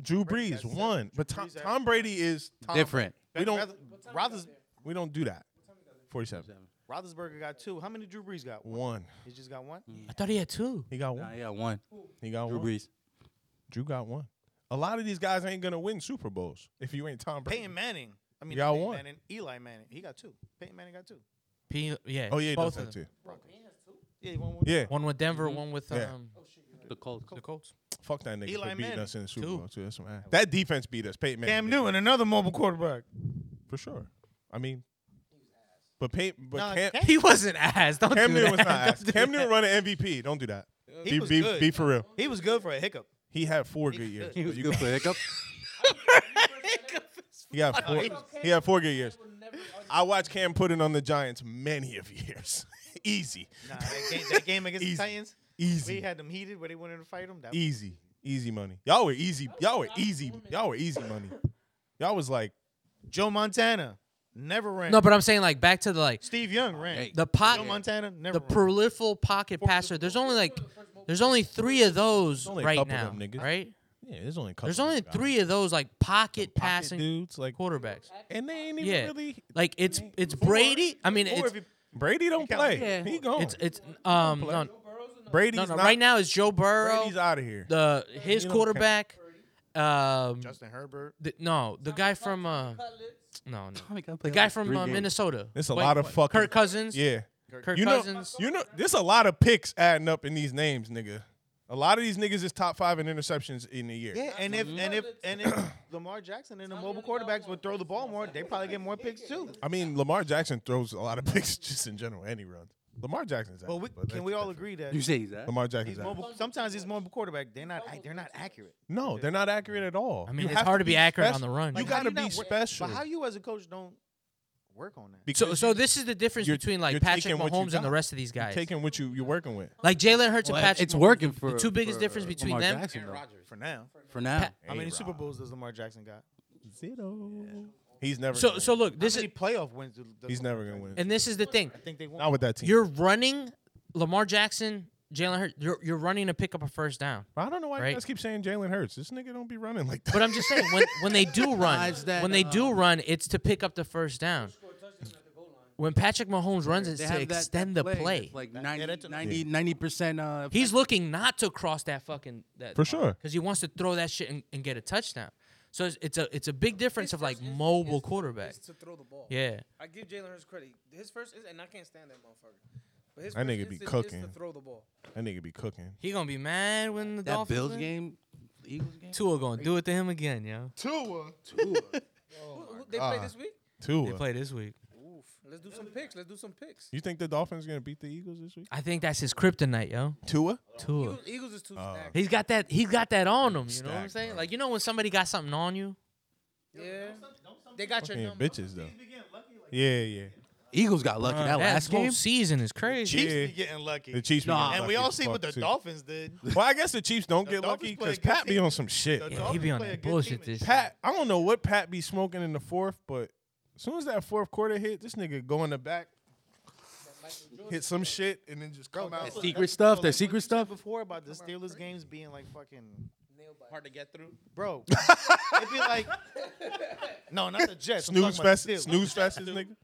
Speaker 1: Drew Brees
Speaker 6: that's
Speaker 1: one,
Speaker 6: seven.
Speaker 1: but
Speaker 6: Drew
Speaker 1: Tom,
Speaker 6: Brees had-
Speaker 1: Tom Brady is Tom
Speaker 5: Different.
Speaker 1: We don't
Speaker 6: Roethlis- Roethlis-
Speaker 1: we don't do that. Forty-seven.
Speaker 6: Roethlisberger got two. How many Drew Brees got?
Speaker 1: One.
Speaker 6: He just got one.
Speaker 2: I thought he had two.
Speaker 1: He got
Speaker 5: Nah,
Speaker 1: one.
Speaker 5: yeah, one.
Speaker 1: He got
Speaker 5: Drew
Speaker 1: one.
Speaker 5: Brees.
Speaker 1: Drew got one. A lot of these guys ain't gonna win Super Bowls if you ain't Tom Brady.
Speaker 6: Peyton Manning. I mean,
Speaker 1: You got
Speaker 6: Peyton
Speaker 1: one.
Speaker 6: Manning, Eli Manning. He got two. Peyton Manning got two.
Speaker 2: P, yeah.
Speaker 1: oh yeah, he
Speaker 2: both
Speaker 1: does
Speaker 2: of
Speaker 1: that
Speaker 2: them.
Speaker 1: too.
Speaker 6: Yeah, he won one.
Speaker 1: Yeah,
Speaker 2: One with Denver, one with um
Speaker 1: Yeah.
Speaker 5: The Colts.
Speaker 2: the Colts.
Speaker 1: fuck that nigga
Speaker 6: Eli
Speaker 1: for beating
Speaker 6: Manning,
Speaker 1: us in the Super
Speaker 2: too.
Speaker 1: Bowl too. That's some ass. That defense beat us. Peyton Manning
Speaker 6: Cam
Speaker 1: did,
Speaker 6: Newton, another mobile quarterback.
Speaker 1: for sure. I mean, but Peyton, but
Speaker 6: Nah,
Speaker 1: Cam,
Speaker 6: Cam-
Speaker 2: He wasn't ass. Don't
Speaker 1: Cam
Speaker 2: do
Speaker 1: Newton was
Speaker 2: that.
Speaker 1: not ass.
Speaker 2: Don't do that.
Speaker 1: Cam Newton running MVP. Don't do that.
Speaker 6: He
Speaker 1: be,
Speaker 6: was
Speaker 1: be,
Speaker 6: good.
Speaker 1: be for real.
Speaker 6: He was good for a hiccup.
Speaker 1: He had four good
Speaker 6: was
Speaker 1: years.
Speaker 6: good.
Speaker 5: He was
Speaker 1: You-
Speaker 5: good for hiccup.
Speaker 1: He had four. He had four good years. I watched Cam put in on the Giants many of years. Easy,
Speaker 6: Nah, that game, that game against the
Speaker 1: Easy.
Speaker 6: Titans, we
Speaker 1: easy,
Speaker 6: had them heated where they wanted to fight him. That was-
Speaker 1: easy, easy money. Y'all were easy. Y'all were easy. Y'all were easy money. Y'all was like
Speaker 6: Joe Montana never ran.
Speaker 2: No, but I'm saying like back to the like
Speaker 6: Steve Young ran.
Speaker 5: Hey,
Speaker 2: the
Speaker 6: Joe
Speaker 2: pot
Speaker 6: Montana never
Speaker 2: the
Speaker 6: ran.
Speaker 2: prolific pocket passer. There's only like there's only three of those
Speaker 1: only a
Speaker 2: right
Speaker 1: couple
Speaker 2: now,
Speaker 1: of them niggas.
Speaker 2: right?
Speaker 1: Yeah, there's only a couple.
Speaker 2: There's only
Speaker 1: guys.
Speaker 2: three of those like pocket
Speaker 1: Pocket
Speaker 2: passing
Speaker 1: dudes like,
Speaker 2: quarterbacks.
Speaker 1: and they ain't even
Speaker 2: Yeah,
Speaker 1: really.
Speaker 2: like it's it's Brady. I mean,
Speaker 6: Or
Speaker 2: it's
Speaker 6: if you,
Speaker 1: Brady don't
Speaker 6: count-
Speaker 1: play.
Speaker 2: yeah,
Speaker 1: He gone.
Speaker 2: it's it's um no
Speaker 1: Brady's
Speaker 2: no, no
Speaker 1: not,
Speaker 2: right now it's Joe Burrow
Speaker 1: Brady's out of here.
Speaker 2: the his
Speaker 1: don't count.
Speaker 2: quarterback. Um,
Speaker 6: Justin Herbert.
Speaker 2: the, no, the guy from uh no no the guy from uh, Minnesota.
Speaker 1: There's a
Speaker 2: Wait,
Speaker 1: lot of
Speaker 2: what?
Speaker 1: fucking-
Speaker 2: Kirk Cousins.
Speaker 1: yeah,
Speaker 2: Kirk
Speaker 1: you know,
Speaker 2: Cousins.
Speaker 1: you know, there's a lot of picks adding up in these names, nigga. A lot of these niggas is top five in interceptions in a year.
Speaker 6: Yeah, and if and if and if Lamar Jackson and the mobile quarterbacks would throw the ball more, they probably get more picks too.
Speaker 1: I mean, Lamar Jackson throws a lot of picks just in general, and he runs. Lamar Jackson's out.
Speaker 6: Well, we,
Speaker 1: but
Speaker 6: can
Speaker 1: that's
Speaker 6: we all
Speaker 1: different.
Speaker 6: agree that
Speaker 5: You say he's that?
Speaker 1: Lamar Jackson's
Speaker 6: he's
Speaker 1: out.
Speaker 6: mobile? Sometimes he's mobile quarterback. They're not. ac- They're not accurate.
Speaker 1: No, they're not accurate at all.
Speaker 2: I mean,
Speaker 1: You
Speaker 2: it's
Speaker 1: have
Speaker 2: hard to be accurate
Speaker 1: special.
Speaker 2: on the run.
Speaker 1: You
Speaker 2: Like,
Speaker 6: how
Speaker 1: got to
Speaker 6: do
Speaker 1: be
Speaker 6: not work-
Speaker 1: special.
Speaker 6: But how you as a coach don't work on that?
Speaker 2: so,
Speaker 1: because
Speaker 2: so this is the difference
Speaker 1: you're-
Speaker 2: between like
Speaker 1: you're
Speaker 2: Patrick
Speaker 1: taking what you
Speaker 2: Mahomes and the
Speaker 1: got.
Speaker 2: rest of these
Speaker 1: you're
Speaker 2: guys.
Speaker 1: taking what you you're working with.
Speaker 2: like Jalen Hurts and
Speaker 5: Well,
Speaker 2: Patrick.
Speaker 5: it's working for
Speaker 2: two biggest
Speaker 5: for uh,
Speaker 2: difference between
Speaker 5: Lamar
Speaker 2: them-
Speaker 5: Jackson,
Speaker 3: Aaron
Speaker 5: though.
Speaker 3: Rodgers.
Speaker 6: For now,
Speaker 5: for now.
Speaker 6: how many
Speaker 1: A-Rod.
Speaker 6: Super Bowls does Lamar Jackson got?
Speaker 1: He's never.
Speaker 2: So
Speaker 1: gonna
Speaker 2: so
Speaker 1: win.
Speaker 2: look, this
Speaker 6: how
Speaker 2: is
Speaker 6: many playoff wins? Do, does
Speaker 1: he's
Speaker 6: Lamar
Speaker 1: never gonna
Speaker 6: Jackson
Speaker 1: win.
Speaker 6: got?
Speaker 2: and this is the thing.
Speaker 6: I think they won.
Speaker 1: Not with that team.
Speaker 2: You're running Lamar Jackson, Jalen Hurts. You're, you're running to pick up a first down.
Speaker 1: I don't know why
Speaker 2: right.
Speaker 1: you guys keep saying Jalen Hurts. This nigga don't be running like that.
Speaker 2: But I'm just saying when when they do run,
Speaker 5: Guys that,
Speaker 2: when they do
Speaker 5: uh,
Speaker 2: run, it's to pick up the first down. When Patrick Mahomes runs, it's
Speaker 5: They
Speaker 2: to
Speaker 5: have that-
Speaker 2: extend
Speaker 5: that
Speaker 2: the play.
Speaker 5: that's Like
Speaker 6: that's
Speaker 5: 90,
Speaker 6: a-
Speaker 5: 90, percent Uh,
Speaker 2: He's looking not to cross that fucking that
Speaker 1: For sure.
Speaker 2: because he wants to throw that shit and, and get a touchdown. So it's, it's a it's a big difference of like mobile quarterback.
Speaker 4: Is to throw the ball.
Speaker 2: Yeah,
Speaker 4: I give Jalen Hurts credit. His first is, and I can't stand that motherfucker. But his
Speaker 1: That
Speaker 4: first
Speaker 1: nigga be
Speaker 4: instinct is
Speaker 1: cooking.
Speaker 4: to throw the ball.
Speaker 1: that nigga be cooking.
Speaker 2: he gonna be mad when the
Speaker 5: that
Speaker 2: Dolphins
Speaker 5: Bills
Speaker 2: win.
Speaker 5: game, Eagles game.
Speaker 2: Tua gonna do it to him again, yo. Oh
Speaker 4: Who- who- they play this week.
Speaker 2: They
Speaker 1: Tua.
Speaker 2: play this week.
Speaker 4: Oof. Let's do some picks. Let's do some picks.
Speaker 1: You think the Dolphins gonna beat the Eagles this week?
Speaker 2: I think that's his kryptonite, yo.
Speaker 1: Tua.
Speaker 2: Tua.
Speaker 4: Eagles, Eagles is too
Speaker 1: Oh.
Speaker 4: stacked.
Speaker 2: He's got that. He's got that on him. You know what I'm
Speaker 1: Stacked,
Speaker 2: saying?
Speaker 1: bro.
Speaker 2: Like you know when somebody got something on you.
Speaker 4: Yeah. They got your
Speaker 1: Fucking
Speaker 4: number.
Speaker 1: bitches though. Yeah, yeah.
Speaker 5: Eagles got lucky that last
Speaker 2: whole
Speaker 5: game.
Speaker 2: season is crazy.
Speaker 1: Chiefs
Speaker 6: Chiefs
Speaker 1: Yeah. be
Speaker 6: be getting lucky.
Speaker 1: The Chiefs. be
Speaker 5: Nah.
Speaker 1: lucky
Speaker 6: and we all
Speaker 1: as
Speaker 6: see
Speaker 1: fuck,
Speaker 6: what the
Speaker 1: too.
Speaker 6: Dolphins did.
Speaker 1: Well, I guess the Chiefs don't get
Speaker 6: Dolphins
Speaker 1: lucky
Speaker 6: play a
Speaker 1: because
Speaker 6: good
Speaker 1: Pat be
Speaker 6: team.
Speaker 1: on some shit.
Speaker 6: The
Speaker 2: Yeah, he be
Speaker 6: Dolphins
Speaker 2: on
Speaker 6: play a
Speaker 2: that
Speaker 6: good team
Speaker 2: bullshit.
Speaker 6: in
Speaker 2: This
Speaker 1: Pat, I don't know what Pat be smoking in the fourth, but as soon as that fourth quarter hit, this nigga go in the back, hit some shit, and then just come out.
Speaker 5: That secret stuff,
Speaker 6: Well,
Speaker 5: that
Speaker 6: like
Speaker 5: secret
Speaker 6: what you said
Speaker 5: stuff.
Speaker 6: before about the Steelers games being like fucking
Speaker 3: Hard to get through.
Speaker 6: bro. It'd be like no, not the Jets. I'm
Speaker 1: Snooze
Speaker 6: talking about
Speaker 1: fest,
Speaker 6: the Steelers.
Speaker 1: snooze fest, this nigga.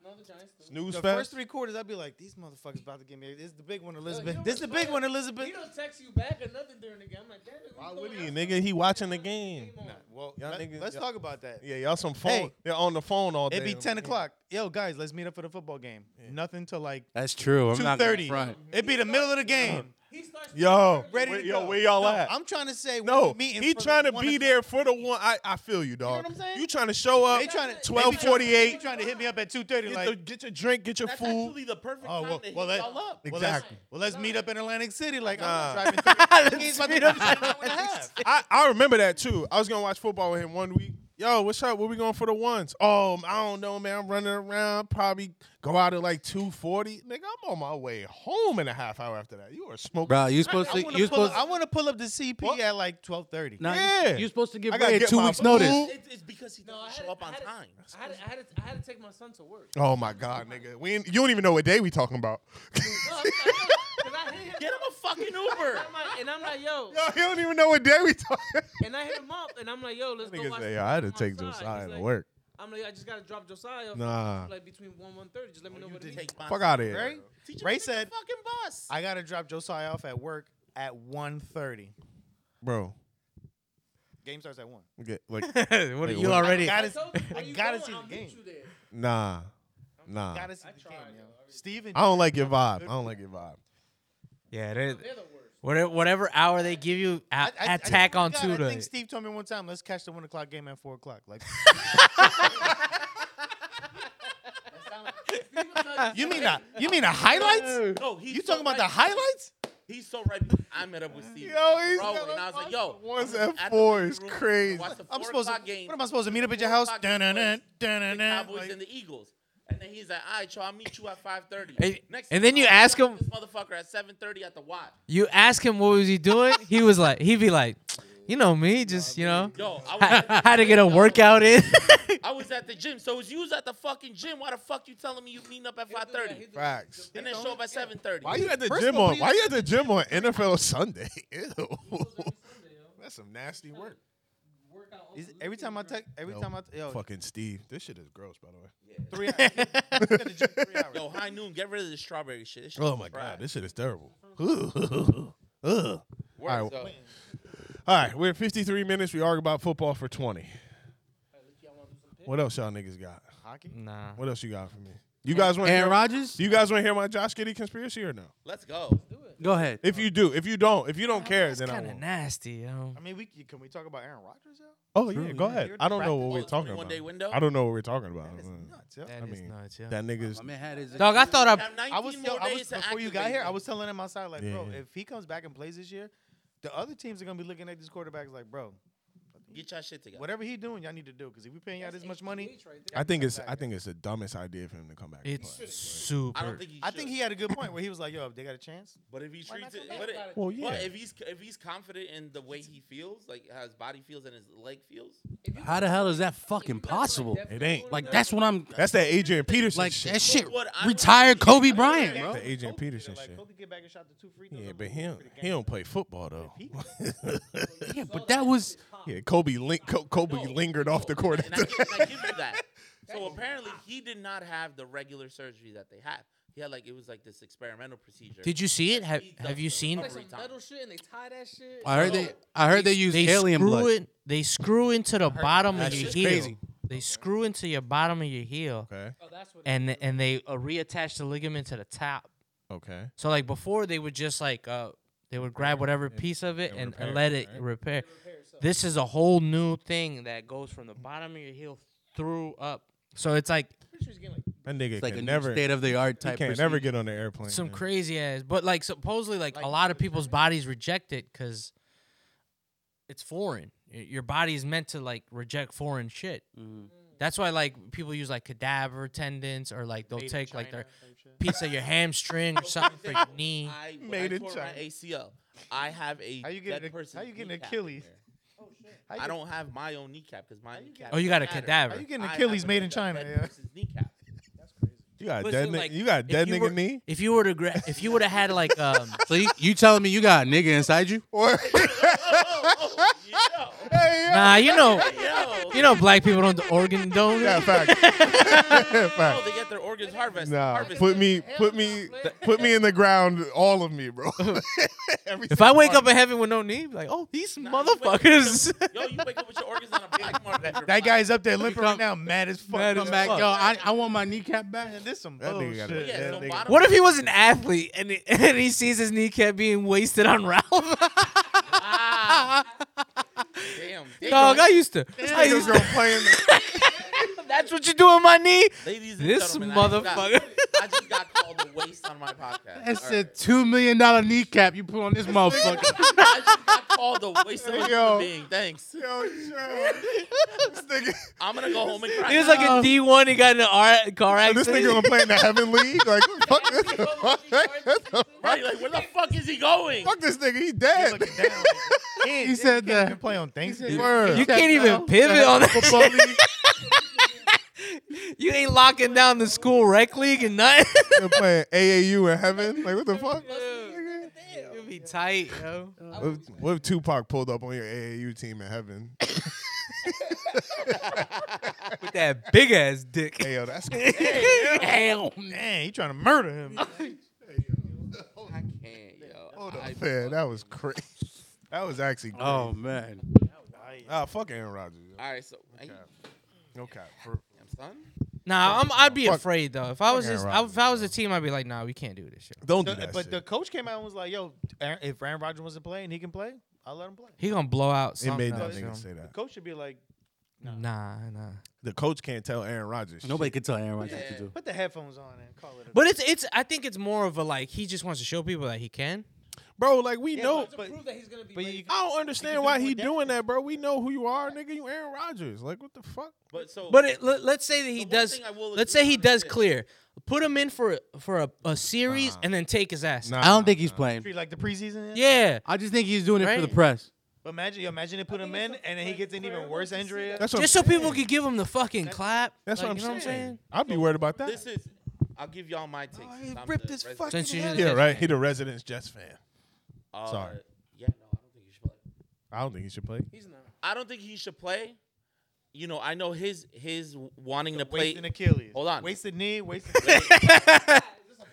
Speaker 1: Snooze
Speaker 6: The
Speaker 1: fest.
Speaker 6: first three quarters, I'd be like, these motherfuckers about to get me. This is the big one, Elizabeth. This is the big one, Elizabeth.
Speaker 4: He don't text you back or nothing during the game. I'm like, damn it.
Speaker 1: Why would he, nigga? He watching the game.
Speaker 6: Well,
Speaker 1: Y'all
Speaker 6: let,
Speaker 1: niggas-
Speaker 6: us
Speaker 1: y'all-
Speaker 6: talk about that.
Speaker 1: Yeah, y'all some phone.
Speaker 6: Hey.
Speaker 1: They're on the phone all day.
Speaker 6: It'd be 10 o'clock. Yo, guys, let's meet up for the football game. Nothing till like
Speaker 5: That's true. I'm not gonna
Speaker 6: 2.30.
Speaker 5: front.
Speaker 6: It'd be the middle of the game.
Speaker 4: He starts.
Speaker 1: Yo,
Speaker 6: Ready
Speaker 1: where,
Speaker 6: to
Speaker 1: yo,
Speaker 6: go.
Speaker 1: where y'all
Speaker 6: No,
Speaker 1: at?
Speaker 6: I'm trying to say
Speaker 1: no,
Speaker 6: we're meeting
Speaker 1: he
Speaker 6: for
Speaker 1: trying to
Speaker 6: one
Speaker 1: be
Speaker 6: o'clock.
Speaker 1: there for the one. I, I feel you, dog.
Speaker 6: what I'm saying?
Speaker 1: You trying to show up?
Speaker 6: They trying to
Speaker 1: twelve forty eight.
Speaker 6: Trying to hit me up at 2:30.
Speaker 1: Get,
Speaker 6: Like,
Speaker 1: the- get your drink, get your
Speaker 3: That's
Speaker 1: food.
Speaker 3: actually the perfect
Speaker 6: Oh
Speaker 3: time
Speaker 6: well,
Speaker 3: to hit
Speaker 6: well, let,
Speaker 3: y'all up.
Speaker 6: well, let's,
Speaker 1: Exactly.
Speaker 6: well, let's meet up in Atlantic City. Like,
Speaker 1: Nah.
Speaker 6: I'm not driving. He's about to drive an hour and a half.
Speaker 1: I, I remember that too. I was gonna watch football with him one week. Yo, what's up? Where we going for the ones? Oh, I don't know, man. I'm running around. Probably go out at like two forty. Nigga, I'm on my way home in a half hour after that. You are smoking.
Speaker 5: Bro, you supposed
Speaker 6: I
Speaker 5: to.
Speaker 6: wanna
Speaker 5: You
Speaker 6: pull
Speaker 5: supposed.
Speaker 6: up- I want to pull up the CP
Speaker 1: What?
Speaker 6: at like 12:30.
Speaker 5: Nah,
Speaker 1: Yeah.
Speaker 5: you, you're supposed to give
Speaker 1: I gotta
Speaker 5: Ray
Speaker 1: get
Speaker 5: two
Speaker 1: my
Speaker 5: weeks notice.
Speaker 1: food.
Speaker 3: It's, it's because he
Speaker 4: No, I
Speaker 3: doesn't
Speaker 4: had,
Speaker 3: show up
Speaker 4: I
Speaker 3: on
Speaker 4: had to-
Speaker 3: time.
Speaker 4: I had, to- I, had to, I had to take my son to work.
Speaker 1: Oh my god, nigga. We ain't, you don't even know what day we talking about.
Speaker 4: No, I'm like, yo, 'cause I hit him
Speaker 3: Get him
Speaker 4: up,
Speaker 3: a fucking Uber.
Speaker 4: I'm like- and I'm like, yo,
Speaker 1: Yo, he don't even know what day we talking.
Speaker 4: and I hit him up, and I'm like, yo, let's go
Speaker 1: Nigga
Speaker 4: watch.
Speaker 1: say,
Speaker 4: the
Speaker 1: yo, I had
Speaker 4: game
Speaker 1: to take
Speaker 4: outside."
Speaker 1: Josiah
Speaker 4: He's
Speaker 1: to
Speaker 4: like-
Speaker 1: work.
Speaker 4: I'm like, I just gotta drop Josiah. off,
Speaker 1: Nah.
Speaker 4: Like between one one thirty, just let me know
Speaker 3: You
Speaker 4: what it
Speaker 3: did
Speaker 4: is.
Speaker 3: take my
Speaker 1: Fuck out of here.
Speaker 6: Ray,
Speaker 3: Teach him
Speaker 6: Ray
Speaker 3: to take the
Speaker 6: said,
Speaker 3: fucking bus.
Speaker 6: I gotta drop Josiah off at work at 1:30.
Speaker 1: Bro.
Speaker 6: Game starts at one.
Speaker 1: Get, like
Speaker 2: what
Speaker 1: Wait, what?
Speaker 2: already?
Speaker 6: Gotta,
Speaker 4: I told him,
Speaker 6: I
Speaker 4: "Where you
Speaker 6: gotta
Speaker 4: going?
Speaker 6: see the
Speaker 4: I'll meet
Speaker 6: game.
Speaker 4: you there."
Speaker 1: nah. Nah.
Speaker 6: gotta see
Speaker 4: I
Speaker 6: the
Speaker 4: tried,
Speaker 6: game, yo.
Speaker 4: yo. I really-
Speaker 6: Steven,
Speaker 1: I don't like your vibe. I don't like your vibe.
Speaker 2: Yeah, they,
Speaker 4: They're the worst.
Speaker 2: whatever, whatever hour they give you, a-
Speaker 6: I- I-
Speaker 2: attack
Speaker 6: I,
Speaker 2: on
Speaker 6: God, I
Speaker 2: Tuda.
Speaker 6: think Steve told me one time, let's catch the one o'clock game at four o'clock. Like, you mean the you mean the highlights?
Speaker 3: No, he's
Speaker 6: You
Speaker 3: so
Speaker 6: talking about the
Speaker 3: right.
Speaker 6: highlights?
Speaker 3: He's so right. I met up with Steve.
Speaker 1: Yo, he's
Speaker 3: bro,
Speaker 1: got
Speaker 3: and I was like, yo,
Speaker 1: One's
Speaker 3: I'm
Speaker 1: at
Speaker 3: at the
Speaker 1: four
Speaker 3: living
Speaker 1: is
Speaker 3: room.
Speaker 1: crazy.
Speaker 3: Watch the
Speaker 6: I'm
Speaker 3: four
Speaker 6: supposed
Speaker 3: o'clock
Speaker 6: to.
Speaker 3: game.
Speaker 6: What am I supposed to meet up at your
Speaker 3: Four
Speaker 6: house?
Speaker 3: o'clock
Speaker 6: Dun, dun,
Speaker 3: game was
Speaker 6: dun, dun,
Speaker 3: the
Speaker 6: dun, dun.
Speaker 3: Cowboys
Speaker 6: Like,
Speaker 3: and the Eagles. And then he's like, all right, y'all, I'll meet you at 5.30.
Speaker 2: And-
Speaker 3: Next
Speaker 2: and
Speaker 3: thing
Speaker 2: then you
Speaker 3: know,
Speaker 2: ask
Speaker 3: I'm
Speaker 2: him-
Speaker 3: This motherfucker at 7.30 at the watch.
Speaker 2: You ask him what was he doing? he was like, he'd be like, you know me, just you know,
Speaker 3: Yo, I was at the
Speaker 2: how to
Speaker 3: gym,
Speaker 2: get a
Speaker 3: yo.
Speaker 2: workout in.
Speaker 3: I was at the gym. So it was you was at the fucking gym. Why the fuck you telling me you meeting up at 5.30?
Speaker 1: Facts.
Speaker 3: And then show up at 7.30.
Speaker 1: Why you at the
Speaker 6: First of
Speaker 1: gym
Speaker 6: all,
Speaker 1: on?
Speaker 6: we-
Speaker 1: Why you at the gym on NFL Sunday? Ew. That's some nasty work.
Speaker 6: is- Every time I text, every time I t- yo,
Speaker 1: Fucking Steve. This shit is gross, by the way.
Speaker 6: three hours. Look at the gym, three hours.
Speaker 3: Yo, high noon, get rid of this strawberry shit. This shit
Speaker 1: Oh my
Speaker 3: fried.
Speaker 1: god, this shit is terrible. Ugh. All
Speaker 3: Works,
Speaker 1: right.
Speaker 3: though.
Speaker 1: right, we're at 53 minutes. We argue about football for 20. What else y'all niggas got?
Speaker 6: Hockey?
Speaker 2: nah.
Speaker 1: What else you got for me? You guys want to hear?
Speaker 5: Aaron Rodgers.
Speaker 1: Do you guys want to hear my Josh Giddy conspiracy or no?
Speaker 3: Let's go.
Speaker 5: Go ahead.
Speaker 1: If you do, if you don't, if you don't care,
Speaker 2: That's
Speaker 1: then I
Speaker 2: kind of
Speaker 1: won't.
Speaker 2: nasty, yo.
Speaker 6: I mean, we c- can we talk about Aaron Rodgers? Yo?
Speaker 1: Oh yeah, go
Speaker 5: yeah.
Speaker 1: ahead.
Speaker 6: You're
Speaker 1: I don't know what
Speaker 3: Oh,
Speaker 1: we're
Speaker 3: it's
Speaker 1: talking
Speaker 3: only
Speaker 1: about.
Speaker 3: one day window?
Speaker 1: I don't know what we're talking about. Mm.
Speaker 6: That is nuts, yo.
Speaker 2: That
Speaker 1: I
Speaker 2: is
Speaker 1: mean,
Speaker 2: nuts, yeah.
Speaker 1: That nigga's
Speaker 5: My man had his
Speaker 2: Dog, I thought I.
Speaker 3: Have 19
Speaker 6: I was,
Speaker 3: more
Speaker 6: tell, I was
Speaker 3: days to
Speaker 6: before you got
Speaker 3: activate
Speaker 6: here. I
Speaker 3: him.
Speaker 6: was telling him outside, like, bro,
Speaker 1: Yeah.
Speaker 6: if he comes back and plays this year, the other teams are gonna be looking at these quarterbacks like, bro,
Speaker 3: Get your shit together.
Speaker 6: whatever he doing, y'all need to do because if we paying y'all this much money,
Speaker 1: I think it's. I
Speaker 6: Exactly.
Speaker 1: think it's the dumbest idea for him to come back. and play.
Speaker 2: It's super.
Speaker 3: I don't think he.
Speaker 6: I think
Speaker 3: should.
Speaker 6: he had a good point where he was like, yo, if they got a chance,
Speaker 3: But if he
Speaker 6: Why not
Speaker 3: treats it,
Speaker 6: come
Speaker 3: but,
Speaker 6: back?
Speaker 3: it,
Speaker 1: Well,
Speaker 3: but
Speaker 1: yeah.
Speaker 3: if he's if he's confident in the way he feels, like how his body feels and his leg feels,
Speaker 5: How the hell is that fucking possible?
Speaker 1: It ain't.
Speaker 5: Like that's what I'm.
Speaker 1: That's that Adrian Peterson
Speaker 5: Like
Speaker 1: shit.
Speaker 5: that shit.
Speaker 3: What I-
Speaker 5: Retired Kobe Bryant,
Speaker 1: That's
Speaker 5: bro.
Speaker 1: the Adrian Peterson
Speaker 6: like,
Speaker 1: shit.
Speaker 6: Kobe get back and shot the two free throws.
Speaker 1: Yeah,
Speaker 6: I'm
Speaker 1: but
Speaker 6: like,
Speaker 1: he don't,
Speaker 6: for the
Speaker 1: he
Speaker 6: game.
Speaker 1: don't play football though.
Speaker 5: Yeah, but that was.
Speaker 1: yeah, Kobe link, Co- Kobe
Speaker 3: No,
Speaker 1: lingered
Speaker 3: no,
Speaker 1: off the court.
Speaker 3: And I, and I give, and I give you that. So apparently he did not have the regular surgery that they have. He had like it was like this experimental procedure.
Speaker 2: Did you see it? Have
Speaker 3: He does
Speaker 2: Have you
Speaker 3: the
Speaker 2: seen?
Speaker 4: Like
Speaker 2: it?
Speaker 4: some
Speaker 3: Every time.
Speaker 4: metal shit and they tie that shit. Oh,
Speaker 5: I heard they. I heard they used alien
Speaker 2: screw
Speaker 5: blood.
Speaker 2: It, they screw into the bottom
Speaker 5: That
Speaker 2: of your
Speaker 5: shit's
Speaker 2: heel.
Speaker 5: crazy.
Speaker 2: They screw into your bottom of your heel,
Speaker 1: okay,
Speaker 4: Oh, that's what.
Speaker 2: and and they uh, reattach the ligament to the top.
Speaker 1: okay.
Speaker 2: So like before, they would just like uh, they would grab whatever piece of it and,
Speaker 1: and
Speaker 2: and
Speaker 1: repair,
Speaker 2: let it
Speaker 1: right?
Speaker 2: repair. This is a whole new thing that goes from the bottom of your heel through up. So it's like
Speaker 1: That nigga
Speaker 5: It's like a
Speaker 1: can
Speaker 5: never,
Speaker 1: never.
Speaker 5: state
Speaker 1: He
Speaker 5: of the art type.
Speaker 1: can't never get on the airplane.
Speaker 2: some
Speaker 1: man.
Speaker 2: crazy ass, but like supposedly like, a lot of people's bodies reject it because it's foreign. Y- Your body is meant to like reject foreign shit. That's why like people use like cadaver tendons or like they'll take like their piece of your hamstring or something for your knee.
Speaker 3: I when
Speaker 1: Made
Speaker 3: I
Speaker 1: in
Speaker 3: tore
Speaker 1: China.
Speaker 3: my ACL. I have a
Speaker 6: How you getting
Speaker 3: dead
Speaker 6: a-
Speaker 3: person.
Speaker 6: how you getting
Speaker 3: kneecap
Speaker 6: Achilles? Oh,
Speaker 3: in there.
Speaker 6: How you
Speaker 3: I
Speaker 6: get-
Speaker 3: don't have my own kneecap because my kneecap.
Speaker 2: Oh, you got a
Speaker 3: doesn't matter.
Speaker 6: How
Speaker 2: cadaver.
Speaker 6: you getting
Speaker 3: I have
Speaker 6: Achilles
Speaker 3: a
Speaker 6: made in
Speaker 3: dead
Speaker 6: China? Yeah.
Speaker 3: person's kneecap.
Speaker 1: You got a
Speaker 2: But
Speaker 1: dead.
Speaker 2: so,
Speaker 1: ni-
Speaker 2: like,
Speaker 1: you got a
Speaker 2: if
Speaker 1: dead
Speaker 2: you
Speaker 1: nigga
Speaker 2: were-
Speaker 1: knee.
Speaker 2: If you were to gra- if you would have had like um
Speaker 5: So you, you telling me you got a nigga inside you?
Speaker 3: oh, yo,
Speaker 2: nah you know
Speaker 3: yo.
Speaker 2: you know black people don't do organ donor.
Speaker 1: Yeah, fact.
Speaker 3: No,
Speaker 1: fact.
Speaker 3: they get their organs harvested.
Speaker 1: Nah,
Speaker 3: harvested.
Speaker 1: put me, put me, put me in the ground. All of me, bro. Every
Speaker 2: If
Speaker 1: single
Speaker 2: I wake
Speaker 1: part.
Speaker 2: up in heaven with no knee, like oh these
Speaker 3: Nah, you wake up with your-
Speaker 2: motherfuckers.
Speaker 3: Yo, you wake up with your organs on a black market.
Speaker 6: That guy's up there limping right now, mad as fuck.
Speaker 5: Come back, yo. I, I want my kneecap back.
Speaker 6: Man, this some
Speaker 1: That nigga got a
Speaker 6: bullshit.
Speaker 3: Yeah,
Speaker 1: dead
Speaker 3: so
Speaker 1: nigga.
Speaker 3: bottom-
Speaker 2: What if he was an athlete and he, and he sees his kneecap being wasted on Ralph?
Speaker 3: Damn.
Speaker 2: Dog, I used to. I
Speaker 1: Niggas
Speaker 2: used
Speaker 1: gonna
Speaker 2: to
Speaker 1: play in the-
Speaker 2: that's what you do on my knee.
Speaker 3: Ladies and
Speaker 2: This
Speaker 3: gentlemen, I just got-
Speaker 2: motherfucker.
Speaker 3: I just got called a waste on my podcast.
Speaker 5: That's
Speaker 3: All right.
Speaker 5: a two million dollar kneecap you put on this motherfucker.
Speaker 3: I just got called a waste of a
Speaker 1: Yo.
Speaker 3: human being. Thanks.
Speaker 1: Yo, chill. This nigga,
Speaker 3: I'm gonna go home and cry.
Speaker 2: He was like a D one. He got in a R- car
Speaker 1: Um, this
Speaker 2: accident.
Speaker 1: nigga gonna play in the heaven league. Like fuck this. Fuck
Speaker 3: right, like where the fuck is he going?
Speaker 1: this nigga. He
Speaker 6: He
Speaker 1: dead.
Speaker 6: looking down. He, he
Speaker 5: said
Speaker 6: can't
Speaker 5: that.
Speaker 6: even play on Thanksgiving.
Speaker 1: Word.
Speaker 2: You can't even pivot on that.
Speaker 1: Football league.
Speaker 2: You ain't locking down the school rec league and nothing.
Speaker 1: They're playing AAU in heaven. Like what the fuck? Nigga.
Speaker 2: You'll be tight, yo.
Speaker 1: What if, what if Tupac pulled up on your AAU team in heaven?
Speaker 2: With that big ass dick.
Speaker 1: hey yo, that's
Speaker 5: Damn.
Speaker 6: Man, you trying to murder him.
Speaker 3: I can't, yo.
Speaker 1: hold
Speaker 3: I Um,
Speaker 1: up, man. That was crazy. That was actually great.
Speaker 5: Oh man.
Speaker 1: ah fuck Aaron Rodgers. yo.
Speaker 3: All right, so hey,
Speaker 1: Okay, for,
Speaker 3: son.
Speaker 2: Nah, I'm, I'd be
Speaker 1: Fuck-
Speaker 2: afraid though. If I was
Speaker 1: Aaron
Speaker 2: this,
Speaker 1: Rodgers,
Speaker 2: if I was the team, I'd be like, nah, we can't do this shit.
Speaker 1: don't do
Speaker 6: The-
Speaker 1: that.
Speaker 6: but
Speaker 1: shit.
Speaker 6: the coach came out and was like, "Yo, Aaron- if Aaron Rodgers wants to play and he can play, I'll let him play."
Speaker 2: He gonna blow out
Speaker 1: it
Speaker 2: something.
Speaker 1: made that
Speaker 2: else, yo.
Speaker 1: nigga say
Speaker 6: The
Speaker 1: that.
Speaker 6: coach should be like,
Speaker 2: Nah, nah.
Speaker 1: The coach can't tell Aaron Rodgers.
Speaker 5: Nobody could tell Aaron Rodgers
Speaker 3: Yeah.
Speaker 5: what to do.
Speaker 6: "Put the headphones on and call it." A
Speaker 2: But it's it's. I think it's more of a like he just wants to show people that he can.
Speaker 1: bro. Like we know.
Speaker 4: To prove that he's gonna be.
Speaker 6: but
Speaker 4: lazy.
Speaker 6: you,
Speaker 1: I don't understand why he
Speaker 6: He can do it
Speaker 1: doing that, bro. We know who you are, nigga. You Aaron Rodgers. Like what the fuck?
Speaker 3: But so,
Speaker 2: But it, let, let's say that he
Speaker 3: one
Speaker 2: does.
Speaker 3: thing I will
Speaker 2: Let's
Speaker 3: agree
Speaker 2: say he
Speaker 3: on is
Speaker 2: does
Speaker 3: this.
Speaker 2: clear. Put him in for a, for a, a series and then take his ass.
Speaker 5: I don't think he's playing.
Speaker 6: treat like the preseason.
Speaker 2: Yeah.
Speaker 5: I just think he's doing it for
Speaker 2: Right.
Speaker 5: the press.
Speaker 6: But imagine, yo, imagine they put him in and then he gets an even worse injury.
Speaker 1: That's what
Speaker 2: Just
Speaker 1: I'm
Speaker 2: so people could give him the fucking clap.
Speaker 1: That's
Speaker 2: Like,
Speaker 1: what, I'm,
Speaker 2: you know
Speaker 1: saying. I'd be worried about that.
Speaker 3: this is. I'll give y'all my take.
Speaker 1: Oh,
Speaker 3: since
Speaker 1: he
Speaker 3: I'm
Speaker 1: ripped
Speaker 3: the
Speaker 1: his
Speaker 3: resident-
Speaker 1: fucking
Speaker 2: Since you
Speaker 1: head.
Speaker 2: just-
Speaker 1: Yeah, right. He the resident Jets fan.
Speaker 3: Uh,
Speaker 1: Sorry.
Speaker 3: Yeah, no, I don't think you should play.
Speaker 1: I don't think he should play.
Speaker 4: he's not.
Speaker 3: I don't think he should play. You know, I know his his wanting to play.
Speaker 6: Wasted Achilles.
Speaker 3: Hold on.
Speaker 6: Wasted knee. Wasted.
Speaker 4: It's a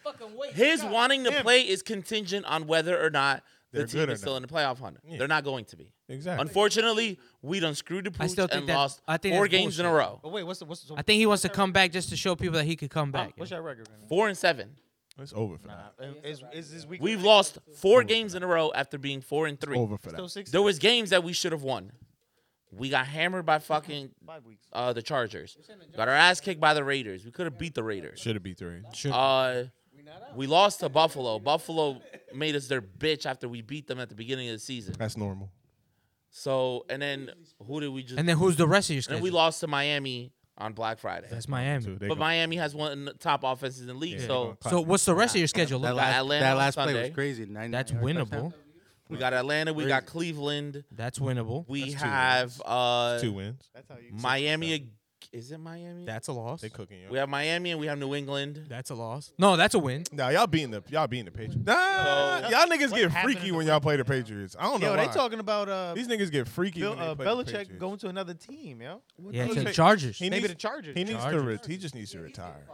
Speaker 4: fucking waste.
Speaker 3: His wanting to play is contingent on whether or not the
Speaker 1: They're
Speaker 3: team
Speaker 1: good or
Speaker 3: is still
Speaker 1: not.
Speaker 3: in the playoff hunt.
Speaker 1: Yeah.
Speaker 3: They're not going to be.
Speaker 1: Exactly.
Speaker 3: Unfortunately, we done screwed the pooch
Speaker 2: still think
Speaker 3: and
Speaker 2: that-
Speaker 3: lost
Speaker 2: I think
Speaker 3: four
Speaker 2: that's
Speaker 3: games in a
Speaker 2: bullshit.
Speaker 3: row.
Speaker 6: Oh wait, what's the what's the?
Speaker 2: I think he wants to come back just to show people that he could come back.
Speaker 6: What's
Speaker 2: yo.
Speaker 6: your record? right now?
Speaker 3: Four and seven.
Speaker 1: it's over for that.
Speaker 6: Is, is this week
Speaker 3: We've lost four games in a row after being four and three.
Speaker 1: Over for that.
Speaker 6: still six?
Speaker 3: There was games that we should have won. We got hammered by fucking
Speaker 6: Five weeks.
Speaker 3: uh, the Chargers. Got our ass kicked by the Raiders. We could have beat the Raiders.
Speaker 1: Should have beat the Raiders.
Speaker 2: Should
Speaker 3: Uh, we lost to Buffalo. Buffalo made us their bitch after we beat them at the beginning of the season.
Speaker 1: That's normal.
Speaker 3: So and then who did we just?
Speaker 2: and then who's the rest of your
Speaker 3: and
Speaker 2: schedule?
Speaker 3: then we lost to Miami on Black Friday.
Speaker 2: That's Miami.
Speaker 1: So they
Speaker 3: But
Speaker 1: gonna-
Speaker 3: Miami has one of the top offenses in the league,
Speaker 1: Yeah.
Speaker 3: so
Speaker 2: So what's the rest of your schedule
Speaker 5: That
Speaker 2: look like?
Speaker 5: last,
Speaker 3: Atlanta
Speaker 5: that
Speaker 3: on
Speaker 5: last play
Speaker 3: Sunday.
Speaker 5: was crazy. 99
Speaker 2: That's
Speaker 5: yard
Speaker 2: winnable.
Speaker 5: touchdown.
Speaker 3: we got Atlanta, we got Cleveland,
Speaker 2: That's winnable.
Speaker 3: we
Speaker 1: That's two
Speaker 3: have uh,
Speaker 1: two wins.
Speaker 6: That's how you.
Speaker 3: Miami. ag- Is it Miami?
Speaker 2: That's a loss.
Speaker 1: They cooking y'all.
Speaker 3: we have Miami and we have New England.
Speaker 2: That's a loss. No, that's a win.
Speaker 1: Nah, y'all beating the y'all beating the Patriots. Nah,
Speaker 3: So-
Speaker 1: y'all niggas get
Speaker 6: happened
Speaker 1: freaky
Speaker 6: in the
Speaker 1: when y'all play the Patriots. I don't know
Speaker 6: Yo,
Speaker 1: why.
Speaker 6: they talking about uh,
Speaker 1: These niggas get freaky.
Speaker 6: Bill,
Speaker 1: when they
Speaker 6: uh
Speaker 1: play the
Speaker 6: Belichick
Speaker 1: Patriots.
Speaker 6: going to another team, yo.
Speaker 2: Yeah,
Speaker 1: Who
Speaker 2: to the
Speaker 1: take-
Speaker 2: Chargers.
Speaker 1: He
Speaker 6: Maybe
Speaker 1: needs,
Speaker 6: the Chargers.
Speaker 1: He needs to.
Speaker 2: Chargers.
Speaker 1: Re- he just needs to retire.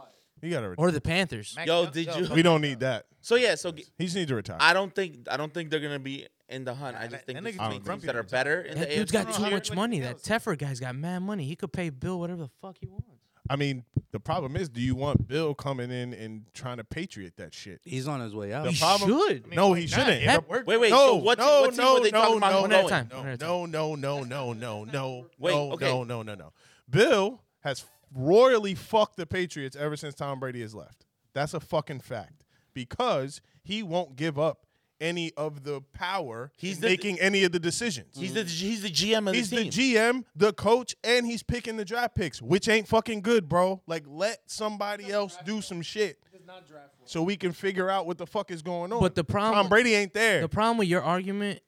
Speaker 1: He got to retire.
Speaker 2: Or the Panthers.
Speaker 6: Mac-
Speaker 3: Yo, did you-
Speaker 1: We don't need that.
Speaker 3: So yeah, so g-
Speaker 1: He just needs to retire.
Speaker 3: I don't think I don't think they're gonna be in the hunt. I just
Speaker 6: that-
Speaker 3: think
Speaker 6: that
Speaker 3: there's
Speaker 6: nigga's
Speaker 1: being
Speaker 3: teams
Speaker 6: grumpy
Speaker 3: that are
Speaker 6: all the
Speaker 3: better in
Speaker 2: That
Speaker 3: the
Speaker 2: dure's
Speaker 3: AFC.
Speaker 2: got
Speaker 6: No,
Speaker 2: too
Speaker 6: I heard
Speaker 2: much
Speaker 6: what
Speaker 2: money.
Speaker 6: he
Speaker 2: That
Speaker 6: knows.
Speaker 2: Teffer guy's got mad money. He could pay Bill whatever the fuck he wants.
Speaker 1: I mean, the problem is, do you want Bill coming in and trying to patriot that shit?
Speaker 5: He's on his way out.
Speaker 1: The
Speaker 2: He
Speaker 1: problem-
Speaker 2: should.
Speaker 1: no, he shouldn't.
Speaker 2: That-
Speaker 1: The-
Speaker 3: Wait, wait.
Speaker 1: No,
Speaker 3: so what,
Speaker 1: no,
Speaker 3: what team
Speaker 1: no,
Speaker 3: were they
Speaker 1: no,
Speaker 3: talking
Speaker 1: no,
Speaker 3: about going?
Speaker 2: One at a time.
Speaker 1: no,
Speaker 2: One at a time.
Speaker 1: no, no, no, no, no, no,
Speaker 3: Wait,
Speaker 1: no,
Speaker 3: okay.
Speaker 1: no, no, no, no. Bill has royally fucked the Patriots ever since Tom Brady has left. That's a fucking fact because he won't give up any of the power
Speaker 3: He's
Speaker 1: in
Speaker 3: the-
Speaker 1: making any of the decisions.
Speaker 3: He's the he's the GM of
Speaker 1: He's
Speaker 3: the
Speaker 1: the
Speaker 3: team.
Speaker 1: GM, the coach, and he's picking the draft picks, which ain't fucking good, bro. Like, let somebody else do some shit
Speaker 4: It's not draft for
Speaker 1: so we can figure out what the fuck is going on.
Speaker 2: But the problem-
Speaker 1: Tom Brady ain't there.
Speaker 2: The problem with your argument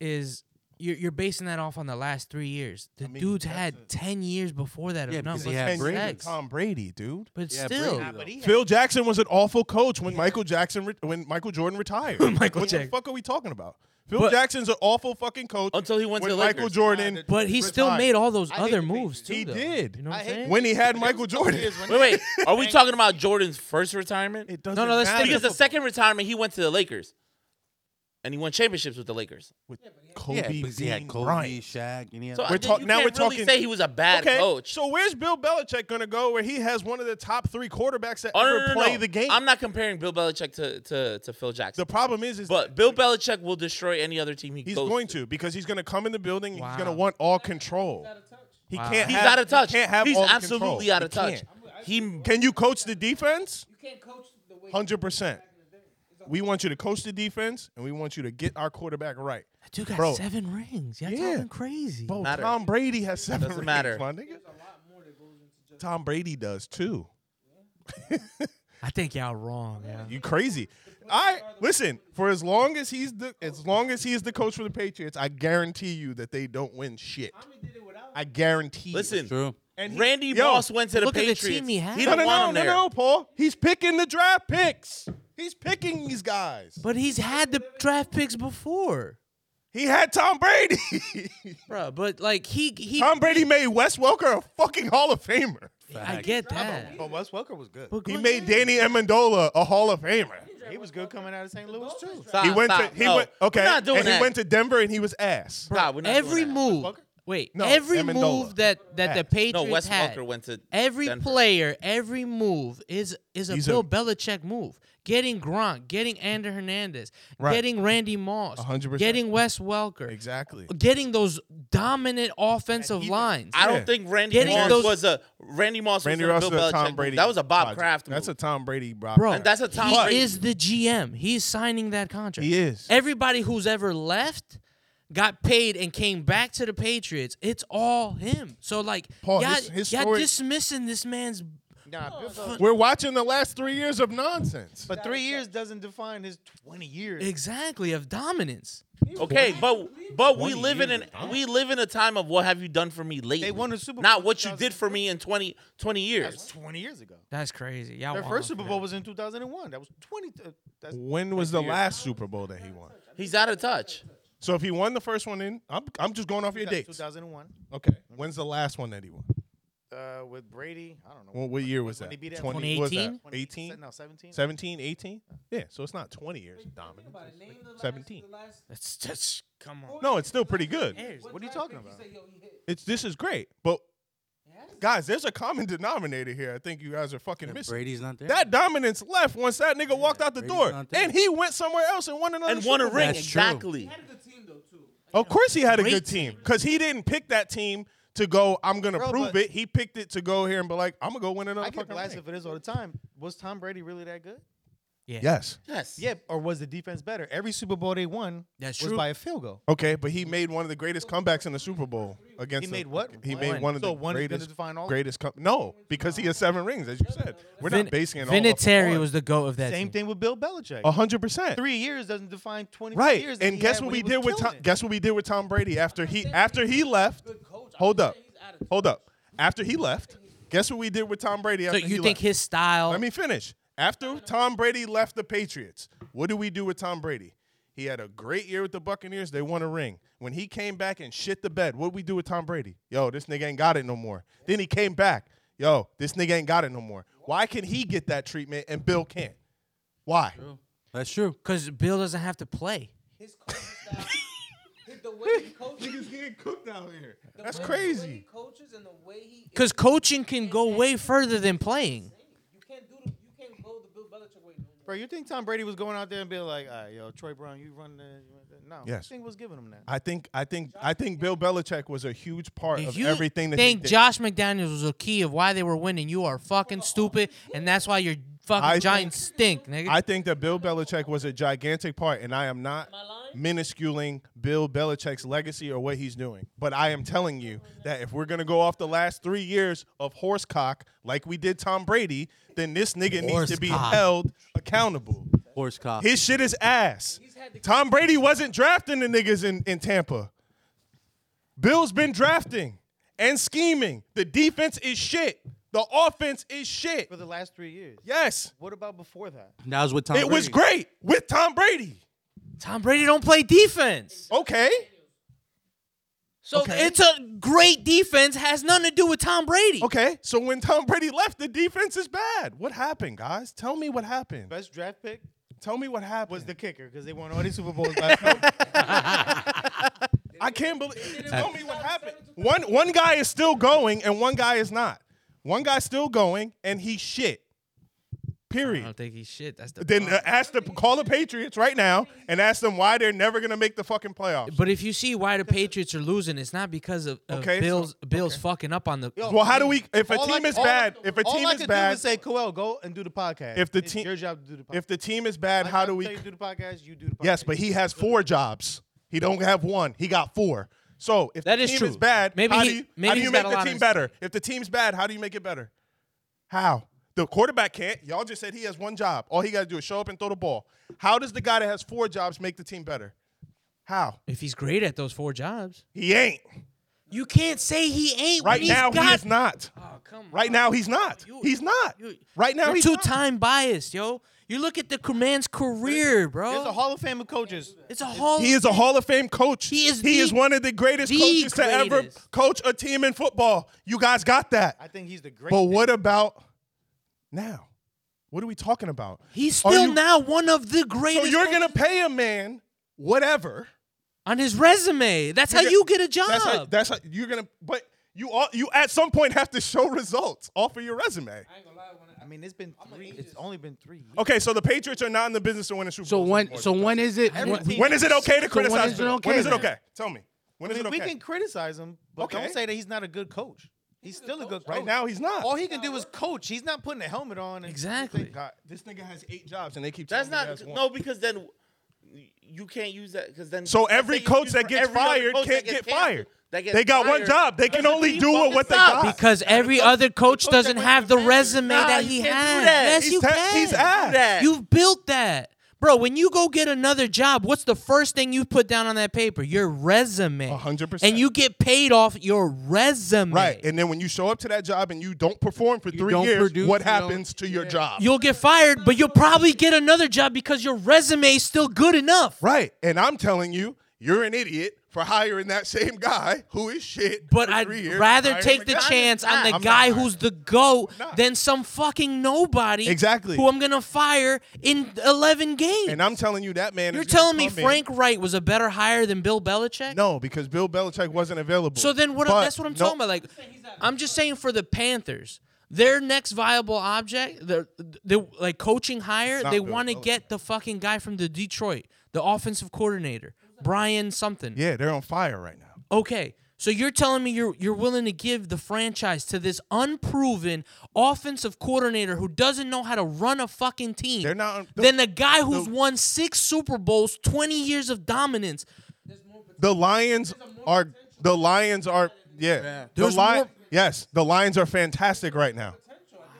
Speaker 2: is you're, you're basing that off on the last three years. The dude's had ten years before that of
Speaker 5: Yeah, because
Speaker 2: numbers.
Speaker 5: he had
Speaker 1: and
Speaker 5: Brady.
Speaker 2: sex.
Speaker 1: Tom Brady, dude.
Speaker 2: But
Speaker 5: Yeah,
Speaker 2: still,
Speaker 5: Brady, though.
Speaker 1: Phil Jackson was an awful coach when Michael Jackson re- when Michael Jordan retired.
Speaker 2: Michael
Speaker 1: what
Speaker 2: Jackson.
Speaker 1: the fuck are we talking about? Phil
Speaker 2: But-
Speaker 1: Jackson's an awful fucking coach
Speaker 3: Until he went
Speaker 1: when
Speaker 3: to the
Speaker 1: Michael
Speaker 3: Lakers.
Speaker 1: Jordan.
Speaker 2: but he still
Speaker 1: retired.
Speaker 2: made all those
Speaker 6: I hate
Speaker 2: other
Speaker 6: the
Speaker 2: moves too.
Speaker 6: Patriots.
Speaker 1: He
Speaker 2: though.
Speaker 1: did.
Speaker 2: You know what
Speaker 6: I
Speaker 2: I'm
Speaker 6: hate
Speaker 2: saying?
Speaker 6: the
Speaker 1: when he had
Speaker 6: There was a
Speaker 1: Michael
Speaker 6: couple
Speaker 1: Jordan.
Speaker 6: years when
Speaker 3: Wait, wait. Are we
Speaker 6: Thank
Speaker 3: talking about Jordan's first retirement?
Speaker 1: It doesn't
Speaker 2: No, no, that's
Speaker 1: matter.
Speaker 3: because the second retirement he went to the Lakers, and he won championships with the Lakers.
Speaker 1: with
Speaker 5: Yeah,
Speaker 1: Kobe
Speaker 5: because he had
Speaker 1: being
Speaker 5: Kobe,
Speaker 1: Bryant.
Speaker 5: Shaq, and he had
Speaker 3: So
Speaker 1: We're
Speaker 3: I-
Speaker 1: talk-
Speaker 3: you
Speaker 1: now
Speaker 3: can't
Speaker 1: we're
Speaker 3: really
Speaker 1: talking-
Speaker 3: Say he was a bad
Speaker 1: okay,
Speaker 3: coach.
Speaker 1: so where's Bill Belichick gonna go? Where he has one of the top three quarterbacks that
Speaker 3: Oh, no,
Speaker 1: ever
Speaker 3: no, no,
Speaker 1: play
Speaker 3: no.
Speaker 1: the game.
Speaker 3: I'm not comparing Bill Belichick to to, to Phil Jackson.
Speaker 1: the problem is, is
Speaker 3: but Bill Belichick will destroy any other team he
Speaker 1: he's
Speaker 3: goes
Speaker 1: going to because he's gonna come in the building. and He's gonna
Speaker 2: Wow.
Speaker 1: want all control. He
Speaker 2: Wow.
Speaker 1: can't.
Speaker 3: He's
Speaker 1: have,
Speaker 3: out of touch.
Speaker 1: He can't have
Speaker 3: He's
Speaker 1: all the
Speaker 3: absolutely
Speaker 1: control.
Speaker 3: out of
Speaker 1: He
Speaker 3: touch.
Speaker 1: can't.
Speaker 3: He
Speaker 1: Can you coach the defense?
Speaker 4: You can't coach the way
Speaker 1: Hundred percent. We want you to coach the defense, and we want you to get our quarterback right.
Speaker 2: That dude got
Speaker 1: Bro.
Speaker 2: seven rings. Y'all
Speaker 1: Yeah.
Speaker 2: talking crazy.
Speaker 1: Bro,
Speaker 3: Matter.
Speaker 1: Tom Brady has 7
Speaker 3: Doesn't
Speaker 1: rings,
Speaker 3: matter.
Speaker 1: my nigga. Tom Brady does too.
Speaker 2: I think y'all wrong. Yeah.
Speaker 1: You crazy? I listen. For as long as he's the as long as he is the coach for the Patriots, I guarantee you that they don't win shit. I guarantee. you.
Speaker 3: listen.
Speaker 5: true.
Speaker 1: and he-
Speaker 3: Randy
Speaker 1: Yo,
Speaker 3: Moss went to the
Speaker 2: look at the
Speaker 3: Patriots.
Speaker 2: team he had.
Speaker 1: No,
Speaker 3: didn't
Speaker 1: no,
Speaker 3: want
Speaker 1: no,
Speaker 3: him
Speaker 1: no,
Speaker 3: there.
Speaker 1: no, Paul. He's picking the draft picks. He's picking these guys.
Speaker 2: But he's had the draft picks before,
Speaker 1: He had Tom Brady.
Speaker 2: bro. But like he he,
Speaker 1: Tom Brady made Wes Welker a fucking Hall of Famer.
Speaker 2: I get that.
Speaker 6: But Wes Welker was good.
Speaker 2: But
Speaker 1: He
Speaker 2: go
Speaker 1: made
Speaker 2: ahead.
Speaker 1: Danny Amendola a Hall of Famer.
Speaker 6: He was good coming out of St. Louis too.
Speaker 3: Stop,
Speaker 1: He went
Speaker 3: stop,
Speaker 1: to he
Speaker 3: no.
Speaker 1: went okay,
Speaker 3: We're not doing
Speaker 1: and
Speaker 3: that.
Speaker 1: he went to Denver and he was ass.
Speaker 3: Stop, we're not
Speaker 2: every
Speaker 3: doing that.
Speaker 2: move.
Speaker 6: Welker?
Speaker 2: Wait,
Speaker 1: No,
Speaker 2: every
Speaker 1: Amendola.
Speaker 2: move that that the
Speaker 3: No,
Speaker 2: Patriots
Speaker 3: Wes
Speaker 2: had,
Speaker 3: Welker went to
Speaker 2: every
Speaker 3: Denver.
Speaker 2: player, every move is is a
Speaker 1: He's
Speaker 2: Bill
Speaker 1: a-
Speaker 2: Belichick move. Getting Gronk, getting Ander Hernandez,
Speaker 1: Right.
Speaker 2: getting Randy Moss,
Speaker 1: 100%.
Speaker 2: getting Wes Welker,
Speaker 1: Exactly.
Speaker 2: getting those dominant offensive lines.
Speaker 3: I
Speaker 1: Yeah.
Speaker 3: don't think Randy
Speaker 2: Getting
Speaker 3: Moss
Speaker 2: those-
Speaker 3: was a Randy Moss
Speaker 1: Randy
Speaker 3: was
Speaker 1: Ross
Speaker 3: a
Speaker 1: is
Speaker 3: Bill
Speaker 1: a
Speaker 3: Belichick.
Speaker 1: Tom
Speaker 3: move.
Speaker 1: Brady.
Speaker 3: that was a Bob
Speaker 1: project.
Speaker 3: Kraft move.
Speaker 1: That's a Tom Brady Bob
Speaker 2: Bro,
Speaker 3: and that's a Tom
Speaker 2: he
Speaker 3: Brady.
Speaker 2: is the GM. He's signing that contract.
Speaker 1: He is.
Speaker 2: Everybody who's ever left got paid and came back to the Patriots. It's all him. So like,
Speaker 1: Paul,
Speaker 2: y'all,
Speaker 1: his- his
Speaker 2: y'all
Speaker 1: story-
Speaker 2: dismissing this man's.
Speaker 6: Nah, Bill Belichick-
Speaker 1: We're watching the last three years of nonsense.
Speaker 6: but three years doesn't define his 20 years.
Speaker 2: Exactly of dominance.
Speaker 3: Okay, but but
Speaker 1: 20
Speaker 3: we live in
Speaker 1: years
Speaker 3: an we live in a time of what have you done for me lately?
Speaker 6: They won a Super Bowl
Speaker 3: Not
Speaker 6: in
Speaker 3: what you did for me in 20, 20
Speaker 6: That's
Speaker 3: years.
Speaker 6: 20 years ago.
Speaker 2: That's crazy. Y'all
Speaker 6: Their
Speaker 2: wild
Speaker 6: first
Speaker 2: for
Speaker 6: Super
Speaker 2: that.
Speaker 6: Bowl was in 2001. That was 20. Uh, that's
Speaker 1: When was the last Super Bowl that he won?
Speaker 3: He's out of touch.
Speaker 1: So if he won the first one in, I'm, I'm just going off your dates.
Speaker 6: 2001.
Speaker 1: Okay. When's the last one that he won?
Speaker 6: Uh, with Brady, I don't know.
Speaker 1: Well, what year was
Speaker 6: When
Speaker 1: that?
Speaker 6: he beat us?
Speaker 1: 20 what was that?
Speaker 2: 2018?
Speaker 1: 18?
Speaker 6: No, 17.
Speaker 1: 17, 18? Yeah, so it's not 20 years of dominance.
Speaker 4: But name the last,
Speaker 1: 17.
Speaker 4: The last
Speaker 2: That's just come on.
Speaker 1: No, it's still pretty good.
Speaker 6: What are you talking about?
Speaker 4: say, yo, he hit.
Speaker 1: It's this is great, but guys, there's a common denominator here. I think you guys are fucking missing.
Speaker 5: Brady's not there.
Speaker 1: That dominance left once that nigga walked out the
Speaker 5: Brady's
Speaker 1: door,
Speaker 5: not there.
Speaker 1: and he went somewhere else and won another
Speaker 3: And won a
Speaker 1: Super Bowl.
Speaker 3: ring.
Speaker 5: That's true.
Speaker 3: Exactly.
Speaker 4: He had a good team though too.
Speaker 1: Of course, he had a good
Speaker 2: Great
Speaker 1: team because he didn't pick that team to go. I'm gonna
Speaker 6: Bro,
Speaker 1: prove
Speaker 6: but-
Speaker 1: it. He picked it to go here and be like, I'm gonna go win another
Speaker 6: I get
Speaker 1: fucking
Speaker 6: blasted
Speaker 1: ring.
Speaker 6: for this all the time. Was Tom Brady really that good?
Speaker 1: Yes.
Speaker 3: Yes.
Speaker 6: Yeah, or was the defense better? Every Super Bowl they won
Speaker 2: That's
Speaker 6: was
Speaker 2: true.
Speaker 6: by a field goal.
Speaker 1: Okay, but he made one of the greatest comebacks in the Super Bowl against.
Speaker 6: He
Speaker 1: the-
Speaker 6: made what?
Speaker 1: He
Speaker 6: One.
Speaker 1: made one of
Speaker 6: So
Speaker 1: the
Speaker 6: one is gonna
Speaker 1: greatest.
Speaker 6: define all of
Speaker 1: greatest. Com- no, because he has seven rings, as you said. We're
Speaker 2: Vin-
Speaker 1: not basing it
Speaker 2: Vinatieri
Speaker 1: all.
Speaker 2: was the goat of that
Speaker 6: Same
Speaker 2: team.
Speaker 6: thing with Bill Belichick.
Speaker 1: hundred percent.
Speaker 6: Three years doesn't define twenty
Speaker 1: Right,
Speaker 6: years. that
Speaker 1: and
Speaker 6: he
Speaker 1: guess
Speaker 6: had
Speaker 1: what
Speaker 6: when
Speaker 1: we
Speaker 6: he was
Speaker 1: did with
Speaker 6: killing
Speaker 1: Tom,
Speaker 6: it.
Speaker 1: guess what we did with Tom Brady after he after he left. Hold up, hold up. After he left, guess what we did with Tom Brady
Speaker 2: So
Speaker 1: after he
Speaker 2: you think
Speaker 1: left?
Speaker 2: his style?
Speaker 1: Let me finish. After Tom Brady left the Patriots, what do we do with Tom Brady? He had a great year with the Buccaneers. They won a ring. When he came back and shit the bed, what we do with Tom Brady? Yo, this nigga ain't got it no more. Then he came back. Yo, this nigga ain't got it no more. Why can he get that treatment and Bill can't? Why?
Speaker 5: That's true.
Speaker 2: Because Bill doesn't have to play.
Speaker 4: His coaching style, the way he coaches,
Speaker 6: getting cooked out here.
Speaker 4: the
Speaker 1: That's
Speaker 4: way- The way
Speaker 1: crazy.
Speaker 4: he coaches and the way he
Speaker 2: Because coaching can go way further than playing.
Speaker 4: You can't do the, you can't go the Bill Belichick way no more.
Speaker 6: Bro, you think Tom Brady was going out there and being like, all right, yo, Troy Brown, you run the. You run the. No.
Speaker 1: Yes.
Speaker 6: I think was giving him that.
Speaker 1: I think I think I think Bill Belichick was a huge part
Speaker 2: If
Speaker 1: of
Speaker 2: you
Speaker 1: everything that
Speaker 2: think
Speaker 1: he did.
Speaker 2: Josh McDaniels was a key of why they were winning, you are fucking stupid, and that's why your fucking
Speaker 1: I
Speaker 2: Giants stink, nigga.
Speaker 1: I think that Bill Belichick was a gigantic part, and I am not minusculing Bill Belichick's legacy or what he's doing. But I am telling you that if we're gonna go off the last three years of horsecock like we did Tom Brady, then this nigga needs to be
Speaker 2: Horsecock.
Speaker 1: held accountable.
Speaker 5: Horse cop.
Speaker 1: His shit is ass. Tom Brady wasn't drafting the niggas in, in Tampa. Bill's been drafting and scheming. The defense is shit. The offense is shit.
Speaker 6: For the last three years.
Speaker 1: Yes.
Speaker 6: What about before that?
Speaker 5: That was with Tom.
Speaker 1: It was
Speaker 5: Brady.
Speaker 1: great with Tom Brady.
Speaker 2: Tom Brady don't play defense,
Speaker 1: Okay.
Speaker 2: so it's a great defense has nothing to do with Tom Brady.
Speaker 1: Okay. So when Tom Brady left, the defense is bad. What happened, guys? Tell me what happened.
Speaker 6: Best draft pick
Speaker 1: Tell me what happened.
Speaker 6: was the kicker because they won all these Super Bowls last year.
Speaker 1: I can't believe. Tell me what happened. One one guy is still going and one guy is not. One guy's still going and he's shit.
Speaker 2: I don't
Speaker 1: Period.
Speaker 2: think he's shit. That's the
Speaker 1: Then
Speaker 2: problem.
Speaker 1: uh, ask the call the Patriots right now and ask them why they're never gonna make the fucking playoffs.
Speaker 2: But if you see why the Patriots are losing, it's not because of, of
Speaker 1: Okay, so-
Speaker 2: Bills. Bills fucking up on the.
Speaker 1: Well, how do we? If a
Speaker 6: All I-
Speaker 1: team is
Speaker 6: all-
Speaker 1: bad, if a
Speaker 6: all
Speaker 1: team
Speaker 6: I
Speaker 1: is
Speaker 6: could do
Speaker 1: bad,
Speaker 6: was say, Coel, go and do the podcast.
Speaker 1: If the
Speaker 6: It's
Speaker 1: team-
Speaker 6: your job to do the podcast.
Speaker 1: if the team is bad,
Speaker 6: My
Speaker 1: how
Speaker 6: job
Speaker 1: do
Speaker 6: to
Speaker 1: we?
Speaker 6: tell you to do the podcast? You do the podcast.
Speaker 1: Yes, but he has four jobs. He don't have one. He got four. So if
Speaker 2: That
Speaker 1: the
Speaker 2: is
Speaker 1: team is
Speaker 2: true.
Speaker 1: bad,
Speaker 2: Maybe
Speaker 1: how
Speaker 2: he-
Speaker 1: do you,
Speaker 2: maybe
Speaker 1: how do
Speaker 2: he's
Speaker 1: you
Speaker 2: got
Speaker 1: make
Speaker 2: a
Speaker 1: the
Speaker 2: lot
Speaker 1: team
Speaker 2: of-
Speaker 1: better? If the team's bad, how do you make it better? How? The quarterback can't. Y'all just said he has one job. All he got to do is show up and throw the ball. How does the guy that has four jobs make the team better? How?
Speaker 2: If he's great at those four jobs,
Speaker 1: He ain't.
Speaker 2: you can't say he ain't.
Speaker 1: Right
Speaker 2: when
Speaker 1: now,
Speaker 2: he's got,
Speaker 1: he is not.
Speaker 2: Oh, come
Speaker 1: Right now, he's not.
Speaker 2: You-
Speaker 1: He's not.
Speaker 2: you-
Speaker 1: Right now,
Speaker 2: You're
Speaker 1: he's
Speaker 2: two
Speaker 1: not.
Speaker 2: time biased, yo. You look at the c- man's career, bro.
Speaker 6: There's a Hall of Fame of coaches.
Speaker 2: it's a whole.
Speaker 1: He is a Hall of Fame coach.
Speaker 2: He is
Speaker 1: He
Speaker 2: the-
Speaker 1: is one of the greatest
Speaker 2: the
Speaker 1: coaches to ever
Speaker 2: greatest.
Speaker 1: coach a team in football. You guys got that.
Speaker 6: I think he's the
Speaker 1: But
Speaker 6: greatest.
Speaker 1: what about now? What are we talking about?
Speaker 2: he's
Speaker 1: Are
Speaker 2: still
Speaker 1: you-
Speaker 2: now one of the greatest.
Speaker 1: So you're
Speaker 2: coaches
Speaker 1: gonna pay a man whatever.
Speaker 2: on his resume. That's how
Speaker 1: You're
Speaker 2: you
Speaker 1: gonna-
Speaker 2: get a job.
Speaker 1: That's how, that's how you're gonna. But you all you at some point have to show results off of your resume.
Speaker 4: I ain't gonna lie, when I,
Speaker 6: I mean, it's been three. It's only been three. Years.
Speaker 1: Okay, so the Patriots are not in the business of winning Super
Speaker 5: So
Speaker 1: Bowls
Speaker 5: when?
Speaker 1: anymore.
Speaker 5: So when is it?
Speaker 6: Every
Speaker 5: when-
Speaker 6: team-
Speaker 1: when is it okay to
Speaker 5: So when
Speaker 1: criticize?
Speaker 5: is it
Speaker 1: Bill?
Speaker 5: okay
Speaker 1: When is it
Speaker 5: then?
Speaker 1: okay? Tell me. When
Speaker 6: I
Speaker 1: is
Speaker 6: mean,
Speaker 1: it
Speaker 6: we
Speaker 1: okay?
Speaker 6: can criticize him, but
Speaker 1: Okay.
Speaker 6: don't say that he's not a good coach. He's, still a good coach.
Speaker 1: right now he's not.
Speaker 6: all he can do is coach. He's not putting a helmet on. And
Speaker 2: Exactly.
Speaker 6: Uh,
Speaker 1: God, this nigga has eight jobs and they keep.
Speaker 3: That's
Speaker 1: telling
Speaker 3: not
Speaker 1: me he has
Speaker 3: no
Speaker 1: one.
Speaker 3: because then you can't use that because then
Speaker 1: So
Speaker 3: let's
Speaker 1: every
Speaker 3: say you
Speaker 1: coach
Speaker 3: use
Speaker 1: that
Speaker 3: for
Speaker 1: gets
Speaker 3: every other
Speaker 1: fired
Speaker 3: coach
Speaker 1: can't
Speaker 3: that gets
Speaker 1: get fired.
Speaker 3: That gets
Speaker 1: They got one
Speaker 3: fired.
Speaker 1: job. They can
Speaker 3: Doesn't
Speaker 1: only
Speaker 3: mean
Speaker 1: do
Speaker 3: fucking
Speaker 1: what they
Speaker 3: stop.
Speaker 1: got.
Speaker 2: because every other coach
Speaker 6: coach that
Speaker 2: doesn't
Speaker 6: went
Speaker 2: have
Speaker 6: to
Speaker 2: the
Speaker 6: Manchester.
Speaker 2: resume
Speaker 3: Nah,
Speaker 2: that
Speaker 3: you
Speaker 2: he
Speaker 3: can't do
Speaker 2: has.
Speaker 3: that.
Speaker 2: Yes,
Speaker 1: He's
Speaker 2: you
Speaker 1: te-
Speaker 2: can.
Speaker 1: he's ass.
Speaker 3: that.
Speaker 2: You've built that. Bro, when you go get another job, what's the first thing you put down on that paper? Your resume.
Speaker 1: A hundred
Speaker 2: And
Speaker 1: percent.
Speaker 2: you get paid off your resume.
Speaker 1: Right. And then when you show up to that job and you don't perform for three
Speaker 5: don't
Speaker 1: years,
Speaker 5: produce,
Speaker 1: what
Speaker 5: you don't-
Speaker 1: happens to your job?
Speaker 2: You'll get fired, but you'll probably get another job because your resume is still good enough.
Speaker 1: right. And I'm telling you, you're an idiot for hiring that same guy who is shit.
Speaker 2: But
Speaker 1: for
Speaker 2: I'd
Speaker 1: three years
Speaker 2: rather
Speaker 1: and hiring
Speaker 2: take the
Speaker 1: guy.
Speaker 2: chance on the
Speaker 1: I'm not
Speaker 2: guy
Speaker 1: hiring.
Speaker 2: who's the GOAT
Speaker 1: not.
Speaker 2: than some fucking nobody
Speaker 1: Exactly.
Speaker 2: who I'm going to fire in 11 games.
Speaker 1: And I'm telling you, that man.
Speaker 2: You're
Speaker 1: is gonna
Speaker 2: telling me
Speaker 1: come in-
Speaker 2: Frank Wright was a better hire than Bill Belichick?
Speaker 1: No, because Bill Belichick wasn't available.
Speaker 2: So then what
Speaker 1: But
Speaker 2: that's what I'm
Speaker 1: no-
Speaker 2: talking about. Like I'm just saying for the Panthers, their next viable object, the the like coaching hire,
Speaker 1: not
Speaker 2: they
Speaker 1: Bill
Speaker 2: want to
Speaker 1: Belichick.
Speaker 2: get the fucking guy from the Detroit, the offensive coordinator. Brian something.
Speaker 1: Yeah, they're on fire right now.
Speaker 2: Okay. So you're telling me you're you're willing to give the franchise to this unproven offensive coordinator who doesn't know how to run a fucking team.
Speaker 1: They're not-
Speaker 2: Then the guy who's
Speaker 1: the-
Speaker 2: won 6 Super Bowls, 20 years of dominance.
Speaker 1: The Lions are the Lions are yeah. The
Speaker 2: There's
Speaker 1: Li-
Speaker 2: more-
Speaker 1: yes, the Lions are fantastic right now.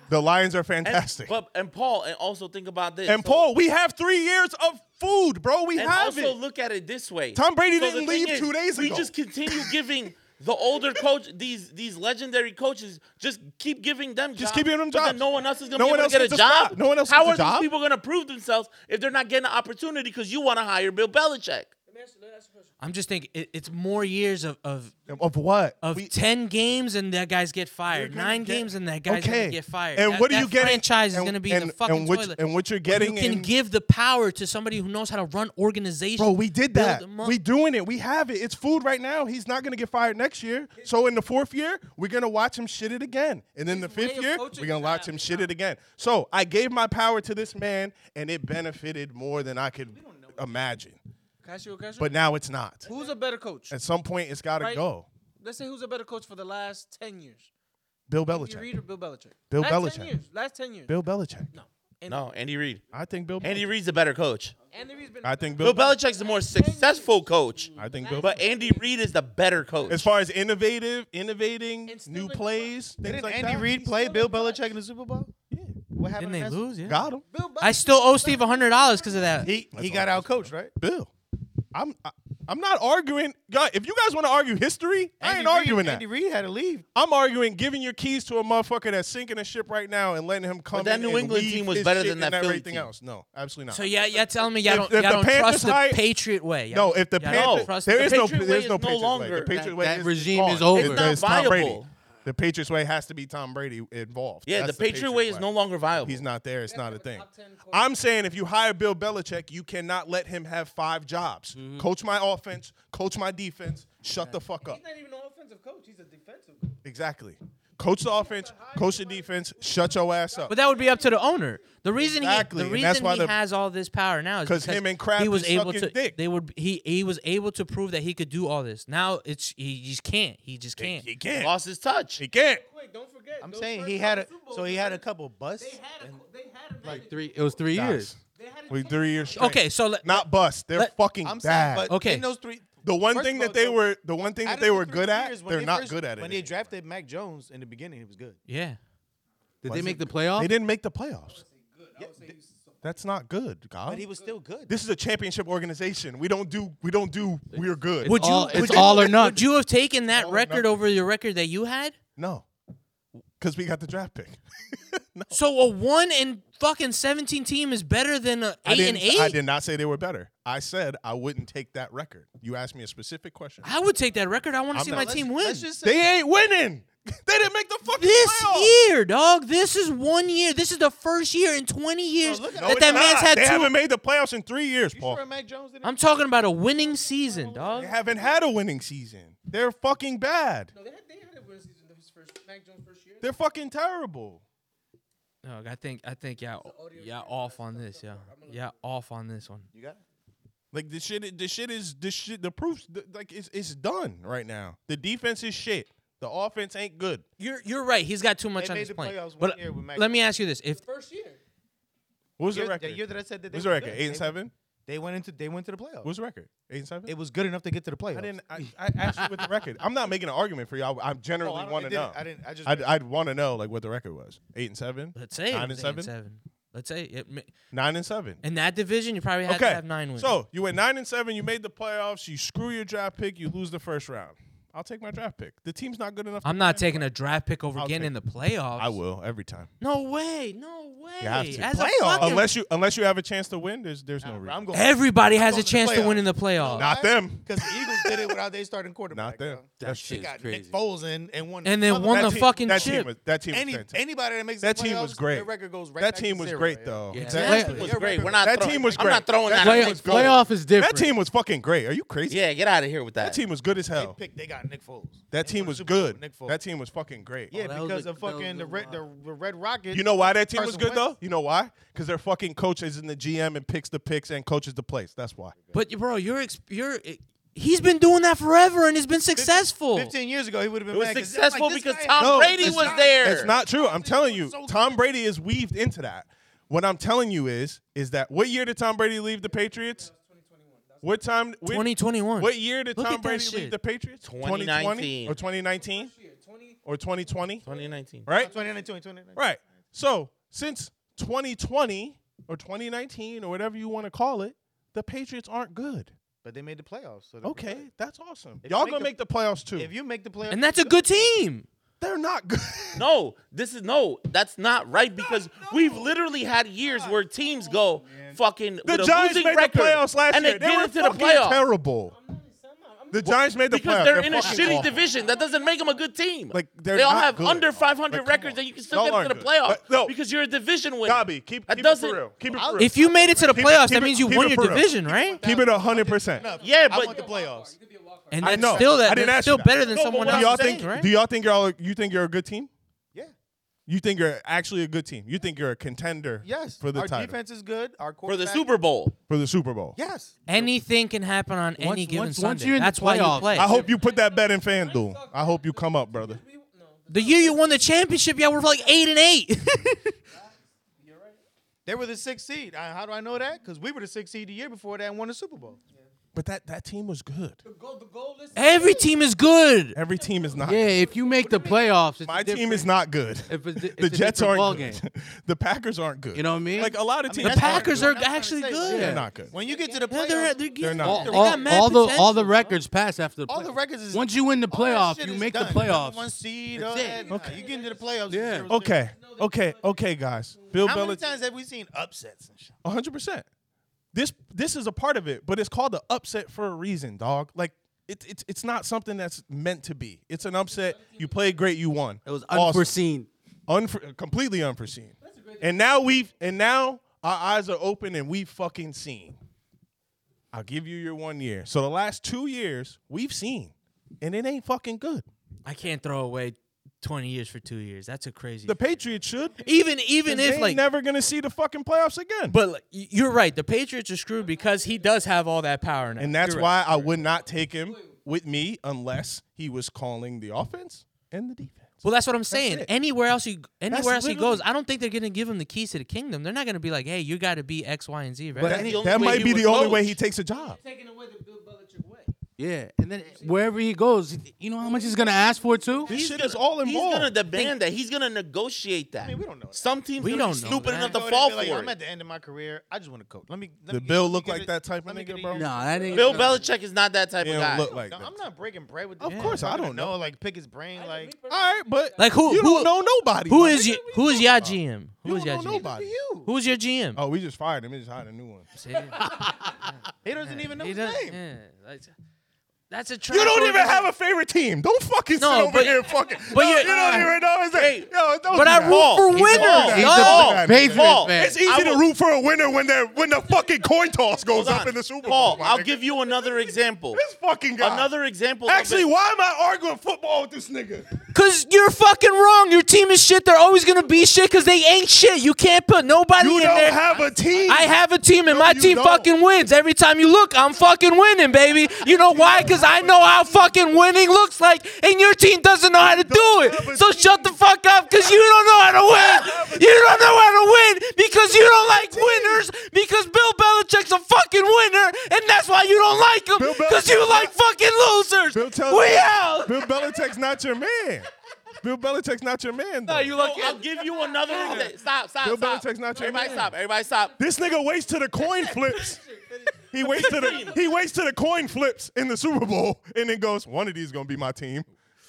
Speaker 1: The Lions are
Speaker 3: And-
Speaker 1: fantastic.
Speaker 3: But and Paul, and also think about this.
Speaker 1: And
Speaker 3: so-
Speaker 1: Paul, we have three years of food, bro. We
Speaker 3: and
Speaker 1: have
Speaker 3: also
Speaker 1: it.
Speaker 3: look at it this way.
Speaker 1: Tom Brady
Speaker 3: the
Speaker 1: didn't
Speaker 3: thing
Speaker 1: leave two days
Speaker 3: we
Speaker 1: ago.
Speaker 3: just continue giving the older coach these these legendary coaches just keep giving them
Speaker 1: Just
Speaker 3: jobs,
Speaker 1: keep giving them
Speaker 3: but then
Speaker 1: jobs.
Speaker 3: no one else is gonna
Speaker 1: No
Speaker 3: be
Speaker 1: one
Speaker 3: able
Speaker 1: else
Speaker 3: to get
Speaker 1: gets
Speaker 3: a
Speaker 1: a
Speaker 3: job.
Speaker 1: spot. No one else
Speaker 3: How
Speaker 1: gets a
Speaker 3: are
Speaker 1: job.
Speaker 3: these people gonna prove themselves if they're not getting an opportunity because you want to hire Bill Belichick?
Speaker 2: I'm just thinking it, it's more years of of
Speaker 1: of what?
Speaker 2: of
Speaker 1: We-
Speaker 2: 10 games and that guy's get fired.
Speaker 1: gonna
Speaker 2: 9
Speaker 1: get-
Speaker 2: games and that guy's going
Speaker 1: okay.
Speaker 2: to get fired.
Speaker 1: And
Speaker 2: That-
Speaker 1: what are
Speaker 2: that
Speaker 1: you getting-
Speaker 2: franchise is
Speaker 1: and-
Speaker 2: going to be in
Speaker 1: and-
Speaker 2: the fucking
Speaker 1: and what-
Speaker 2: toilet.
Speaker 1: and what you're
Speaker 2: When
Speaker 1: getting
Speaker 2: You can
Speaker 1: in-
Speaker 2: give the power to somebody who knows how to run organizations.
Speaker 1: Bro, we did
Speaker 2: build
Speaker 1: that.
Speaker 2: them up.
Speaker 1: We doing it. We have it. It's food right now. He's not gonna get fired next year. So in the fourth year, we're gonna watch him shit it again. And then the
Speaker 4: His way
Speaker 1: fifth
Speaker 4: of
Speaker 1: year,
Speaker 4: coaching
Speaker 1: we're gonna
Speaker 4: is
Speaker 1: watch
Speaker 4: out.
Speaker 1: him shit it again. So I gave my power to this man, and it benefited more than I could imagine.
Speaker 4: Casio, Casio.
Speaker 1: But now it's not.
Speaker 4: who's a better coach?
Speaker 1: At some point, it's gotta
Speaker 4: Right.
Speaker 1: go.
Speaker 4: Let's say who's a better coach for the last ten years?
Speaker 1: Bill
Speaker 4: Andy Reid
Speaker 1: Belichick.
Speaker 4: or Bill Belichick?
Speaker 1: Bill
Speaker 4: last
Speaker 1: Belichick.
Speaker 4: 10 years. Last ten years.
Speaker 1: Bill Belichick.
Speaker 3: No, Andy Reid.
Speaker 1: I think Bill.
Speaker 3: Andy Reid's a better coach.
Speaker 4: Andy Reid's been.
Speaker 1: I think Bill.
Speaker 3: Bill Belichick's the more successful coach,
Speaker 1: I think Bill.
Speaker 3: but Andy Reid is the better coach.
Speaker 1: as far as innovative, innovating,
Speaker 4: And still
Speaker 1: new
Speaker 4: in-
Speaker 1: plays, things
Speaker 6: Didn't
Speaker 1: like
Speaker 6: Andy
Speaker 1: that.
Speaker 6: Reid play Bill Belichick in the Super Bowl? Yeah. What
Speaker 2: Didn't
Speaker 6: happened?
Speaker 2: they
Speaker 6: in that-
Speaker 2: lose? Yeah.
Speaker 1: got him.
Speaker 4: Bill Belichick.
Speaker 2: I still owe Steve $100 because of that.
Speaker 6: He he got out coached, right?
Speaker 1: Bill. I'm I, I'm not arguing. God, if you guys want to argue history, I ain't
Speaker 6: Andy Reid-
Speaker 1: arguing that.
Speaker 6: Andy Reid had to leave.
Speaker 1: I'm arguing giving your keys to a motherfucker that's sinking a ship right now and letting him come.
Speaker 3: that
Speaker 1: in
Speaker 3: New
Speaker 1: and
Speaker 3: England
Speaker 1: leave
Speaker 3: team was
Speaker 1: his
Speaker 3: better
Speaker 1: shit
Speaker 3: than that
Speaker 1: and
Speaker 3: Philly
Speaker 1: everything
Speaker 3: team.
Speaker 1: else. No, absolutely not.
Speaker 2: So yeah, y'all telling me y'all
Speaker 1: If-
Speaker 2: don't,
Speaker 1: if
Speaker 2: y'all
Speaker 1: the
Speaker 2: don't trust
Speaker 1: Panthers
Speaker 2: the
Speaker 1: hire-
Speaker 2: Patriot way. Y'all
Speaker 1: no,
Speaker 2: don't-
Speaker 1: if the
Speaker 2: y'all don't
Speaker 1: Panthers,
Speaker 2: trust
Speaker 1: there
Speaker 2: the
Speaker 1: is no
Speaker 3: Patriot
Speaker 1: there's
Speaker 3: way
Speaker 1: no
Speaker 3: is no
Speaker 1: Patriot way.
Speaker 3: longer-
Speaker 1: The Patriot
Speaker 2: that-
Speaker 1: way
Speaker 2: that
Speaker 1: is
Speaker 2: regime
Speaker 1: gone.
Speaker 2: is over.
Speaker 1: It's,
Speaker 2: It's
Speaker 3: not
Speaker 1: it's Tom Brady.
Speaker 3: viable.
Speaker 1: The Patriots way has to be Tom Brady involved.
Speaker 3: Yeah,
Speaker 1: That's
Speaker 3: the Patriot way is no longer viable.
Speaker 1: He's not there. It's not a thing. I'm saying if you hire Bill Belichick, you cannot let him have five jobs. Coach my offense, coach my defense, shut the fuck up.
Speaker 4: He's not even an offensive coach. He's a defensive. coach.
Speaker 1: Exactly. Coach the offense, coach the defense, shut your ass up.
Speaker 2: But that would be up to the owner. The reason
Speaker 1: Exactly,
Speaker 2: he, the
Speaker 1: and that's
Speaker 2: reason
Speaker 1: why
Speaker 2: he
Speaker 1: the-
Speaker 2: has all this power now is
Speaker 1: 'Cause
Speaker 2: because
Speaker 1: him and Kraft
Speaker 2: he was
Speaker 1: is
Speaker 2: able to.
Speaker 1: sucking dick.
Speaker 2: They would he he was able to prove that he could do all this. Now it's he just can't. He just can't.
Speaker 1: He can't.
Speaker 3: Lost his touch.
Speaker 1: He can't.
Speaker 4: Wait, don't forget.
Speaker 6: I'm
Speaker 4: those
Speaker 6: saying
Speaker 4: first
Speaker 6: he had a
Speaker 4: couple Super Bowls,
Speaker 6: so he
Speaker 4: they
Speaker 6: had a couple busts.
Speaker 4: They had a. co- They had a.
Speaker 5: Like
Speaker 4: manager.
Speaker 5: three. It was three years.
Speaker 4: They had a
Speaker 1: We
Speaker 4: coach.
Speaker 1: three years. straight.
Speaker 2: Okay, so let,
Speaker 1: Not bust. They're
Speaker 2: Let-
Speaker 1: fucking
Speaker 6: I'm
Speaker 1: bad.
Speaker 6: saying, but
Speaker 2: Okay.
Speaker 6: in those three,
Speaker 1: the one
Speaker 6: first
Speaker 1: thing
Speaker 6: of all,
Speaker 1: that they
Speaker 6: though,
Speaker 1: were, the one thing
Speaker 6: out
Speaker 1: that
Speaker 6: of
Speaker 1: they
Speaker 6: the
Speaker 1: were
Speaker 6: three
Speaker 1: good at,
Speaker 6: years, when
Speaker 1: they're
Speaker 6: they
Speaker 1: not
Speaker 6: first-
Speaker 1: good at it.
Speaker 6: When they
Speaker 1: anymore.
Speaker 6: drafted Mac Jones in the beginning, he was good.
Speaker 2: yeah.
Speaker 5: Did they make the playoff?
Speaker 1: They didn't make the playoffs.
Speaker 6: Yeah, th-
Speaker 1: That's not good, God.
Speaker 6: but he was still good.
Speaker 1: This is a championship organization. We don't do. We don't do. We're good.
Speaker 2: Would you?
Speaker 5: all- it's
Speaker 2: would you-
Speaker 5: all or nothing.
Speaker 2: Would you have taken that record over the record that you had?
Speaker 1: no, because we got the draft pick. no.
Speaker 2: So a one and fucking seventeen team is better than a
Speaker 1: I
Speaker 2: eight and
Speaker 1: didn't.
Speaker 2: eight.
Speaker 1: I did not say they were better. I said I wouldn't take that record. You asked me a specific question.
Speaker 2: I would take that record. I want to see
Speaker 1: not-
Speaker 2: my
Speaker 1: let's-
Speaker 2: team win.
Speaker 6: Let's just say
Speaker 1: They ain't winning. They didn't make the fucking
Speaker 2: This
Speaker 1: playoffs.
Speaker 2: year, dog. This is one year. This is the first year in 20 years
Speaker 6: look at-
Speaker 1: No,
Speaker 2: that
Speaker 1: it's
Speaker 2: that man's
Speaker 1: not.
Speaker 2: had
Speaker 1: They
Speaker 2: two.
Speaker 1: haven't made the playoffs in three years,
Speaker 6: you
Speaker 1: Paul.
Speaker 6: sure Mac Jones didn't.
Speaker 2: I'm talking about a winning season,
Speaker 1: They
Speaker 2: dog.
Speaker 1: haven't had a winning season. They're fucking bad.
Speaker 4: No, they had. They had a win season. His first. Mac Jones first year.
Speaker 1: They're fucking terrible.
Speaker 2: Dog, I think I think y'all y'all off on this, y'all. Y'all off on this one.
Speaker 6: you got it?
Speaker 1: Like the shit. The shit is the shit. The proofs. The, like it's it's done right now. The defense is shit. The offense ain't good.
Speaker 2: You're you're right. He's got too much
Speaker 6: They
Speaker 2: on
Speaker 6: made
Speaker 2: his
Speaker 6: the
Speaker 2: plate.
Speaker 6: playoffs one
Speaker 2: But
Speaker 6: year with Mac
Speaker 2: let me ask you this: If
Speaker 4: First year.
Speaker 1: What was
Speaker 6: Year-
Speaker 1: the record?
Speaker 6: The year that I said that
Speaker 1: what
Speaker 6: they
Speaker 1: was the
Speaker 6: were
Speaker 1: record?
Speaker 6: good,
Speaker 1: Eight and
Speaker 6: they-
Speaker 1: seven.
Speaker 6: They went into they went to the playoffs.
Speaker 1: What was the record? Eight and seven.
Speaker 6: it was good enough to get to the playoffs.
Speaker 1: I didn't. I, I asked you what the record. I'm not making an argument for y'all. I
Speaker 6: Oh,
Speaker 1: generally
Speaker 6: I don't-
Speaker 1: want
Speaker 6: it
Speaker 1: to
Speaker 6: didn't-
Speaker 1: know.
Speaker 6: I didn't. I just.
Speaker 1: I'd, I'd want to know like what the record was. Eight and seven.
Speaker 2: let's say it
Speaker 1: nine
Speaker 2: was
Speaker 1: and
Speaker 2: eight
Speaker 1: seven.
Speaker 2: seven, let's say it, ma-
Speaker 1: Nine and seven.
Speaker 2: in that division, you probably had to have nine wins.
Speaker 1: So you went nine and seven. You made the playoffs. You screw your draft pick. You lose the first round. I'll take my draft pick. The team's not good enough. to
Speaker 2: I'm not
Speaker 1: win.
Speaker 2: taking a draft pick over
Speaker 1: I'll
Speaker 2: again
Speaker 1: take-
Speaker 2: in the playoffs.
Speaker 1: I will every time.
Speaker 2: No way. No way.
Speaker 1: You have to.
Speaker 2: As a
Speaker 1: Playoffs?
Speaker 2: fucking-
Speaker 1: unless you unless you have a chance to win. There's there's no reason.
Speaker 6: I'm going.
Speaker 2: everybody has a
Speaker 6: Going to the
Speaker 2: chance to win in the
Speaker 6: Why?
Speaker 2: playoffs.
Speaker 1: Not them.
Speaker 6: Because the Eagles did it without their starting quarterback.
Speaker 1: Not them.
Speaker 6: bro.
Speaker 5: That
Speaker 6: They
Speaker 5: shit
Speaker 6: got
Speaker 5: is crazy.
Speaker 6: Nick Foles in and won.
Speaker 2: And then won
Speaker 1: That
Speaker 2: the
Speaker 1: team-
Speaker 2: fucking
Speaker 1: that
Speaker 2: chip.
Speaker 1: Team was, that team was
Speaker 6: Any,
Speaker 1: fantastic.
Speaker 6: anybody that makes
Speaker 1: That
Speaker 6: the
Speaker 1: team was
Speaker 6: playoffs,
Speaker 1: great.
Speaker 6: Their record goes right.
Speaker 1: that
Speaker 6: back
Speaker 1: team
Speaker 6: to
Speaker 1: was
Speaker 6: zero,
Speaker 1: great
Speaker 6: man.
Speaker 1: though.
Speaker 2: Yeah.
Speaker 1: That,
Speaker 2: Exactly.
Speaker 1: team was
Speaker 3: was great. We're not.
Speaker 1: That
Speaker 3: throwing,
Speaker 1: team was
Speaker 3: I'm not
Speaker 1: great.
Speaker 3: throwing
Speaker 1: That team
Speaker 3: that.
Speaker 5: Play-
Speaker 1: was
Speaker 3: against
Speaker 1: gold.
Speaker 5: playoff is different.
Speaker 1: That team was fucking great. Are you crazy?
Speaker 3: Yeah, get out of here with that.
Speaker 1: That team was good as
Speaker 6: They
Speaker 1: hell.
Speaker 6: picked. They got Nick Foles.
Speaker 1: That
Speaker 6: They
Speaker 1: team
Speaker 6: won
Speaker 1: was
Speaker 6: Super Bowl with
Speaker 1: good.
Speaker 6: Nick Foles.
Speaker 1: That team was fucking great.
Speaker 6: Yeah,
Speaker 5: that was
Speaker 6: because
Speaker 5: a-
Speaker 6: of
Speaker 5: that was
Speaker 6: fucking
Speaker 5: a
Speaker 6: the red, the,
Speaker 5: lot.
Speaker 6: the Red Rocket.
Speaker 1: You know why that team was
Speaker 6: Carson
Speaker 1: good though. You know why? Because their fucking coach is in the GM and picks the picks and coaches the place. That's why.
Speaker 2: But bro, you're ex- you're he's been doing that forever and it's been successful.
Speaker 6: Fifteen years ago, he would have been
Speaker 3: It was
Speaker 6: mad 'cause, like,
Speaker 3: successful
Speaker 6: this
Speaker 3: because
Speaker 6: guy-
Speaker 3: Tom
Speaker 1: No,
Speaker 3: Brady
Speaker 1: it's
Speaker 3: was
Speaker 1: not-
Speaker 3: there.
Speaker 1: It's not true. I'm telling you, Tom Brady is weaved into that. What I'm telling you is, is that what year did Tom Brady leave the Patriots? What time? what-
Speaker 2: 2021.
Speaker 1: What year did
Speaker 2: Look
Speaker 1: Tom
Speaker 2: at that
Speaker 1: Brady leave
Speaker 2: shit.
Speaker 1: the Patriots?
Speaker 3: 2019.
Speaker 1: or 2019 or 2020?
Speaker 3: 2019.
Speaker 1: Right.
Speaker 6: 2019, 2019.
Speaker 1: Right. So since 2020 or 2019 or whatever you want to call it, the Patriots aren't good.
Speaker 6: But they made the playoffs. So they're
Speaker 1: Okay, that's awesome.
Speaker 6: If you
Speaker 1: Y'all
Speaker 6: make
Speaker 1: gonna
Speaker 6: the-
Speaker 1: make the playoffs too.
Speaker 6: good. If you make the playoffs,
Speaker 2: and that's a good team.
Speaker 1: They're not good.
Speaker 3: No, this is no. That's not right because we've literally had years where teams
Speaker 6: Oh,
Speaker 3: go fucking
Speaker 1: The
Speaker 3: with a
Speaker 1: Giants
Speaker 3: losing
Speaker 1: made the
Speaker 3: record
Speaker 1: playoffs last
Speaker 3: and
Speaker 1: year.
Speaker 3: they
Speaker 1: They
Speaker 3: get
Speaker 1: were
Speaker 3: into the
Speaker 1: fucking
Speaker 3: playoffs
Speaker 1: terrible. The Giants made the
Speaker 3: because
Speaker 1: playoffs.
Speaker 3: they're, in a
Speaker 1: fucking
Speaker 3: shitty
Speaker 1: awful.
Speaker 3: division. That doesn't make them a good team.
Speaker 1: Like, they're
Speaker 3: they all
Speaker 1: not
Speaker 3: have
Speaker 1: good.
Speaker 3: under 500
Speaker 1: Like, come
Speaker 3: records,
Speaker 1: on.
Speaker 3: and you can still
Speaker 1: Y'all
Speaker 3: get into
Speaker 1: aren't
Speaker 3: the
Speaker 1: good.
Speaker 3: playoffs
Speaker 1: But- no.
Speaker 3: because you're a division winner.
Speaker 1: Dobby, keep,
Speaker 3: that
Speaker 1: keep it
Speaker 3: doesn't,
Speaker 1: for real. Keep it for real.
Speaker 2: If you made it to the
Speaker 1: Keep it-
Speaker 2: playoffs,
Speaker 1: keep
Speaker 2: that
Speaker 1: it-
Speaker 2: means you
Speaker 1: keep
Speaker 2: won
Speaker 1: it
Speaker 2: your
Speaker 1: for real.
Speaker 2: division, right?
Speaker 1: keep it hundred percent.
Speaker 3: Yeah,
Speaker 6: I
Speaker 3: but-
Speaker 6: want the playoffs.
Speaker 2: And
Speaker 1: I
Speaker 2: that's
Speaker 1: know.
Speaker 2: still
Speaker 1: I
Speaker 2: that,
Speaker 1: didn't
Speaker 2: that's
Speaker 1: ask
Speaker 2: still
Speaker 1: you that.
Speaker 2: better than
Speaker 3: No, but
Speaker 2: someone
Speaker 3: what
Speaker 1: Do
Speaker 3: I'm
Speaker 1: y'all
Speaker 2: else's
Speaker 1: think?
Speaker 2: team, right?
Speaker 1: Do y'all think y'all? You think you're a good team?
Speaker 6: Yeah.
Speaker 1: You think you're actually a good team? You think you're a contender?
Speaker 6: Yes.
Speaker 1: For the
Speaker 6: our
Speaker 1: title,
Speaker 6: defense is good. Our
Speaker 3: for the
Speaker 6: quarterback-
Speaker 3: Super Bowl.
Speaker 1: for the Super Bowl.
Speaker 6: Yes.
Speaker 2: Anything can happen on any given
Speaker 5: once-
Speaker 2: Sunday.
Speaker 5: once you're in the
Speaker 2: that's why you
Speaker 5: playoffs,
Speaker 2: play.
Speaker 1: I hope you put that bet in FanDuel. I hope you come up, brother.
Speaker 2: the year you won the championship, y'all were like eight and eight.
Speaker 6: They were the sixth seed. I, how do I know that? Because we were the sixth seed the year before that and won the Super Bowl.
Speaker 1: But that that team was good.
Speaker 2: Every team is good.
Speaker 1: Every team is not.
Speaker 5: Yeah, if you make the playoffs, it's
Speaker 1: My
Speaker 5: a
Speaker 1: team
Speaker 5: different-
Speaker 1: is not good.
Speaker 5: If it's, it's
Speaker 1: the
Speaker 5: a
Speaker 1: Jets
Speaker 5: different
Speaker 1: aren't
Speaker 5: ballgame.
Speaker 1: good. The Packers aren't good.
Speaker 5: You know what I mean?
Speaker 1: Like a lot of teams.
Speaker 2: The Packers are actually good.
Speaker 1: They're
Speaker 5: Yeah.
Speaker 1: not good.
Speaker 6: When you get to the
Speaker 2: Yeah,
Speaker 6: playoffs,
Speaker 2: they're, they're, good.
Speaker 1: not.
Speaker 5: all,
Speaker 2: They
Speaker 5: all-
Speaker 2: got mad
Speaker 5: all the all the
Speaker 2: potential.
Speaker 5: records pass after the
Speaker 6: all the
Speaker 5: playoffs.
Speaker 6: records is
Speaker 5: Once you win the
Speaker 6: all that
Speaker 5: playoff,
Speaker 6: shit
Speaker 5: you
Speaker 6: is
Speaker 5: make
Speaker 6: done.
Speaker 5: the playoffs.
Speaker 6: Number One seed. all
Speaker 5: That's
Speaker 6: that.
Speaker 5: it.
Speaker 6: Nah, You get into the playoffs.
Speaker 5: Yeah.
Speaker 6: zero, zero.
Speaker 1: Okay. Okay. Okay, guys. Bill
Speaker 6: How many
Speaker 1: Belichick.
Speaker 6: times have we seen upsets and shit?
Speaker 1: 100%. This this is a part of it, but it's called the upset for a reason, dog. Like it's it's it's not something that's meant to be. It's an upset. You played great, you won.
Speaker 5: It was
Speaker 1: Awesome.
Speaker 5: unforeseen.
Speaker 1: Unfor- completely unforeseen. And now we've and now our eyes are open and we've fucking seen. I'll give you your one year. So the last two years we've seen, and it ain't fucking good.
Speaker 2: I can't throw away twenty years for two years. That's a crazy.
Speaker 1: The Patriots should,
Speaker 2: even even
Speaker 1: they
Speaker 2: if
Speaker 1: ain't
Speaker 2: like
Speaker 1: never gonna see the fucking playoffs again.
Speaker 2: But like, y- you're right. The Patriots are screwed because he does have all that power now.
Speaker 1: and that's
Speaker 2: You're right.
Speaker 1: why I would not take him with me unless he was calling the offense and the defense.
Speaker 2: Well, that's what I'm saying.
Speaker 1: it.
Speaker 2: Anywhere else he anywhere
Speaker 1: That's
Speaker 2: else he
Speaker 1: literally-
Speaker 2: goes, I don't think they're gonna give him the keys to the kingdom. They're not gonna be like, hey, you got to be X, Y, and Z. Right?
Speaker 5: But
Speaker 2: That's-
Speaker 5: any-
Speaker 3: the only
Speaker 1: that
Speaker 3: way
Speaker 1: might
Speaker 3: he
Speaker 1: be
Speaker 3: would
Speaker 1: the only way
Speaker 3: coach.
Speaker 1: he takes a job.
Speaker 4: Taking away the Bill Belichick way.
Speaker 5: Yeah, and then wherever he goes, you know how much he's gonna ask for too.
Speaker 1: This shit is all in
Speaker 3: He's
Speaker 1: more.
Speaker 3: gonna demand that. He's gonna negotiate that.
Speaker 6: we don't know that.
Speaker 3: Some teams
Speaker 2: We
Speaker 3: gonna be
Speaker 2: don't know
Speaker 3: stupid
Speaker 2: that.
Speaker 3: enough
Speaker 6: Go
Speaker 3: to
Speaker 6: there and
Speaker 3: fall
Speaker 6: be like,
Speaker 3: for
Speaker 6: I'm at
Speaker 3: it.
Speaker 6: the end of my career. I just want to coach. Let me. Let
Speaker 1: Did
Speaker 6: me-
Speaker 1: Bill
Speaker 6: let me
Speaker 1: look
Speaker 6: get
Speaker 1: like
Speaker 6: it-
Speaker 1: that type of
Speaker 6: let me
Speaker 1: nigga,
Speaker 6: get it
Speaker 1: bro?
Speaker 6: easy.
Speaker 5: No, that ain't.
Speaker 3: Bill
Speaker 5: no.
Speaker 3: Belichick is not that type
Speaker 1: He
Speaker 3: of
Speaker 1: don't
Speaker 3: guy.
Speaker 1: look like
Speaker 6: No,
Speaker 1: that.
Speaker 6: I'm not breaking bread with.
Speaker 1: Of
Speaker 6: this.
Speaker 1: course, I
Speaker 6: I'm gonna
Speaker 1: don't know.
Speaker 6: Like pick his brain. Like
Speaker 1: All right, but
Speaker 2: Like, who-
Speaker 1: You
Speaker 2: who-
Speaker 1: don't know nobody.
Speaker 2: who
Speaker 1: my
Speaker 2: is
Speaker 1: nigga.
Speaker 2: you? Who is your GM? Who
Speaker 1: You
Speaker 2: is your
Speaker 1: don't know
Speaker 2: GM?
Speaker 1: nobody.
Speaker 6: you.
Speaker 2: Who is your GM?
Speaker 1: Oh, we just fired him. We just hired a new one.
Speaker 2: See? He
Speaker 6: He doesn't even know his
Speaker 2: doesn't-
Speaker 6: name.
Speaker 2: yeah, like, that's a.
Speaker 1: You don't even have a favorite team. Don't fucking
Speaker 2: No,
Speaker 1: sit over
Speaker 2: but-
Speaker 1: here fucking.
Speaker 2: but
Speaker 1: no,
Speaker 2: you-
Speaker 1: you don't even know his name. Yo, don't
Speaker 2: But
Speaker 1: do
Speaker 2: I
Speaker 1: that.
Speaker 2: root for winners.
Speaker 1: He's
Speaker 2: yo.
Speaker 1: a-
Speaker 5: Patriots
Speaker 3: Paul,
Speaker 5: fan.
Speaker 1: It's easy
Speaker 3: I
Speaker 1: to
Speaker 3: will-
Speaker 1: root for a winner when they when the fucking coin toss goes
Speaker 3: Hold
Speaker 1: up
Speaker 3: on.
Speaker 1: in the Super Bowl.
Speaker 3: Paul,
Speaker 1: my
Speaker 3: I'll
Speaker 1: nigga.
Speaker 3: give you another example.
Speaker 1: this fucking guy.
Speaker 3: Another example. of
Speaker 1: Actually,
Speaker 3: it-
Speaker 1: why am I arguing football with this nigga?
Speaker 2: Cause you're fucking wrong. Your team is shit. They're always gonna be shit because they ain't shit. You can't put nobody
Speaker 1: You
Speaker 2: in there.
Speaker 1: don't have a team.
Speaker 2: I have a team and my
Speaker 1: you
Speaker 2: team
Speaker 1: don't.
Speaker 2: fucking wins. Every time you look, I'm fucking winning, baby. You know why? Because I know how fucking winning looks like, and your team doesn't know how to do
Speaker 1: have a
Speaker 2: it. So
Speaker 1: team.
Speaker 2: shut the fuck up because you don't know how to win. You don't know how to win because you don't like winners because Bill Belichick's a fucking winner, and that's why you don't like him
Speaker 1: Bill
Speaker 2: because you
Speaker 1: Belichick's
Speaker 2: like fucking losers.
Speaker 1: Bill tells
Speaker 2: We out.
Speaker 1: Bill Belichick's not your man. Bill Belichick's not your man. Though.
Speaker 2: No, you
Speaker 3: No,
Speaker 2: like
Speaker 3: I'll give you another example. Stop, stop,
Speaker 1: Bill
Speaker 3: stop.
Speaker 1: Belichick's not your
Speaker 3: Everybody
Speaker 1: man.
Speaker 3: stop. Everybody stop.
Speaker 1: This nigga waits till the coin flips. He waits till the he waits till the coin flips in the Super Bowl, and then goes, "One of these gonna be my team."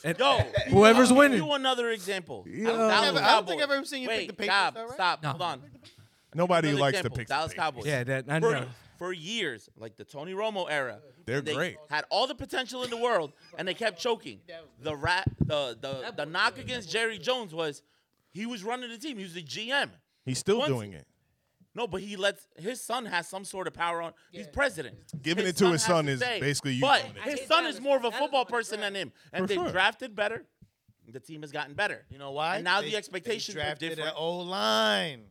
Speaker 3: Yo,
Speaker 2: Whoever's
Speaker 3: I'll give
Speaker 2: winning.
Speaker 3: You another example. I
Speaker 1: don't
Speaker 6: think I've- I don't think I've ever seen you pick
Speaker 3: Wait,
Speaker 6: the Patriots,
Speaker 3: Stop,
Speaker 6: though, right?
Speaker 3: stop.
Speaker 2: No.
Speaker 3: Hold on.
Speaker 1: Nobody
Speaker 3: Another
Speaker 1: likes
Speaker 3: example,
Speaker 1: to pick the
Speaker 3: Dallas
Speaker 1: Patriots.
Speaker 3: Cowboys.
Speaker 2: Yeah, that I
Speaker 3: for,
Speaker 2: know.
Speaker 3: for years, like the Tony Romo era,
Speaker 1: They're
Speaker 3: they
Speaker 1: great.
Speaker 3: Had all the potential in the world, and they kept choking. The rat, the the, the knock against Jerry Jones was he was running the team. He was the GM.
Speaker 1: He's still
Speaker 3: Once-
Speaker 1: doing it.
Speaker 3: No, but he lets his son has some sort of power on. He's president.
Speaker 1: Giving it to his
Speaker 3: has
Speaker 1: son
Speaker 3: to
Speaker 1: is
Speaker 3: say,
Speaker 1: basically you
Speaker 3: But
Speaker 1: doing it.
Speaker 3: his son is more of a football person than him, and
Speaker 1: For
Speaker 3: they
Speaker 1: sure.
Speaker 3: drafted better. The team has gotten better.
Speaker 6: You know why?
Speaker 3: And now
Speaker 6: They-
Speaker 3: the expectations
Speaker 6: they
Speaker 3: are
Speaker 6: drafted
Speaker 3: different.
Speaker 6: O line.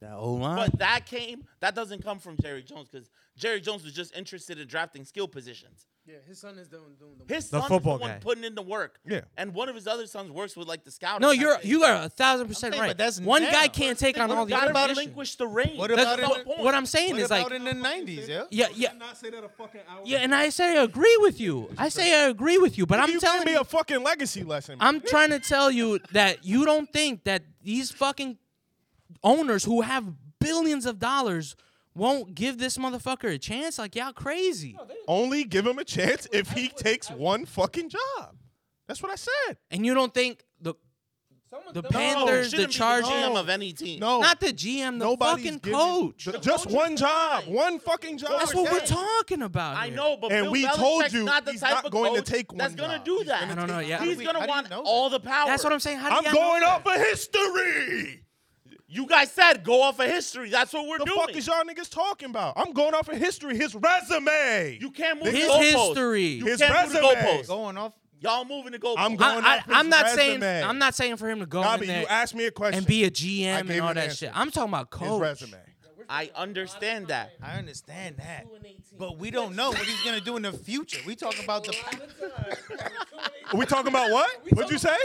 Speaker 5: That old line.
Speaker 1: Uh-huh.
Speaker 3: But that came, that doesn't come from Jerry Jones because Jerry Jones was just interested in drafting skill positions.
Speaker 4: Yeah, his son is doing doing the.
Speaker 3: His
Speaker 2: The
Speaker 3: son is
Speaker 2: football
Speaker 3: the one
Speaker 2: guy.
Speaker 3: putting in the work.
Speaker 1: Yeah.
Speaker 3: And one of his other sons works with like the scouting.
Speaker 2: No,
Speaker 3: type
Speaker 2: you're
Speaker 3: thing.
Speaker 2: you are a thousand percent
Speaker 6: saying,
Speaker 2: right.
Speaker 6: but that's
Speaker 2: One
Speaker 6: now.
Speaker 2: guy can't take on
Speaker 3: What
Speaker 2: all the
Speaker 3: gotta
Speaker 2: other. positions.
Speaker 3: relinquish the reins.
Speaker 6: What
Speaker 2: That's
Speaker 6: about
Speaker 2: the
Speaker 6: in
Speaker 2: point. what I'm saying
Speaker 6: What
Speaker 2: is
Speaker 6: about
Speaker 2: like
Speaker 6: in the nineties? Yeah.
Speaker 2: yeah yeah
Speaker 4: Not say that a fucking hour.
Speaker 2: yeah, and I say I agree with you. I say I agree with you, but I'm
Speaker 1: you
Speaker 2: telling
Speaker 1: give me
Speaker 2: you,
Speaker 1: a fucking legacy lesson.
Speaker 2: I'm trying to tell you that you don't think that these fucking owners who have billions of dollars won't give this motherfucker a chance. Like y'all crazy,
Speaker 1: Only give him a chance if he takes one fucking job. That's what I said.
Speaker 2: and you don't think the the
Speaker 3: No,
Speaker 2: Panthers, the
Speaker 3: shouldn't be
Speaker 2: Chargers,
Speaker 3: the GM of any team.
Speaker 1: No,
Speaker 2: not the GM, the
Speaker 1: nobody's
Speaker 2: fucking
Speaker 1: giving-
Speaker 2: coach.
Speaker 1: Ju- Just one job, one fucking job.
Speaker 2: That's what we're
Speaker 3: saying.
Speaker 2: talking about.
Speaker 3: I
Speaker 2: here.
Speaker 3: know, but
Speaker 1: And
Speaker 3: Bill
Speaker 1: we
Speaker 3: Belichick's
Speaker 1: told you
Speaker 3: not the
Speaker 1: he's
Speaker 3: type
Speaker 1: not
Speaker 3: of
Speaker 1: going to
Speaker 3: coach
Speaker 1: take
Speaker 3: That's
Speaker 1: one
Speaker 3: gonna
Speaker 1: job.
Speaker 3: do that.
Speaker 2: I don't know. Yeah,
Speaker 3: He's
Speaker 6: we-
Speaker 3: gonna
Speaker 6: how do
Speaker 3: want
Speaker 6: you know that?
Speaker 3: all the power.
Speaker 2: that's what I'm saying. How do
Speaker 1: I'm
Speaker 2: y'all
Speaker 1: going
Speaker 2: know that?
Speaker 1: off of history.
Speaker 3: You guys said go off of history. That's what we're
Speaker 1: The
Speaker 3: doing.
Speaker 1: fuck is y'all niggas talking about? I'm going off of history. His resume.
Speaker 3: you can't move
Speaker 2: His
Speaker 3: the goalposts.
Speaker 2: history.
Speaker 3: You
Speaker 1: His
Speaker 3: can't move the
Speaker 1: resume.
Speaker 3: goalposts.
Speaker 6: Going off.
Speaker 3: Y'all moving the goalposts.
Speaker 1: I'm going
Speaker 2: I,
Speaker 1: off his
Speaker 2: I, I'm not saying
Speaker 1: resume.
Speaker 2: I'm not saying for him to go
Speaker 1: Gabi,
Speaker 2: in there
Speaker 1: you asked me a question.
Speaker 2: and be a
Speaker 1: I
Speaker 2: GM
Speaker 1: gave
Speaker 2: and
Speaker 1: you
Speaker 2: all
Speaker 1: an
Speaker 2: that
Speaker 1: answer.
Speaker 2: shit. I'm talking about
Speaker 1: his
Speaker 2: coach.
Speaker 1: resume.
Speaker 3: I understand that.
Speaker 6: I understand that, but we don't know what he's gonna do in the future. We talking about the
Speaker 1: Are we talking about what? What'd you say?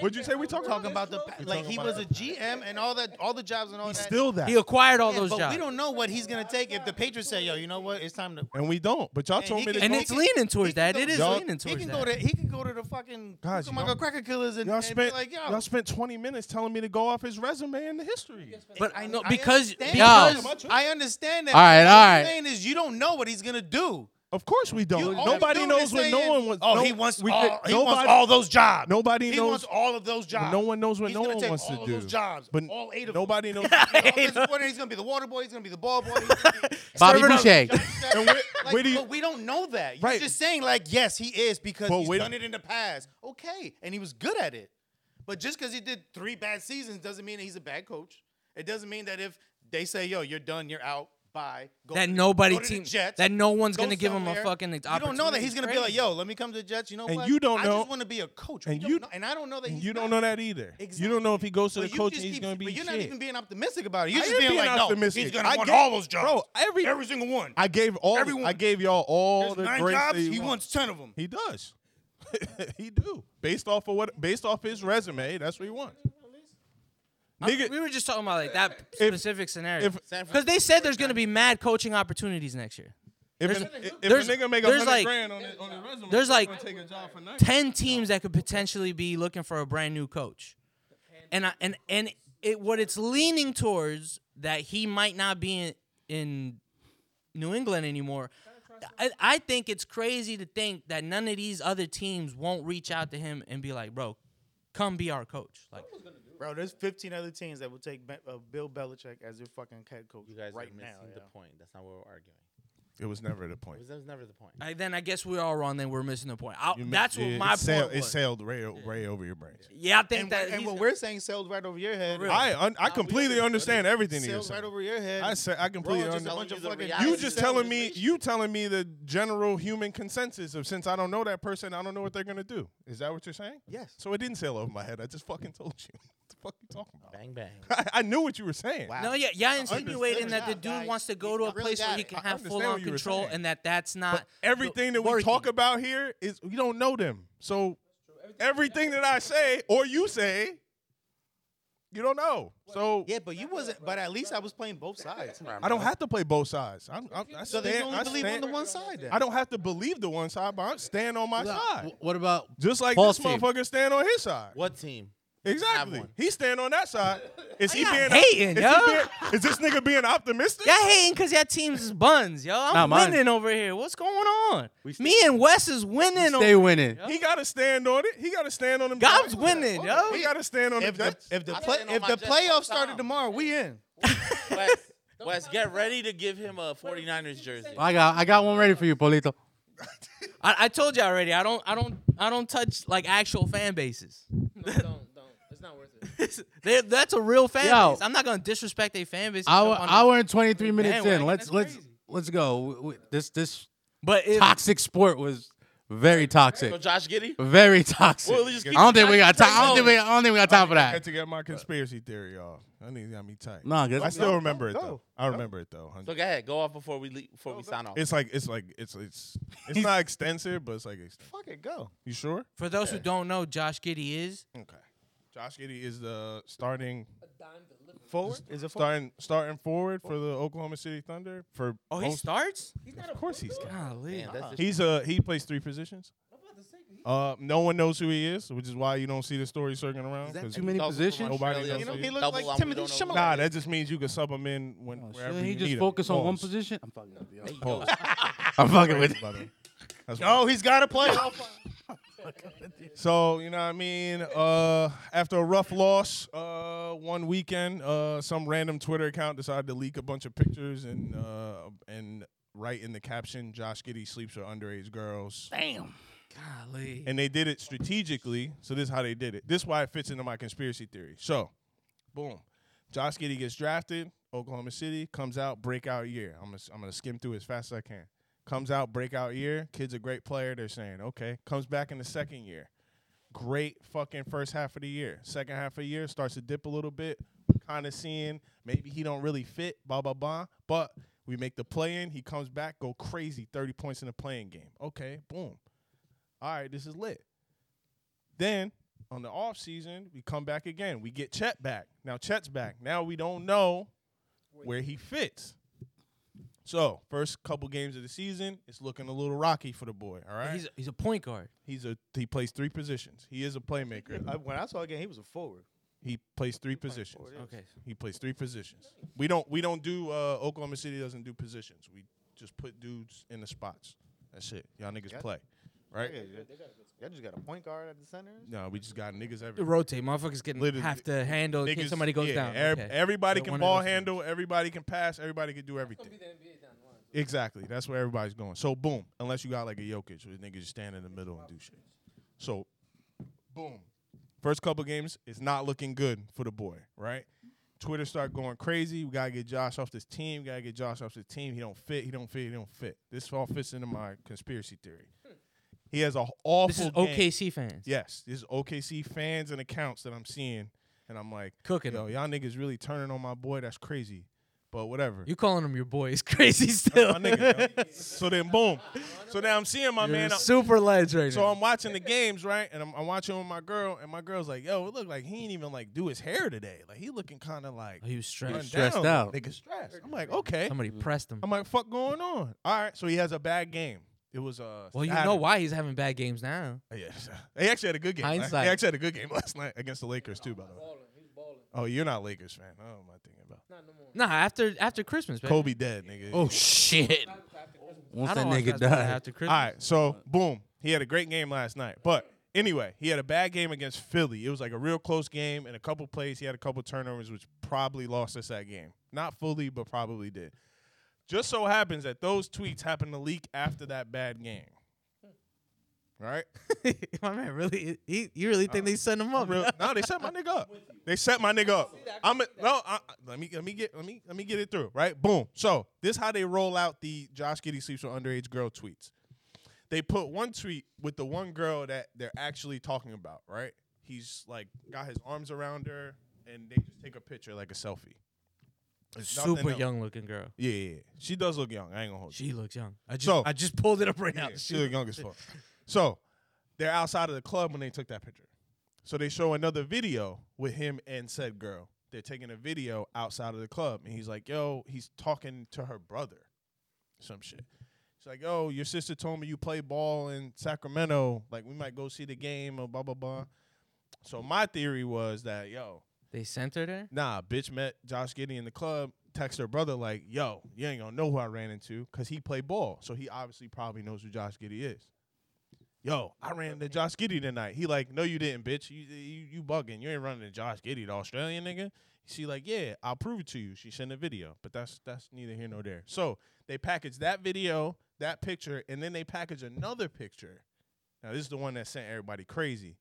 Speaker 1: What'd you say we talking
Speaker 6: talking
Speaker 1: about?
Speaker 6: about the like he was a GM and all that, all the jobs and all that.
Speaker 1: Still that.
Speaker 2: He acquired all
Speaker 6: Yeah,
Speaker 2: those
Speaker 6: but
Speaker 2: jobs,
Speaker 6: we don't know what he's gonna take if the Patriots say, "Yo, you know what? It's time to."
Speaker 1: And we don't. But y'all
Speaker 6: he
Speaker 1: told me
Speaker 6: can-
Speaker 1: to
Speaker 2: and
Speaker 1: go.
Speaker 2: it's leaning towards that. It is
Speaker 1: Y'all-
Speaker 2: leaning
Speaker 6: He
Speaker 2: towards
Speaker 6: can go
Speaker 2: that.
Speaker 6: to he can go to the fucking
Speaker 1: Guys,
Speaker 6: Guys,
Speaker 1: y'all-
Speaker 6: cracker killers and,
Speaker 1: Y'all
Speaker 6: and
Speaker 1: spent
Speaker 6: be like, "Yo,
Speaker 1: y'all spent 20 minutes telling me to go off his resume and the history.
Speaker 2: But
Speaker 6: I-
Speaker 2: I know
Speaker 6: I
Speaker 2: because
Speaker 6: understand
Speaker 2: because
Speaker 6: that. I understand that.
Speaker 2: All right,
Speaker 6: What
Speaker 2: all
Speaker 6: I'm
Speaker 2: right.
Speaker 6: Saying is, you don't know what he's gonna do.
Speaker 1: Of course we don't.
Speaker 6: You- all
Speaker 1: nobody
Speaker 6: you do
Speaker 1: knows
Speaker 6: is
Speaker 1: what
Speaker 6: saying,
Speaker 1: no one wants.
Speaker 6: Oh,
Speaker 1: no-
Speaker 6: he wants
Speaker 1: we
Speaker 6: all.
Speaker 1: could-
Speaker 6: he
Speaker 1: nobody,
Speaker 6: wants all those jobs.
Speaker 1: Nobody
Speaker 6: he
Speaker 1: knows.
Speaker 6: wants all of those jobs.
Speaker 1: no one knows what
Speaker 6: He's
Speaker 1: no
Speaker 6: gonna
Speaker 1: one
Speaker 6: take
Speaker 1: wants
Speaker 6: all
Speaker 1: to
Speaker 6: of
Speaker 1: do.
Speaker 6: those jobs,
Speaker 1: But
Speaker 6: all eight of
Speaker 1: nobody knows.
Speaker 6: them. He's gonna be the offensive coordinator, he's gonna be the water boy. He's gonna be the ball boy. He's gonna be
Speaker 5: Bobby
Speaker 2: Servant-
Speaker 5: Boucher.
Speaker 1: and where,
Speaker 6: Like,
Speaker 1: where do
Speaker 6: but
Speaker 1: you,
Speaker 6: we don't know that. You're
Speaker 1: Right.
Speaker 6: just saying like, yes, he is because
Speaker 1: But
Speaker 6: he's
Speaker 1: wait-
Speaker 6: done it in the past. Okay, and he was good at it. But just because he did three bad seasons doesn't mean that he's a bad coach. It doesn't mean that if they say, "Yo, you're done, you're out," bye. Go
Speaker 2: that
Speaker 6: to-
Speaker 2: nobody
Speaker 6: go to the
Speaker 2: team
Speaker 6: Jets,
Speaker 2: that no one's
Speaker 6: go
Speaker 2: gonna give him a
Speaker 6: somewhere.
Speaker 2: fucking
Speaker 6: You don't know that
Speaker 2: opportunity.
Speaker 6: he's gonna be like, "Yo, let me come to the Jets." You know
Speaker 1: And
Speaker 6: what?
Speaker 1: you don't
Speaker 6: I
Speaker 1: know-
Speaker 6: just want to be a coach.
Speaker 1: and
Speaker 6: And
Speaker 1: you-
Speaker 6: you, know, and I don't know that he's
Speaker 1: you don't
Speaker 6: not.
Speaker 1: know that either. You don't know if he goes to
Speaker 6: But
Speaker 1: the
Speaker 6: you
Speaker 1: coach and
Speaker 6: just
Speaker 1: he's
Speaker 6: keep-
Speaker 1: going to be
Speaker 6: But you're
Speaker 1: shit.
Speaker 6: not even being optimistic about it. You're
Speaker 1: I
Speaker 6: just
Speaker 1: am
Speaker 6: being
Speaker 1: being
Speaker 6: like, "No, he's
Speaker 1: optimistic.
Speaker 6: gonna
Speaker 1: I
Speaker 6: want
Speaker 1: get-
Speaker 6: all those jobs,
Speaker 1: Bro, every-
Speaker 6: every single one."
Speaker 1: I gave all.
Speaker 6: Everyone-
Speaker 1: I gave y'all all
Speaker 6: There's
Speaker 1: the
Speaker 6: nine
Speaker 1: great
Speaker 6: jobs.
Speaker 1: that
Speaker 6: He
Speaker 1: want.
Speaker 6: wants ten of them.
Speaker 1: He does. he do. Based off of what based off his resume, that's what he wants.
Speaker 2: I'm-
Speaker 1: Nigga,
Speaker 2: we were just talking about like that specific scenario
Speaker 1: if- San
Speaker 2: because they said there's gonna be mad coaching opportunities next year.
Speaker 1: if,
Speaker 2: There's-
Speaker 1: an, if a
Speaker 2: there's-
Speaker 1: nigga make a
Speaker 2: there's
Speaker 1: hundred
Speaker 2: like-
Speaker 1: grand on his, on his resume,
Speaker 2: There's like
Speaker 1: take a job for nothing.
Speaker 2: ten teams that could potentially be looking for a brand new coach, and I, and and it what it's leaning towards that he might not be in, in New England anymore. I, I think it's crazy to think that none of these other teams won't reach out to him and be like, "Bro, come be our coach." Like,
Speaker 6: Bro, there's 15 other teams that would take Be- uh, Bill Belichick as their fucking head coach
Speaker 3: You guys
Speaker 6: right
Speaker 3: are
Speaker 6: now.
Speaker 3: missing the
Speaker 6: yo.
Speaker 3: point. That's not what we're arguing.
Speaker 1: It was never the point.
Speaker 3: That was, that was never the point.
Speaker 2: I, then I guess we're all wrong. Then we're missing the point. I,
Speaker 1: You mi-
Speaker 2: that's what
Speaker 1: it-
Speaker 2: my
Speaker 1: it sailed,
Speaker 2: point
Speaker 1: It
Speaker 2: was.
Speaker 1: sailed right, o- right over your brains.
Speaker 2: Yeah, I think
Speaker 6: And,
Speaker 2: that
Speaker 6: what- and
Speaker 2: he's-
Speaker 6: what we're saying sailed right over your head.
Speaker 2: Really?
Speaker 1: I un, I completely understand everything you're
Speaker 6: sailed right
Speaker 1: saying.
Speaker 6: over your head.
Speaker 1: I say I completely understand.
Speaker 6: just telling
Speaker 3: bunch of
Speaker 6: you the
Speaker 3: fucking-
Speaker 6: reality
Speaker 1: You
Speaker 6: of
Speaker 1: just
Speaker 6: the
Speaker 1: telling me
Speaker 6: situation.
Speaker 1: you telling me the general human consensus of since I don't know that person, I don't know what they're gonna do. Is that what you're saying?
Speaker 6: Yes.
Speaker 1: So it didn't sail over my head. I just fucking told you. What the fuck you talking about?
Speaker 3: Bang bang.
Speaker 1: I, I knew what you were saying.
Speaker 2: No, yeah, y'all
Speaker 1: understand
Speaker 2: insinuating that the
Speaker 6: that,
Speaker 2: dude
Speaker 6: guys.
Speaker 2: wants to go
Speaker 6: You-
Speaker 2: to
Speaker 6: I
Speaker 2: a
Speaker 6: really
Speaker 2: place where
Speaker 6: got
Speaker 2: he
Speaker 6: it.
Speaker 2: can
Speaker 1: I
Speaker 2: have full
Speaker 1: understand
Speaker 2: on
Speaker 1: what you were
Speaker 2: control,
Speaker 1: saying.
Speaker 2: and that that's not
Speaker 1: But everything that we
Speaker 2: working.
Speaker 1: talk about here is we don't know them. So everything that I say or you say, you don't know. So
Speaker 6: Yeah, but you wasn't. But at least I was playing both sides.
Speaker 1: I don't have to play both sides. I'm, I'm, I
Speaker 6: So they
Speaker 1: stand-
Speaker 6: only
Speaker 1: I
Speaker 6: believe on
Speaker 1: stand-
Speaker 6: the one side. Then.
Speaker 1: I don't have to believe the one side, but I'm staying on my side.
Speaker 5: What about
Speaker 1: Just like
Speaker 5: Paul's
Speaker 1: this
Speaker 5: team?
Speaker 1: motherfucker stand on his side.
Speaker 3: What team?
Speaker 1: Exactly.
Speaker 3: one.
Speaker 1: He stand on that side. Is he
Speaker 2: Y'all
Speaker 1: being
Speaker 2: hating,
Speaker 1: is, he
Speaker 2: yo.
Speaker 1: being- is this nigga being optimistic?
Speaker 2: Y'all hating because y'all teams is buns, yo.
Speaker 5: Nah,
Speaker 2: I'm
Speaker 5: mine-
Speaker 2: winning over here. What's going on?
Speaker 5: We stay-
Speaker 2: Me and Wes is winning.
Speaker 5: Stay
Speaker 2: over-
Speaker 5: winning.
Speaker 1: He gotta stand on it. He gotta stand on him.
Speaker 2: Gob's winning, yo.
Speaker 1: He gotta stand on
Speaker 6: If
Speaker 1: him.
Speaker 6: the if the
Speaker 3: I
Speaker 6: play,
Speaker 3: stand on
Speaker 6: if
Speaker 3: my
Speaker 6: the
Speaker 3: Jets all
Speaker 6: playoffs
Speaker 3: the
Speaker 6: started
Speaker 3: time.
Speaker 6: tomorrow, we in.
Speaker 3: Wes, Wes, get ready to give him a 49ers jersey.
Speaker 5: I got I got one ready for you, Polito.
Speaker 2: I, I told you already. I don't. I don't. I don't touch like actual fan bases.
Speaker 4: No, don't don't. It's not worth it.
Speaker 2: They- that's a real fan
Speaker 5: Yo.
Speaker 2: base. I'm not gonna disrespect their fan base. and
Speaker 5: Hour
Speaker 2: jump on them.
Speaker 5: hour and twenty three minutes
Speaker 2: bandwagon,
Speaker 5: in. Let's
Speaker 2: that's
Speaker 5: let's
Speaker 2: crazy.
Speaker 5: let's go. W- w- This this
Speaker 2: But it,
Speaker 5: toxic sport was Very toxic.
Speaker 3: So Josh Giddy.
Speaker 5: Very toxic.
Speaker 3: Well, just keep
Speaker 5: I don't think we got time. I
Speaker 3: Josh
Speaker 5: don't think we. I don't think we got time for
Speaker 1: I had
Speaker 5: that.
Speaker 1: to get my conspiracy theory off. That nigga got me tight.
Speaker 5: No, cause
Speaker 1: I
Speaker 5: that's-
Speaker 1: still remember it
Speaker 6: go,
Speaker 1: though. I remember it though.
Speaker 3: So go ahead, go off before we leave, before we sign off.
Speaker 1: It's like it's like it's it's it's not extensive, but it's like extensive.
Speaker 6: Fuck it, go.
Speaker 1: You sure?
Speaker 2: For those who don't know, Josh Giddy is
Speaker 1: Okay. Josh Giddy is the starting
Speaker 6: Forward is it forward?
Speaker 1: starting starting forward for the Oklahoma City Thunder for
Speaker 2: Oh, he
Speaker 1: most-
Speaker 2: starts?
Speaker 1: of course he's
Speaker 2: Golly.
Speaker 3: Man, that's just-
Speaker 1: He's a he plays three positions. Uh, no one knows who he is, which is why you don't see the story circling around.
Speaker 5: Is that
Speaker 1: 'cause
Speaker 5: too many
Speaker 3: Dog from
Speaker 5: positions?
Speaker 1: Nobody
Speaker 3: Australia,
Speaker 1: knows
Speaker 3: so
Speaker 1: who
Speaker 6: he
Speaker 3: you
Speaker 6: looked
Speaker 3: double
Speaker 6: like
Speaker 3: on, we
Speaker 6: Timothy
Speaker 3: don't know who
Speaker 6: Shimolo.
Speaker 3: that
Speaker 1: Nah,
Speaker 3: is.
Speaker 1: that just means you can sub him in when
Speaker 5: Oh,
Speaker 1: wherever
Speaker 5: shouldn't he
Speaker 1: you
Speaker 5: just
Speaker 1: need
Speaker 5: focus
Speaker 1: him.
Speaker 5: on one
Speaker 1: Pause.
Speaker 5: position? I'm fucking with you.
Speaker 1: Pause.
Speaker 5: I'm fucking with you.
Speaker 1: By the way. That's
Speaker 6: Oh,
Speaker 1: why.
Speaker 6: he's got to play.
Speaker 1: So you know what I mean. Uh, after a rough loss, uh, one weekend, uh, some random Twitter account decided to leak a bunch of pictures and uh, and write in the caption, "Josh Giddy sleeps with underage girls."
Speaker 5: Damn.
Speaker 2: Golly.
Speaker 1: and they did it strategically. So this is how they did it. This is why it fits into my conspiracy theory. So, boom, Josh Giddy gets drafted. Oklahoma City comes out breakout year. I'm gonna, I'm gonna skim through as fast as I can. Comes out breakout year. Kid's a great player. They're saying okay. Comes back in the second year. Great fucking first half of the year. Second half of the year starts to dip a little bit. Kind of seeing maybe he don't really fit. Blah blah blah. But we make the play in. He comes back, go crazy, thirty points in the playing game. Okay, boom all right, this is lit. Then on the off season, we come back again. We get Chet back. Now Chet's back. Now we don't know where he fits. So first couple games of the season, it's looking a little rocky for the boy. All right,
Speaker 2: He's, he's a point guard.
Speaker 1: he's a he plays three positions. He is a playmaker.
Speaker 6: I, when I saw again, he was a forward.
Speaker 1: He plays three positions.
Speaker 2: Okay.
Speaker 1: He plays three positions. We don't we don't do uh, Oklahoma City doesn't do positions. We just put dudes in the spots. That's it. Y'all niggas play, right?
Speaker 6: Yeah, yeah. Y'all just got a point guard at the center.
Speaker 1: No, we just got niggas everywhere.
Speaker 2: Rotate. Motherfuckers getting
Speaker 1: Literally.
Speaker 2: have to handle in
Speaker 1: Niggas-
Speaker 2: case somebody goes
Speaker 1: yeah,
Speaker 2: down.
Speaker 1: ev-
Speaker 2: Okay.
Speaker 1: Everybody
Speaker 2: Yeah,
Speaker 1: can
Speaker 2: one of
Speaker 1: ball
Speaker 2: those things.
Speaker 1: handle. Everybody can pass. Everybody can do everything. Exactly. That's where everybody's going. So boom. Unless you got like a Jokic, where niggas just stand in the middle and do shit. So, boom. First couple games, it's not looking good for the boy. Right. Twitter start going crazy. We gotta get Josh off this team. We gotta get Josh off this team. He don't fit. He don't fit. He don't fit. This all fits into my conspiracy theory. He has a awful.
Speaker 2: This is
Speaker 1: game.
Speaker 2: OKC fans.
Speaker 1: Yes, this is OKC fans and accounts that I'm seeing, and I'm like,
Speaker 2: Cooking
Speaker 1: yo, y'all niggas really turning on my boy. That's crazy, but whatever.
Speaker 2: You calling him your boy is crazy still.
Speaker 1: my nigga. yo. So then, boom. So now I'm seeing my
Speaker 2: You're
Speaker 1: man.
Speaker 2: a
Speaker 1: I'm-
Speaker 2: super ledge right
Speaker 1: so
Speaker 2: now.
Speaker 1: I'm watching the games, right? And I'm, I'm watching with my girl, and my girl's like, yo, it looked like he ain't even like do his hair today. Like he looking kind of like
Speaker 2: Oh, he was
Speaker 1: run
Speaker 2: stressed.
Speaker 5: stressed
Speaker 1: down.
Speaker 5: out.
Speaker 1: Nigga stressed. I'm like, okay.
Speaker 2: Somebody pressed him.
Speaker 1: Mm-hmm. I'm like, fuck going on. All right. So he has a bad game. It was uh.
Speaker 2: Well, you know
Speaker 1: Saturday.
Speaker 2: why he's having bad games now.
Speaker 1: Oh, Yeah, he actually had a good game. last-
Speaker 2: Hindsight.
Speaker 1: He actually had a good game last night against the Lakers too. By the way. Oh, you're not a Lakers fan. Oh, am I thinking about?
Speaker 2: Nah, after after Christmas, baby.
Speaker 1: Kobe dead, nigga.
Speaker 5: Oh shit. Once
Speaker 2: I
Speaker 5: that
Speaker 2: don't watch
Speaker 5: nigga
Speaker 2: basketball
Speaker 5: died.
Speaker 2: after Christmas.
Speaker 1: All right, so boom, he had a great game last night. But anyway, he had a bad game against Philly. It was like a real close game, and a couple plays he had a couple turnovers, which probably lost us that game. Not fully, but probably did. Just so happens that those tweets happened to leak after that bad game. Right? Uh,
Speaker 2: My man, really? He, you really think they sent him up?
Speaker 1: Real- no, they set my nigga up. They set my nigga up. I'm a, no. I, I- let me let me get let me let me get it through. Right, boom. So this how they roll out the Josh Giddy sleeps with underage girl tweets. They put one tweet with the one girl that they're actually talking about. Right, he's like got his arms around her, and they just take a picture like a selfie. It's nothing
Speaker 2: Super
Speaker 1: else.
Speaker 2: young looking girl.
Speaker 1: Yeah, yeah, yeah. She does look young. I ain't gonna hold you.
Speaker 2: She looks young. I just
Speaker 1: So-
Speaker 2: I just pulled it up right now.
Speaker 1: Yeah,
Speaker 2: She
Speaker 1: she look young as fuck. So they're outside of the club when they took that picture. So they show another video with him and said girl. They're taking a video outside of the club, and he's like, "Yo, he's talking to her brother, some shit." She's like, "Yo, your sister told me you play ball in Sacramento. Like, we might go see the game or blah blah blah." So my theory was that, yo,
Speaker 2: They sent her there.
Speaker 1: nah, bitch met Josh Giddy in the club, text her brother like, yo, you ain't gonna know who I ran into because he played ball. So he obviously probably knows who Josh Giddy is. Yo, I ran into Josh Giddy tonight. He like, no, you didn't, bitch. You you, you bugging. You ain't running to Josh Giddy, the Australian nigga. She like, yeah, I'll prove it to you. She sent a video, but that's that's neither here nor there. So they package that video, that picture, and then they package another picture. Now this is the one that sent everybody crazy.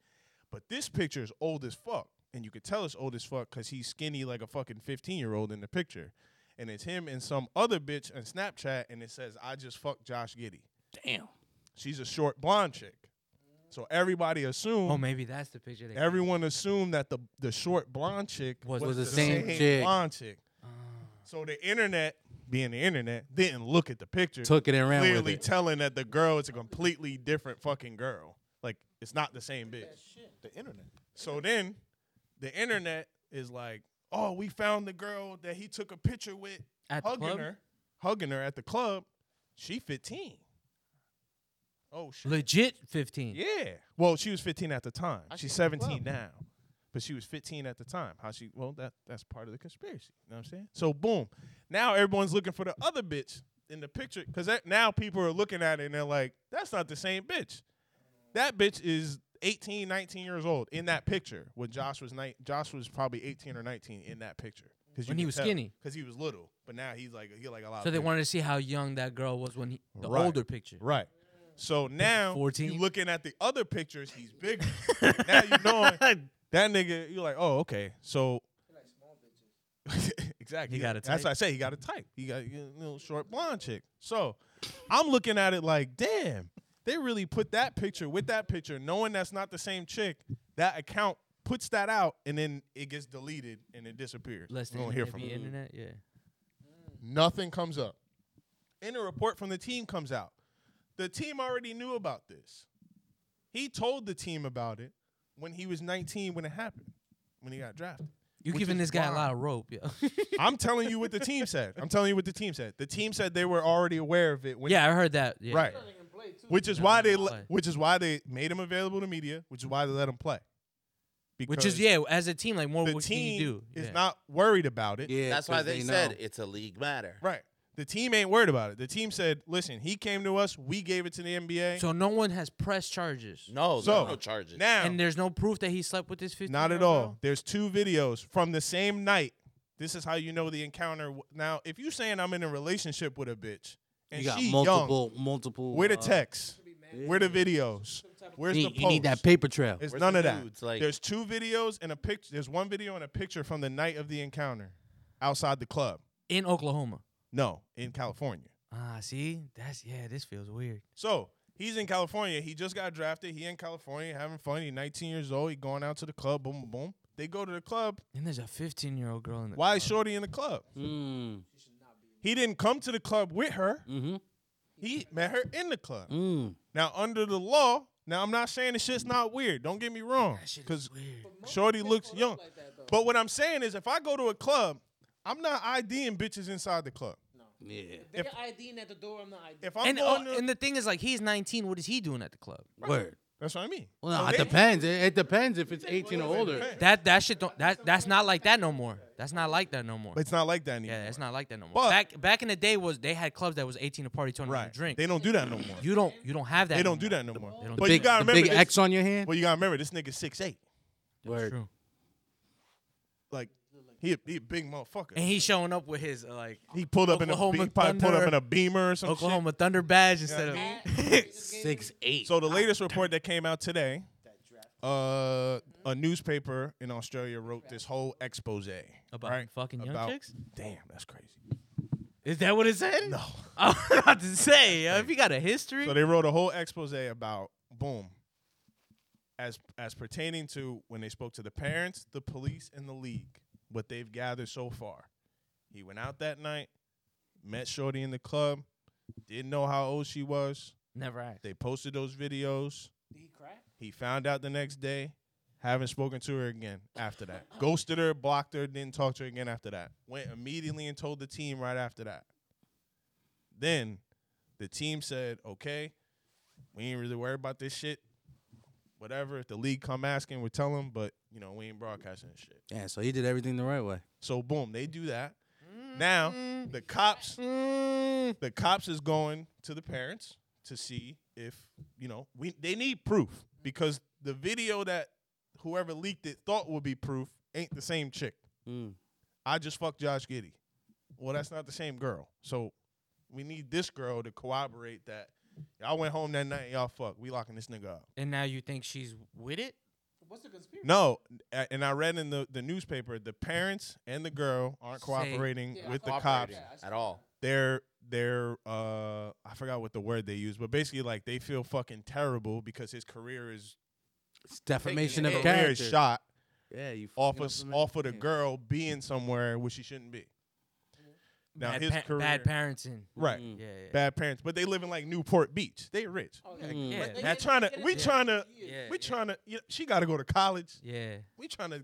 Speaker 1: But this picture is old as fuck. And you could tell it's old as fuck because he's skinny like a fucking 15 year old in the picture. And it's him and some other bitch on Snapchat, and it says, I just fucked Josh Giddy.
Speaker 5: Damn.
Speaker 1: She's a short blonde chick. So everybody assumed
Speaker 2: Oh, maybe that's the picture. They
Speaker 1: everyone assumed that the the short blonde chick
Speaker 2: Was
Speaker 5: the same chick.
Speaker 1: blonde chick. So the internet, being the internet, didn't look at the picture.
Speaker 5: Took it and ran with
Speaker 1: clearly
Speaker 5: it.
Speaker 1: telling that the girl is a completely different fucking girl. Like it's not the same bitch.
Speaker 6: The internet.
Speaker 1: So then the internet is like, oh, we found the girl that he took a picture with
Speaker 2: At the
Speaker 1: hugging
Speaker 2: club?
Speaker 1: her, hugging her at the club. She 15. Oh shit.
Speaker 2: legit 15.
Speaker 1: Yeah. Well, she was 15 at the time. She's 17 now. But she was 15 at the time. How she Well, that that's part of the conspiracy. You know what I'm saying? So boom. Now everyone's looking for the other bitch in the picture cuz now people are looking at it and they're like, that's not the same bitch. That bitch is 18, 19 years old in that picture when Josh was ni- Josh was probably 18 or 19 in that picture. Cause
Speaker 2: When he was skinny.
Speaker 1: Because he was little, but now he's like he like a lot.
Speaker 2: So they
Speaker 1: bigger.
Speaker 2: wanted to see how young that girl was when he, the
Speaker 1: Right.
Speaker 2: older picture.
Speaker 1: Right. So now
Speaker 2: 14.
Speaker 1: you looking at the other pictures, he's bigger. now you know him. that nigga. You're like, oh, okay. So exactly.
Speaker 2: He got a
Speaker 1: That's
Speaker 2: type.
Speaker 1: what I say. He got a type. He got you know short blonde chick. So I'm looking at it like, damn, they really put that picture with that picture, knowing that's not the same chick. That account puts that out, and then it gets deleted and it disappears.
Speaker 2: Less
Speaker 1: We
Speaker 2: than
Speaker 1: don't hear from
Speaker 2: the
Speaker 1: them.
Speaker 2: internet. Yeah.
Speaker 1: Nothing comes up. And a report from the team comes out. The team already knew about this. He told the team about it when he was 19 when it happened, when he got drafted.
Speaker 2: You
Speaker 1: Which
Speaker 2: giving
Speaker 1: is
Speaker 2: this guy a lot
Speaker 1: wild.
Speaker 2: of rope, yo.
Speaker 1: I'm telling you what the team said. I'm telling you what the team said. The team said they were already aware of it when
Speaker 2: yeah, I heard that. Yeah.
Speaker 1: right. Which is
Speaker 2: They're
Speaker 1: why
Speaker 2: not
Speaker 1: they
Speaker 2: gonna
Speaker 1: le-
Speaker 2: play.
Speaker 1: which is why they made him available to media, which is why they let him play.
Speaker 2: Which is
Speaker 1: Because
Speaker 2: yeah, as a team, like more
Speaker 1: the
Speaker 2: what
Speaker 1: team
Speaker 2: can you do?
Speaker 1: is
Speaker 2: Yeah.
Speaker 1: not worried about it.
Speaker 5: Yeah,
Speaker 3: That's why
Speaker 5: 'cause
Speaker 3: they,
Speaker 5: know.
Speaker 3: said it's a league matter.
Speaker 1: Right. The team ain't worried about it. The team said, "Listen, he came to us. We gave it to the NBA.
Speaker 2: So no one has pressed charges.
Speaker 3: No,
Speaker 1: So
Speaker 3: there's no charges.
Speaker 1: now,
Speaker 2: And there's no proof that he slept with this 15.
Speaker 1: not at all. There's two videos from the same night. This is how you know the encounter. w- Now, if you saying I'm in a relationship with a bitch and
Speaker 5: you got
Speaker 1: she
Speaker 5: multiple, multiple.
Speaker 1: young, where the
Speaker 5: uh,
Speaker 1: texts? Where the videos? Where's
Speaker 5: need-
Speaker 1: the post?
Speaker 5: you need that paper trail.
Speaker 1: It's
Speaker 3: Where's
Speaker 1: none
Speaker 3: the
Speaker 1: of that.
Speaker 3: nudes? Like-
Speaker 1: there's two videos and a picture. There's one video and a picture from the night of the encounter, outside the club.
Speaker 2: In Oklahoma.
Speaker 1: No, in California.
Speaker 2: Ah, see? That's yeah, this feels weird.
Speaker 1: So he's in California. He just got drafted. He in California having fun. He's 19 years old. He going out to the club. Boom, boom, boom. They go to the club.
Speaker 2: And there's a 15 year old girl in the
Speaker 1: Why is
Speaker 2: club.
Speaker 1: Shorty in the club?
Speaker 5: Mm,
Speaker 1: He didn't come to the club with her.
Speaker 5: mm-hmm.
Speaker 1: He met her in the club.
Speaker 5: Mm.
Speaker 1: Now under the law. Now I'm not saying this shit's not weird. Don't get me wrong. Because
Speaker 2: Weird.
Speaker 1: Shorty looks young. But what I'm saying is, if I go to a club, I'm not IDing bitches inside the club.
Speaker 5: Yeah.
Speaker 4: They
Speaker 1: If-
Speaker 4: got IDing at the door. I'm not IDing.
Speaker 1: If I'm
Speaker 2: And
Speaker 1: going,
Speaker 2: oh,
Speaker 1: to,
Speaker 2: and the thing is like he's 19, what is he doing at the club?
Speaker 5: Word.
Speaker 1: that's what I mean.
Speaker 5: Well, no,
Speaker 1: So
Speaker 5: it
Speaker 1: they-
Speaker 5: depends. It, it depends if it's 18 or older.
Speaker 2: That that shit don't that that's not like that no more. That's not like that no more.
Speaker 1: It's not like that anymore.
Speaker 2: yeah, that's not like that no more.
Speaker 1: But-
Speaker 2: back back in the day was they had clubs that was 18 to party 20
Speaker 1: right.
Speaker 2: to drink.
Speaker 1: They don't do that no more.
Speaker 2: you don't you don't have that.
Speaker 1: they
Speaker 2: no
Speaker 1: don't do
Speaker 2: more.
Speaker 1: that no more.
Speaker 2: They don't
Speaker 1: But
Speaker 2: do
Speaker 1: you
Speaker 5: big,
Speaker 1: gotta
Speaker 5: the
Speaker 1: remember
Speaker 5: big
Speaker 1: this-
Speaker 5: X on your hand.
Speaker 1: Well, you gotta remember this nigga six eight.
Speaker 5: Word.
Speaker 2: True.
Speaker 1: Like he a, he a big motherfucker.
Speaker 2: And he's showing up with his uh, like
Speaker 1: he pulled up in a
Speaker 2: Oklahoma
Speaker 1: he probably pulled up
Speaker 2: Thunder.
Speaker 1: in a Beamer or some shit.
Speaker 2: Oklahoma Thunder badge instead
Speaker 1: Yeah, I
Speaker 2: of
Speaker 5: Six eight.
Speaker 1: So the latest report that came out today, uh, a newspaper in Australia wrote this whole expose
Speaker 2: about
Speaker 1: right?
Speaker 2: fucking young
Speaker 1: about-
Speaker 2: chicks.
Speaker 1: Damn, that's crazy.
Speaker 2: Is that what it said? No. I was about to say uh, if you got a history.
Speaker 1: So they wrote a whole expose about boom, as as pertaining to when they spoke to the parents, the police, and the league, what they've gathered so far. He went out that night, met Shorty in the club, didn't know how old she was.
Speaker 2: Never asked.
Speaker 1: They posted those videos.
Speaker 4: Did he crack?
Speaker 1: He found out the next day. Haven't spoken to her again after that. Ghosted her, blocked her, didn't talk to her again after that. Went immediately and told the team right after that. Then the team said, okay, we ain't really worried about this shit. Whatever. If the league come asking, we tell them, but you know, we ain't broadcasting this shit.
Speaker 5: Yeah. So he did everything the right way.
Speaker 1: So boom, they do that. Now the cops the cops is going to the parents to see if, you know, we they need proof because the video that whoever leaked it thought would be proof ain't the same chick.
Speaker 5: Mm.
Speaker 1: I just fucked Josh Giddy. Well, that's not the same girl. So we need this girl to corroborate that. Y'all went home that night, y'all fuck. We locking this nigga up.
Speaker 2: And now you think she's with it?
Speaker 4: What's the conspiracy?
Speaker 1: No, a- and I read in the, the newspaper the parents and the girl aren't
Speaker 2: Say-
Speaker 1: cooperating
Speaker 4: Yeah,
Speaker 1: with the
Speaker 3: Cooperating
Speaker 1: cops.
Speaker 4: Yeah, I
Speaker 3: at all.
Speaker 1: They're they're uh I forgot what the word they use, but basically like they feel fucking terrible because his career is
Speaker 5: It's defamation of
Speaker 6: Taking it.
Speaker 1: career is
Speaker 5: character.
Speaker 1: shot
Speaker 5: Yeah, you
Speaker 1: off
Speaker 5: fucking
Speaker 1: of
Speaker 5: up the
Speaker 1: off of the
Speaker 5: man.
Speaker 1: girl being somewhere where she shouldn't be.
Speaker 2: Mm-hmm.
Speaker 1: Now
Speaker 2: bad,
Speaker 1: his
Speaker 2: pa-
Speaker 1: career
Speaker 2: bad Mm-hmm. parenting.
Speaker 1: Right.
Speaker 5: Mm-hmm.
Speaker 2: Yeah, yeah.
Speaker 1: Bad parents, but they live in like Newport Beach. They rich.
Speaker 2: Yeah,
Speaker 4: But Oh,
Speaker 1: Now
Speaker 4: they get-
Speaker 1: trying to
Speaker 4: they get
Speaker 1: we
Speaker 4: it.
Speaker 1: trying to
Speaker 2: Mm-hmm. yeah,
Speaker 1: we trying to you know, she got to go to college.
Speaker 2: yeah.
Speaker 1: We trying to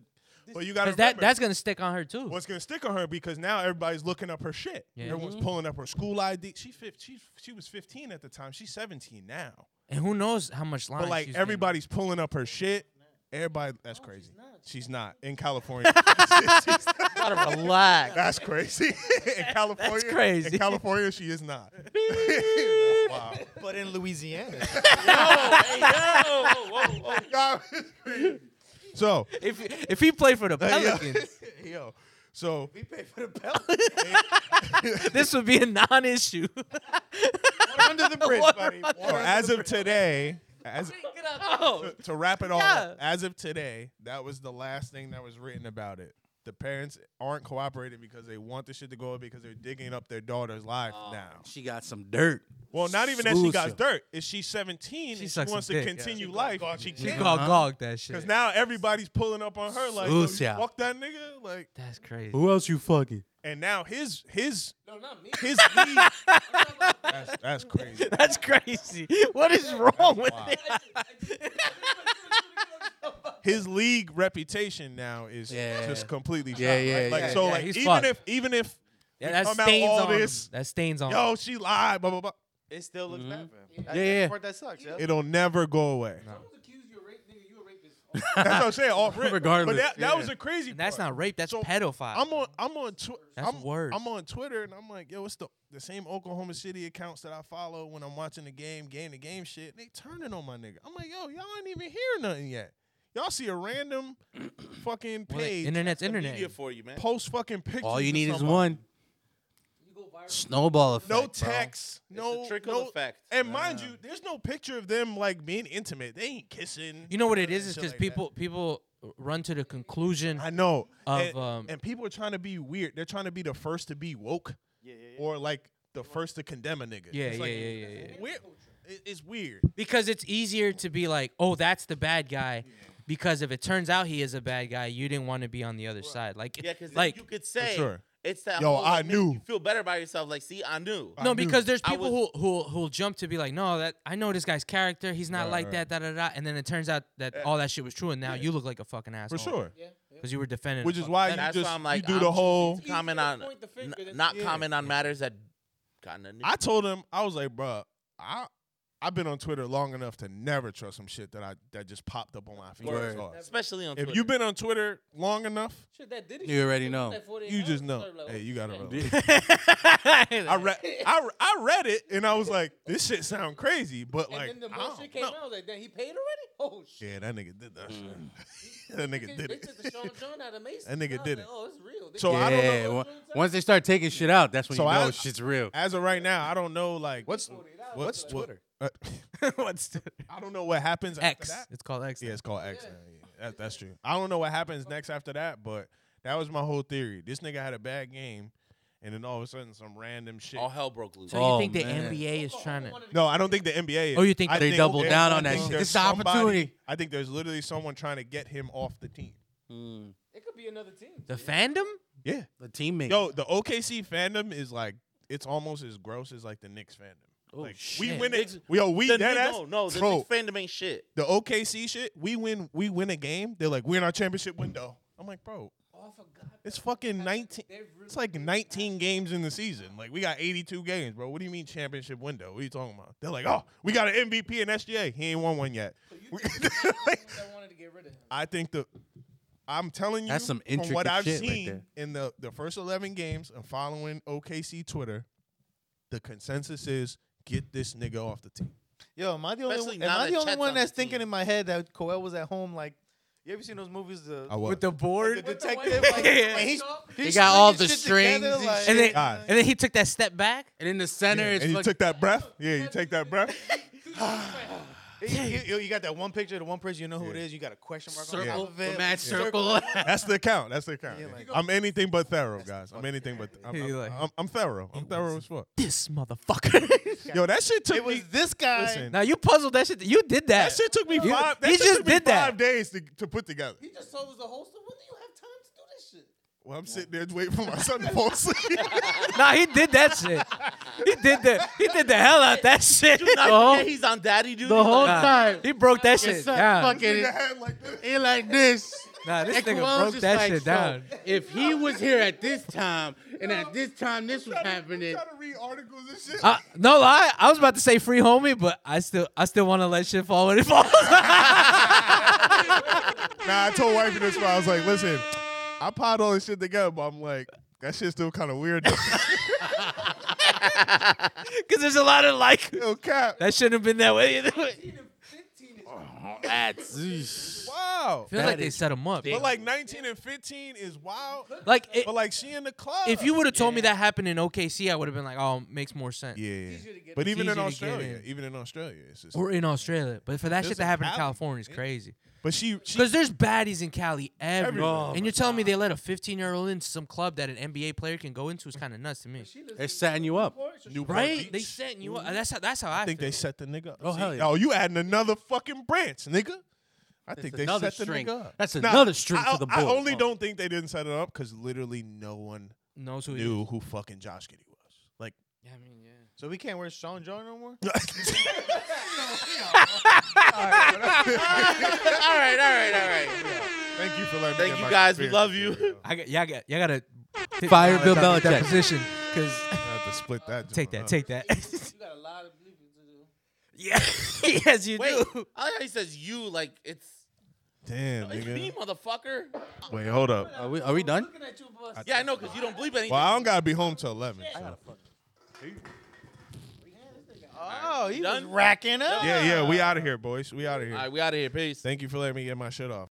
Speaker 1: Well, you got to
Speaker 2: Cause that that's gonna stick on her too.
Speaker 1: what's gonna stick on her because now everybody's looking up her shit.
Speaker 2: Yeah. Mm-hmm.
Speaker 1: Everyone's pulling up her school ID. She fif- she she was 15 at the time. She's 17 now.
Speaker 2: and who knows how much lines?
Speaker 1: But like
Speaker 2: she's
Speaker 1: everybody's pulling up her shit. Everybody, that's crazy. She's not. in California.
Speaker 2: gotta relax.
Speaker 1: that's crazy. in California,
Speaker 2: crazy.
Speaker 1: In California, she is not. wow.
Speaker 6: But in Louisiana,
Speaker 1: Y'all is crazy. So,
Speaker 2: if if he played for the
Speaker 1: yo,
Speaker 2: Pelicans,
Speaker 1: yo, so
Speaker 6: we pay for the belt
Speaker 2: this would be a non-issue.
Speaker 6: under the bridge, buddy.
Speaker 1: or as of today, as
Speaker 2: oh,
Speaker 1: to wrap it all
Speaker 2: Yeah.
Speaker 1: up, as of today, that was the last thing that was written about it. The parents aren't cooperating because they want the shit to go up because they're digging up their daughter's life
Speaker 4: Oh.
Speaker 1: now.
Speaker 5: She got some dirt.
Speaker 1: Well, not even that she got
Speaker 5: Exclusive.
Speaker 1: dirt. Is she 17
Speaker 2: She
Speaker 1: and she
Speaker 2: sucks
Speaker 1: wants
Speaker 2: some
Speaker 1: to
Speaker 2: dick, yeah.
Speaker 1: continue life? She
Speaker 2: she
Speaker 1: can't.
Speaker 2: called gog that shit.
Speaker 1: Because now everybody's pulling up on her like, Yo, you
Speaker 5: Exclusive.
Speaker 1: fuck that nigga. Like,
Speaker 2: that's crazy.
Speaker 5: Who else you fucking?
Speaker 1: and now his his
Speaker 4: No, not me.
Speaker 1: his lead. that's, that's crazy.
Speaker 2: That's crazy. What is wrong with it?
Speaker 1: His league reputation now is
Speaker 5: Yeah.
Speaker 1: just completely shot,
Speaker 5: Yeah, yeah,
Speaker 1: right? Like
Speaker 5: yeah,
Speaker 1: so,
Speaker 2: yeah,
Speaker 1: like
Speaker 2: he's
Speaker 1: even
Speaker 2: fucked.
Speaker 1: if even if
Speaker 2: Yeah,
Speaker 1: we
Speaker 2: that
Speaker 1: come out
Speaker 2: stains
Speaker 1: all
Speaker 2: on him.
Speaker 1: this,
Speaker 2: That stains
Speaker 5: Oh.
Speaker 2: on.
Speaker 1: yo,
Speaker 2: him.
Speaker 1: she lied, blah blah blah,
Speaker 6: It still
Speaker 3: Mm-hmm.
Speaker 6: looks bad for him. Yeah,
Speaker 5: Yeah, yeah.
Speaker 6: Part that sucks. Yeah.
Speaker 1: it'll never go away.
Speaker 4: accuse you of rape, nigga, you a rapist.
Speaker 1: That's what I'm saying. Off rip.
Speaker 5: Regardless,
Speaker 1: but that, that
Speaker 5: yeah.
Speaker 1: was a crazy.
Speaker 2: And that's
Speaker 1: part.
Speaker 2: not rape. That's
Speaker 1: So,
Speaker 2: pedophile.
Speaker 1: I'm on I'm on tw-
Speaker 2: That's
Speaker 1: I'm,
Speaker 2: worse.
Speaker 1: I'm on Twitter and I'm like, yo, it's the the same Oklahoma City accounts that I follow when I'm watching the game, game to game shit. And they turning on my nigga. I'm like, yo, y'all ain't even hear nothing yet. Y'all see a random fucking
Speaker 2: Well, the
Speaker 1: page
Speaker 2: internet's
Speaker 3: The
Speaker 2: internet.
Speaker 3: media for you, man.
Speaker 1: post fucking pictures.
Speaker 5: All you
Speaker 1: of
Speaker 5: need is
Speaker 1: somebody.
Speaker 5: one
Speaker 4: You go viral.
Speaker 5: snowball effect.
Speaker 1: No
Speaker 5: bro.
Speaker 1: text, no
Speaker 3: it's a trickle
Speaker 1: no.
Speaker 3: effect.
Speaker 1: And mind you, there's no picture of them like being intimate. They ain't kissing.
Speaker 2: you know what it is? Is
Speaker 1: Shit
Speaker 2: because
Speaker 1: like that.
Speaker 2: people people run to the conclusion.
Speaker 1: I know.
Speaker 2: Of,
Speaker 1: and,
Speaker 2: um,
Speaker 1: and people are trying to be weird. They're trying to be the first to be woke. Or like the first to condemn a nigga.
Speaker 2: Yeah,
Speaker 1: It's
Speaker 2: yeah,
Speaker 1: like,
Speaker 2: yeah, yeah, yeah.
Speaker 1: weird- it- It's weird.
Speaker 2: because it's easier to be like, oh, that's the bad guy, because if it turns out he is a bad guy, you didn't want to be on the other side. Like,
Speaker 3: Yeah, because
Speaker 2: like
Speaker 3: you could say
Speaker 1: sure.
Speaker 3: it's that.
Speaker 1: Yo,
Speaker 3: whole,
Speaker 1: I
Speaker 3: like, make You
Speaker 1: knew. Ah,
Speaker 3: feel better about yourself. Like, see, I knew.
Speaker 1: I
Speaker 2: no,
Speaker 1: knew.
Speaker 2: because there's
Speaker 3: I
Speaker 2: people who who who'll jump to be like, no, that I know this guy's character. He's not
Speaker 1: Right,
Speaker 2: like
Speaker 1: right. Eh.
Speaker 2: that, da da da. And then it turns out that all that shit was true, and now you look like a fucking
Speaker 1: For
Speaker 2: asshole.
Speaker 1: sure.
Speaker 4: Yeah, yeah.
Speaker 2: because you were defending. a
Speaker 1: Which is
Speaker 2: fucking-
Speaker 1: why
Speaker 3: And
Speaker 1: you
Speaker 3: that's
Speaker 1: just
Speaker 3: why I'm like,
Speaker 1: you do
Speaker 3: I'm
Speaker 1: the
Speaker 3: choosing
Speaker 1: whole.
Speaker 4: to-
Speaker 3: Comment
Speaker 4: Easier to
Speaker 3: on,
Speaker 4: point the
Speaker 3: n-
Speaker 4: finger than-
Speaker 3: not
Speaker 1: Yeah.
Speaker 3: comment on matters that got nothing. to
Speaker 1: I told him I was like, bruh, I I've been on Twitter long enough to never trust some shit that I that just popped up on my feed.
Speaker 3: Word.
Speaker 1: Hard.
Speaker 3: especially on
Speaker 1: If
Speaker 3: Twitter.
Speaker 1: you've been on Twitter long enough,
Speaker 4: Shit, that did it.
Speaker 5: You already
Speaker 4: It was
Speaker 5: know.
Speaker 4: like 48
Speaker 1: you
Speaker 4: hours.
Speaker 1: just know.
Speaker 4: Sorry, like,
Speaker 1: Hey, you gotta roll. I
Speaker 2: I
Speaker 1: read I, re- I read it and I was like, this shit sound crazy, but
Speaker 4: And
Speaker 1: like
Speaker 4: then the
Speaker 1: I
Speaker 4: bullshit
Speaker 1: don't
Speaker 4: came
Speaker 1: know.
Speaker 4: out. I was like, damn, he paid already? Oh, shit.
Speaker 1: Yeah, that nigga did that shit. that nigga
Speaker 4: They
Speaker 1: did
Speaker 4: took the Sean
Speaker 1: it.
Speaker 4: John out of Mason.
Speaker 1: That nigga
Speaker 4: I was
Speaker 1: did
Speaker 4: like,
Speaker 1: it.
Speaker 4: Oh, it's real. They
Speaker 1: So
Speaker 4: took
Speaker 1: I don't
Speaker 5: Yeah,
Speaker 1: know-
Speaker 5: on- once they start taking shit out, that's when
Speaker 1: So
Speaker 5: you know
Speaker 1: I-
Speaker 5: shit's real.
Speaker 1: As of right now, I don't know like
Speaker 6: What's
Speaker 4: it out.
Speaker 1: what's
Speaker 4: Like,
Speaker 1: Twitter.
Speaker 2: What's the-
Speaker 1: uh, I don't know what happens after
Speaker 2: X?
Speaker 1: that.
Speaker 2: It's called X.
Speaker 1: Yeah,
Speaker 2: now.
Speaker 1: it's called X. now, yeah. That- that's true. I don't know what happens next after that, but that was my whole theory. This nigga had a bad game, and then all of a sudden, some random shit.
Speaker 3: all hell broke loose.
Speaker 2: So
Speaker 5: Oh,
Speaker 2: you think the
Speaker 5: man.
Speaker 2: NBA is trying to?
Speaker 1: No, I don't think the NBA. Is.
Speaker 2: Oh, you think
Speaker 1: I
Speaker 2: they
Speaker 5: double
Speaker 1: I
Speaker 5: down on
Speaker 1: think
Speaker 5: that shit.
Speaker 1: there's
Speaker 5: This is an
Speaker 1: somebody-
Speaker 5: opportunity.
Speaker 1: I think there's literally someone trying to get him off the team.
Speaker 4: It could be another team.
Speaker 2: The fandom?
Speaker 1: Yeah.
Speaker 5: The teammate.
Speaker 1: Yo, the OKC fandom is like it's almost as gross as like the Knicks fandom.
Speaker 5: Oh,
Speaker 1: like we
Speaker 5: shit.
Speaker 1: win
Speaker 3: Knicks-
Speaker 1: it. Yo, we
Speaker 3: The-
Speaker 1: dead
Speaker 3: no,
Speaker 1: ass-
Speaker 3: no, the
Speaker 1: bro,
Speaker 3: Knicks fandom ain't shit.
Speaker 1: the OKC shit, we win we win a game, they're like, we're in our championship window. I'm like, bro,
Speaker 4: Oh, I forgot.
Speaker 1: it's fucking nineteen it's like nineteen games in the season. Like we got eighty two games, bro. What do you mean championship window? What are you talking about? They're like, Oh, we got an MVP and SGA. He ain't won one yet. We-
Speaker 4: I wanted to get rid of him.
Speaker 1: I think the I'm telling you
Speaker 5: That's some
Speaker 1: from what
Speaker 5: intricate
Speaker 1: I've
Speaker 5: shit right
Speaker 1: seen
Speaker 5: there.
Speaker 1: in the, the first eleven games and following OKC Twitter, the consensus is get this nigga off the team.
Speaker 6: Yo, am I the only
Speaker 3: Especially
Speaker 6: one, am
Speaker 3: now
Speaker 6: I
Speaker 3: that
Speaker 6: the only
Speaker 3: Chet's
Speaker 6: one
Speaker 3: on the
Speaker 6: that's thinking
Speaker 3: team.
Speaker 6: in my head that Coel was at home? Like, you ever seen those movies? The,
Speaker 1: I was
Speaker 2: board.
Speaker 6: the
Speaker 4: With the
Speaker 6: detective,
Speaker 4: white-
Speaker 6: like,
Speaker 2: Yeah.
Speaker 6: and he's,
Speaker 5: They
Speaker 6: he's
Speaker 5: got all
Speaker 6: stringing
Speaker 5: the
Speaker 6: shit together,
Speaker 5: strings and
Speaker 6: like-
Speaker 2: and then,
Speaker 1: God.
Speaker 2: and then he took that step back.
Speaker 5: and in the center,
Speaker 1: and
Speaker 5: it's
Speaker 1: you
Speaker 5: fucking,
Speaker 1: took that breath. Yeah, you take that breath.
Speaker 6: You, you- you got that one picture, of the one person you know who it
Speaker 1: Yeah.
Speaker 6: is. You got a question mark on
Speaker 5: Circle,
Speaker 6: top of it.
Speaker 5: the mad circle.
Speaker 1: That's the account. That's the account.
Speaker 6: Yeah,
Speaker 1: yeah.
Speaker 6: like-
Speaker 1: I'm anything but thorough, guys. I'm anything but. I'm,
Speaker 2: He
Speaker 1: I'm,
Speaker 2: like-
Speaker 1: I'm- I'm thorough. I'm thorough as fuck.
Speaker 2: This motherfucker.
Speaker 1: Yo, that shit took
Speaker 6: It was
Speaker 1: me.
Speaker 6: this guy.
Speaker 1: Listen,
Speaker 2: now you puzzled that shit. You did that.
Speaker 1: that shit took me
Speaker 2: You-
Speaker 1: five. That
Speaker 2: he
Speaker 1: shit
Speaker 2: just
Speaker 1: took me
Speaker 2: did that.
Speaker 1: five days to, to put together.
Speaker 4: He just told us the whole story. When do you have time to do this shit?
Speaker 1: Well, I'm sitting there waiting for my son to fall asleep.
Speaker 2: Nah, he did that shit. He did the he did the hell out that shit.
Speaker 3: Not
Speaker 2: Nah,
Speaker 3: yeah, he's on daddy duty.
Speaker 5: The whole
Speaker 2: Nah.
Speaker 5: time.
Speaker 2: he broke that
Speaker 5: It's
Speaker 2: shit
Speaker 5: so
Speaker 2: down.
Speaker 5: fucking-
Speaker 1: Nigga had like this.
Speaker 5: He like this.
Speaker 2: Nah, this
Speaker 5: And
Speaker 2: nigga
Speaker 5: Quan's
Speaker 2: broke
Speaker 5: just
Speaker 2: that
Speaker 5: like,
Speaker 2: shit
Speaker 5: "So,
Speaker 2: down.
Speaker 5: If he was here at this time, and at this time this was
Speaker 1: Trying to-
Speaker 5: happening,
Speaker 1: trying to read articles and shit.
Speaker 2: Uh, no lie, I was about to say free homie, but I still I still want to let shit fall when it falls.
Speaker 1: Nah, I told wife in this one, I was like, listen, I piled all this shit together, but I'm like, that shit's still kind of weird. though.
Speaker 2: Cause there's a lot of like
Speaker 1: Yo, cap.
Speaker 2: that shouldn't have been that way. Either. Feels
Speaker 1: Oh, Wow.
Speaker 2: like they set him up.
Speaker 1: But like 19 and 15 is wild.
Speaker 2: Like it,
Speaker 1: But like she in the club.
Speaker 2: if you would have told me that happened in OKC, I would have been like, oh, makes more sense.
Speaker 1: yeah.
Speaker 4: easier to get
Speaker 1: But
Speaker 2: in.
Speaker 1: even
Speaker 2: It's
Speaker 1: in
Speaker 2: easier to get
Speaker 1: Australia,
Speaker 2: in.
Speaker 1: even in Australia, it's just.
Speaker 2: Or in Australia, but for that shit
Speaker 1: There's
Speaker 2: to happen in
Speaker 1: Cali.
Speaker 2: California is
Speaker 1: Yeah.
Speaker 2: crazy.
Speaker 1: But she, she
Speaker 2: Because there's baddies in Cali everywhere.
Speaker 1: Everywhere.
Speaker 2: and you're telling me they let a 15 year old into some club that an NBA player can go into is kind of nuts to me.
Speaker 4: She lives
Speaker 5: they're
Speaker 4: in
Speaker 5: setting you up.
Speaker 4: Newport, so she-
Speaker 1: Newport
Speaker 2: Right? They
Speaker 1: Beach.
Speaker 2: setting you up. Uh, That's how, that's how I,
Speaker 1: I think
Speaker 2: feel.
Speaker 1: they set the nigga up.
Speaker 5: Oh,
Speaker 1: See,
Speaker 5: hell yeah.
Speaker 1: No, you adding another fucking branch, nigga. I think they
Speaker 5: another
Speaker 1: set the
Speaker 5: string.
Speaker 1: nigga up.
Speaker 5: That's
Speaker 1: Nah,
Speaker 5: another string
Speaker 1: I,
Speaker 5: to the
Speaker 1: I
Speaker 5: bull.
Speaker 1: only don't think they didn't set it up because literally no one
Speaker 2: knows who it
Speaker 1: knew
Speaker 2: is.
Speaker 1: who fucking Josh Giddy was. Like,
Speaker 2: Yeah, I mean, yeah.
Speaker 6: So we can't wear Sean John no more.
Speaker 3: all right, all right, all right.
Speaker 1: Thank you for letting
Speaker 3: Thank
Speaker 1: me. get
Speaker 3: you
Speaker 1: my
Speaker 3: guys. We love
Speaker 1: conspiracy
Speaker 3: you.
Speaker 1: theory out.
Speaker 2: I got, y'all got, y'all got to
Speaker 5: Fire Bill Belichick.
Speaker 2: Position, because
Speaker 1: I have to split that.
Speaker 2: take
Speaker 1: joint
Speaker 2: that,
Speaker 1: up.
Speaker 2: take that.
Speaker 4: You got a lot of bleeping to do.
Speaker 2: yeah, yes you
Speaker 3: Wait,
Speaker 2: do.
Speaker 3: I like how he says you like it's
Speaker 1: Damn,
Speaker 3: it's me,
Speaker 1: nigga.
Speaker 3: motherfucker.
Speaker 1: Wait, hold up.
Speaker 5: Are we, are we done?
Speaker 4: Looking at you, boss.
Speaker 3: Yeah, I know, cause you don't believe anything.
Speaker 1: Well, I don't gotta be home till eleven. So.
Speaker 6: Oh, he
Speaker 3: Done?
Speaker 6: was racking up.
Speaker 1: Yeah, yeah, we out of here, boys. We out of
Speaker 3: All
Speaker 1: here.
Speaker 3: right, we out of here. Peace.
Speaker 1: Thank you for letting me get my shit off.